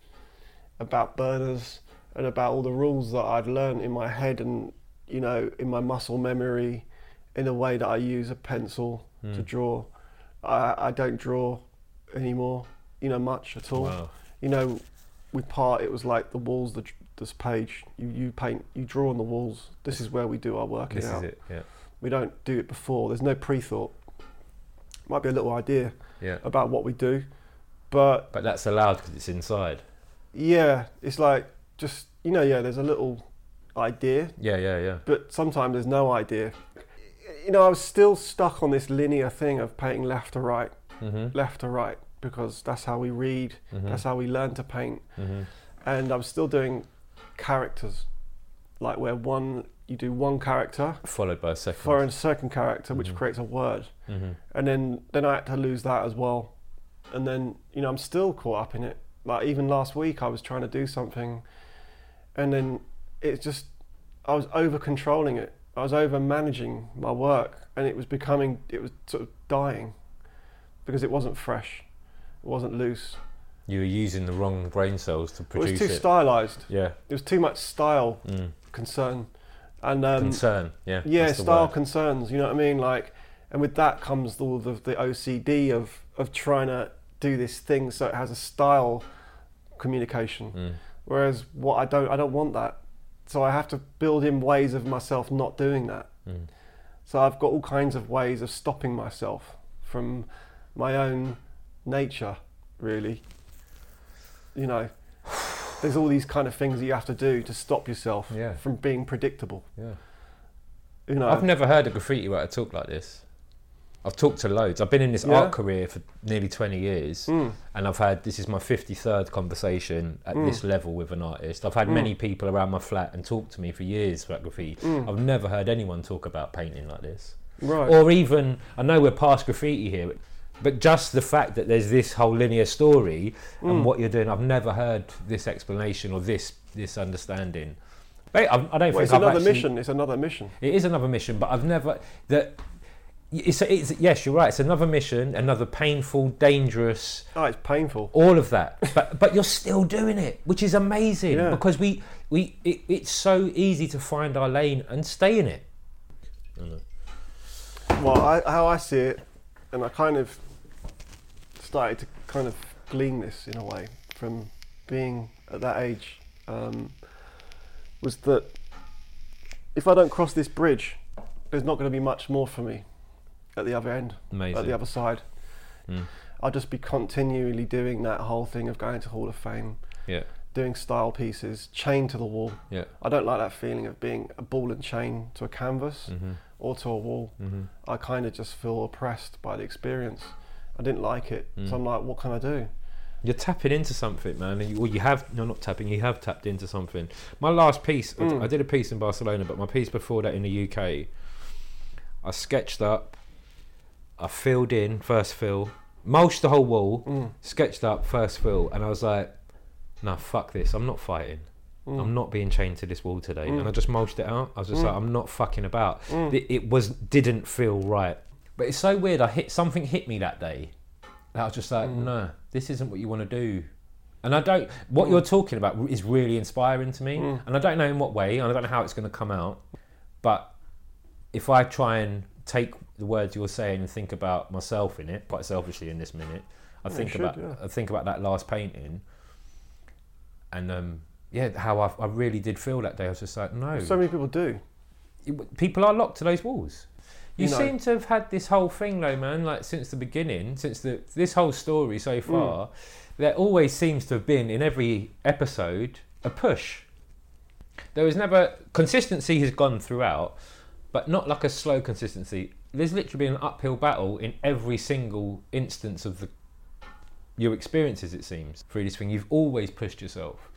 Speaker 2: about burners, and about all the rules that I'd learnt in my head and, you know, in my muscle memory, in a way that I use a pencil
Speaker 4: Hmm.
Speaker 2: to draw. I, I don't draw anymore, you know, much at all. You know, with part, it was like the walls, the, this page, you, you paint, you draw on the walls. This is where we do our work.
Speaker 4: This
Speaker 2: out.
Speaker 4: is it. Yeah.
Speaker 2: We don't do it before. There's no pre-thought. might be a little idea
Speaker 4: Yeah.
Speaker 2: about what we do, but
Speaker 4: But that's allowed because it's inside.
Speaker 2: yeah, it's like just you know, yeah, there's a little idea,
Speaker 4: Yeah, yeah, yeah.
Speaker 2: but sometimes there's no idea. You know, I was still stuck on this linear thing of painting left to right,
Speaker 4: Mm-hmm.
Speaker 2: left to right, because that's how we read, that's how we learn to paint,
Speaker 4: Mhm.
Speaker 2: and I'm still doing characters, like where one you do one character
Speaker 4: Followed by a second.
Speaker 2: for a second character, which creates a word,
Speaker 4: Mm-hmm.
Speaker 2: and then then I had to lose that as well, and then you know I'm still caught up in it. Like even last week, I was trying to do something, and then it just I was over controlling it. I was over managing my work, and it was becoming it was sort of dying because it wasn't fresh, it wasn't loose.
Speaker 4: You were using the wrong brain cells to
Speaker 2: It was
Speaker 4: produce
Speaker 2: too stylized.
Speaker 4: yeah.
Speaker 2: It was too much style
Speaker 4: Mm.
Speaker 2: concern, and um,
Speaker 4: Concern. Yeah.
Speaker 2: yeah,
Speaker 4: that's the
Speaker 2: style
Speaker 4: word.
Speaker 2: concerns. You know what I mean? Like, and with that comes all the, the OCD of of trying to do this thing so it has a style communication.
Speaker 4: Mm.
Speaker 2: Whereas what I don't, I don't want that. So I have to build in ways of myself not doing that.
Speaker 4: Mm.
Speaker 2: So I've got all kinds of ways of stopping myself from my own nature, really. You know, there's all these kind of things that you have to do to stop yourself
Speaker 4: Yeah.
Speaker 2: from being predictable.
Speaker 4: Yeah.
Speaker 2: You know,
Speaker 4: I've never heard a graffiti writer talk like this. I've talked to loads. I've been in this
Speaker 2: Yeah.
Speaker 4: art career for nearly 20 years,
Speaker 2: Mm.
Speaker 4: and I've had this is my 53rd conversation at this level with an artist. I've had many people around my flat and talked to me for years about graffiti. I've never heard anyone talk about painting like this.
Speaker 2: Mm. right.
Speaker 4: Or even, I know we're past graffiti here, but just the fact that there's this whole linear story
Speaker 2: Mm.
Speaker 4: and what you're doing, I've never heard this explanation or this this understanding. Mate, I, I don't
Speaker 2: Well,
Speaker 4: think
Speaker 2: it's
Speaker 4: I've
Speaker 2: another
Speaker 4: actually-
Speaker 2: mission. It's another mission.
Speaker 4: it is another mission, but I've never that. It's, it's yes, you're right. It's another mission, another painful, dangerous,
Speaker 2: Oh, it's painful.
Speaker 4: all of that. But but you're still doing it, which is amazing
Speaker 2: Yeah.
Speaker 4: because we we it, it's so easy to find our lane and stay in it.
Speaker 2: Well, I, how I see it, and I kind of started to kind of glean this in a way from being at that age, um, was that if I don't cross this bridge, there's not going to be much more for me at the other end, at
Speaker 4: Amazing.
Speaker 2: the other side.
Speaker 4: Mm.
Speaker 2: I'll just be continually doing that whole thing of going to Hall of Fame,
Speaker 4: Yeah,
Speaker 2: doing style pieces, chained to the wall.
Speaker 4: yeah.
Speaker 2: I don't like that feeling of being a ball and chain to a canvas
Speaker 4: Mm-hmm.
Speaker 2: or to a wall. I kind of just feel oppressed by the experience. I didn't like it,
Speaker 4: Mm.
Speaker 2: so I'm like, what can I do?
Speaker 4: You're tapping into something, man. And you, well, you have no, not tapping. You have tapped into something. My last piece, I d- I, did a piece in Barcelona, but my piece before that in the UK, I sketched up, I filled in first fill, mulched the whole wall, sketched up first fill, and I was like, "Nah, fuck this. I'm not fighting.
Speaker 2: Mm.
Speaker 4: I'm not being chained to this wall today." And I just mulched it out. I was just like, "I'm not fucking about."
Speaker 2: Mm.
Speaker 4: It, it was didn't feel right. But it's so weird. I hit something hit me that day. And I was just like,
Speaker 2: Mm.
Speaker 4: no, this isn't what you want to do. And I don't, what
Speaker 2: Mm.
Speaker 4: you're talking about r- is really inspiring to me. And I don't know in what way, and I don't know how it's going to come out. But if I try and take the words you're saying and think about myself in it, quite selfishly in this minute, I
Speaker 2: you
Speaker 4: think
Speaker 2: should,
Speaker 4: about
Speaker 2: yeah.
Speaker 4: I uh, think about that last painting, and um, yeah, how I, I really did feel that day. I was just like, no,
Speaker 2: So many people do.
Speaker 4: it- people are locked to those walls. You,
Speaker 2: You know.
Speaker 4: seem to have had this whole thing, though, man. Like since the beginning, since the this whole story so far, there always seems to have been in every episode a push. There was never consistency has gone throughout, but not like a slow consistency. There's literally been an uphill battle in every single instance of the your experiences. It seems through this thing, you've always pushed yourself.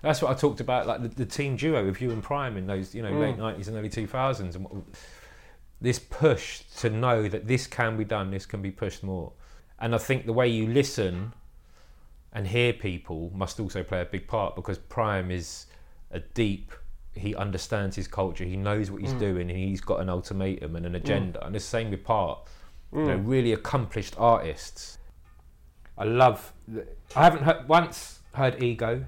Speaker 4: That's what I talked about, like the, the team duo of you and Prime in those, you know, late nineties and early two thousands, and what, this push to know that this can be done, this can be pushed more. And I think the way you listen and hear people must also play a big part because Prime is a deep. He understands his culture. He knows what he's doing, and he's got an ultimatum and an agenda. And it's the same with Part. You know, really accomplished artists. I love. th- I haven't heard, once heard ego,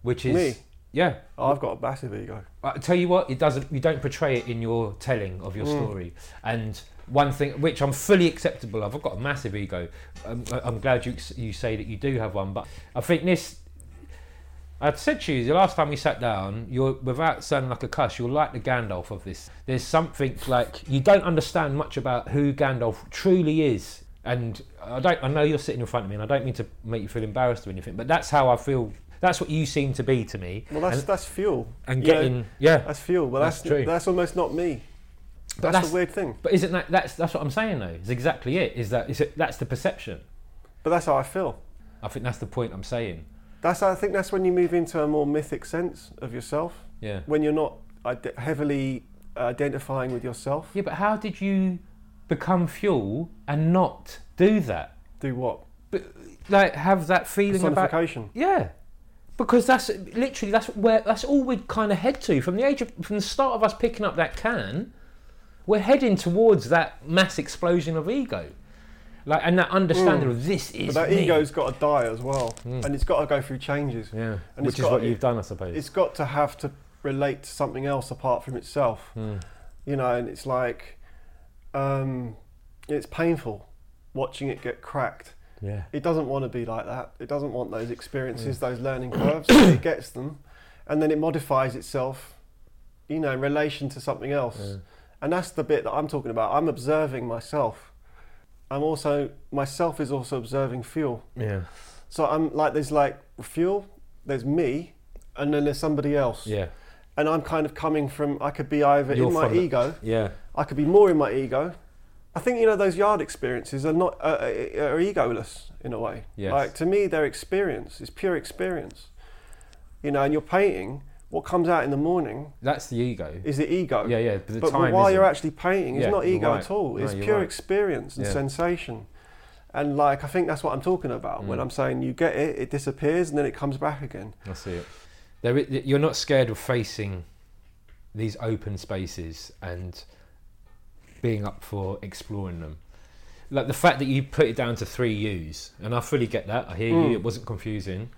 Speaker 4: which is
Speaker 2: Me?
Speaker 4: yeah.
Speaker 2: I've got a massive ego.
Speaker 4: I tell you what, it doesn't. You don't portray it in your telling of your story. And one thing which I'm fully acceptable of, I've got a massive ego. I'm, I'm glad you s- you say that you do have one, but I think this. I'd said to you the last time we sat down, you're without sounding like a cuss, you're like the Gandalf of this. There's something like you don't understand much about who Gandalf truly is. And I don't. I know you're sitting in front of me, and I don't mean to make you feel embarrassed or anything, but that's how I feel. That's what you seem to be to me.
Speaker 2: Well, that's that's fuel.
Speaker 4: And
Speaker 2: You know,
Speaker 4: getting yeah,
Speaker 2: that's fuel. Well, that's
Speaker 4: That's
Speaker 2: that's,
Speaker 4: true.
Speaker 2: almost not me.
Speaker 4: but
Speaker 2: That's,
Speaker 4: that's
Speaker 2: the weird thing.
Speaker 4: but isn't that that's that's what I'm saying though? Is exactly it. Is that is it, that's the perception.
Speaker 2: But that's how I feel.
Speaker 4: I think that's the point I'm saying.
Speaker 2: That's I think that's when you move into a more mythic sense of yourself
Speaker 4: Yeah.
Speaker 2: when you're not ide- heavily identifying with yourself.
Speaker 4: Yeah, but how did you become fuel and not do that?
Speaker 2: Do what?
Speaker 4: Like have that feeling about
Speaker 2: Personification.
Speaker 4: yeah. Because that's literally that's where that's all we'd kind of head to from the age of from the start of us picking up that can. We're heading towards that mass explosion of ego, like and that understanding of this is
Speaker 2: Mm. But that
Speaker 4: me. Hmm.
Speaker 2: ego's got to die as well, and it's got to go through changes.
Speaker 4: yeah,
Speaker 2: And
Speaker 4: which
Speaker 2: it's
Speaker 4: is
Speaker 2: got-
Speaker 4: what you've done, I suppose.
Speaker 2: It's got to have to relate to something else apart from itself.
Speaker 4: Hmm.
Speaker 2: You know, and it's like, um, it's painful watching it get cracked.
Speaker 4: yeah,
Speaker 2: It doesn't want to be like that. It doesn't want those experiences, those learning curves. it gets them, and then it modifies itself, you know, in relation to something else. And that's the bit that I'm talking about. I'm observing myself. I'm also myself is also observing fuel.
Speaker 4: yeah,
Speaker 2: So I'm like, there's like fuel, there's me, and then there's somebody else.
Speaker 4: yeah,
Speaker 2: And I'm kind of coming from, I could be either
Speaker 4: You're
Speaker 2: in my
Speaker 4: from the-
Speaker 2: ego,
Speaker 4: yeah.
Speaker 2: I could be more in my ego. I think, you know, those yard experiences are not, uh, are egoless in a way.
Speaker 4: Yes.
Speaker 2: Like to me, they're experience, it's pure experience. You know, and you're painting, what comes out in the morning
Speaker 4: That's the ego.
Speaker 2: is the ego.
Speaker 4: Yeah, yeah. But the
Speaker 2: But
Speaker 4: time
Speaker 2: while
Speaker 4: isn't.
Speaker 2: you're actually painting, it's
Speaker 4: Yeah,
Speaker 2: not
Speaker 4: you're
Speaker 2: ego
Speaker 4: right.
Speaker 2: at all.
Speaker 4: No,
Speaker 2: It's
Speaker 4: you're
Speaker 2: pure
Speaker 4: right.
Speaker 2: experience and
Speaker 4: Yeah.
Speaker 2: sensation. And like, I think that's what I'm talking about
Speaker 4: Mm.
Speaker 2: when I'm saying you get it, it disappears, and then it comes back again.
Speaker 4: I see it. There, i- you're not scared of facing these open spaces and being up for exploring them. Like the fact that you put it down to three U's, and I fully get that. I hear you.
Speaker 2: Mm.
Speaker 4: It wasn't confusing.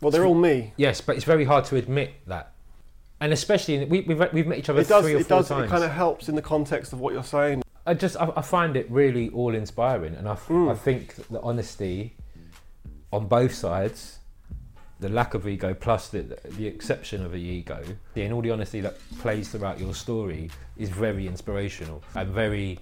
Speaker 2: Well, they're all me.
Speaker 4: Yes, but it's very hard to admit that, and especially in, we, we've we've met each other
Speaker 2: It does.
Speaker 4: three or
Speaker 2: It
Speaker 4: four
Speaker 2: does.
Speaker 4: times.
Speaker 2: It kind of helps in the context of what you're saying.
Speaker 4: I just I, I find it really all inspiring, and I, f- I think the honesty on both sides, the lack of ego plus the the exception of the ego, and all the honesty that plays throughout your story is very inspirational and very.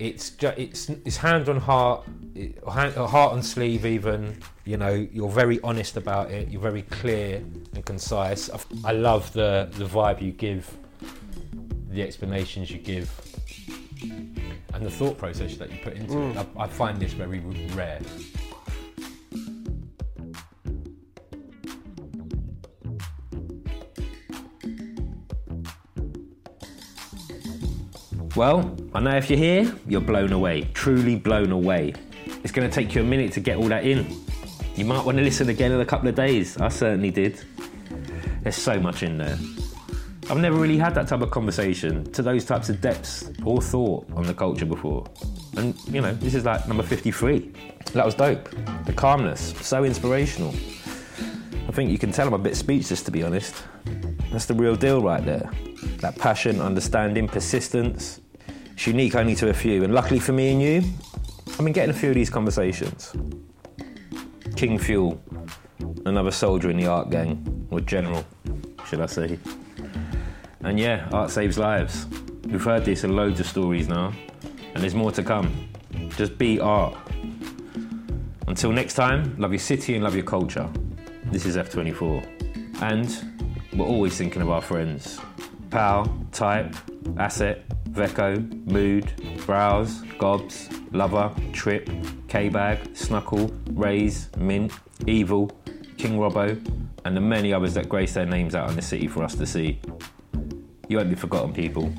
Speaker 4: It's ju- it's it's hand on heart, it- hand, or heart on sleeve. Even you know you're very honest about it. You're very clear and concise. I, f- I love the the vibe you give, the explanations you give and the thought process that you put into it. I, I find this very r- rare.
Speaker 1: Well, I know if you're here, you're blown away, truly blown away. It's going to take you a minute to get all that in. You might want to listen again in a couple of days. I certainly did. There's so much in there. I've never really had that type of conversation to those types of depths or thought on the culture before. And, you know, this is like number 53. That was dope. The calmness, so inspirational. I think you can tell I'm a bit speechless, to be honest. That's the real deal right there. That passion, understanding, persistence. It's unique only to a few. And luckily for me and you, I've been getting a few of these conversations. King Fuel, another soldier in the art gang, or general, should I say. And yeah, art saves lives. We've heard this in loads of stories now, and there's more to come. Just be art. Until next time, love your city and love your culture. This is F24. And we're always thinking of our friends. Pal, type, asset, Veco, mood, browse, gobs, lover, trip, K bag, snuckle, raise, mint, evil, King Robbo, and the many others that grace their names out in the city for us to see. You won't be forgotten, people.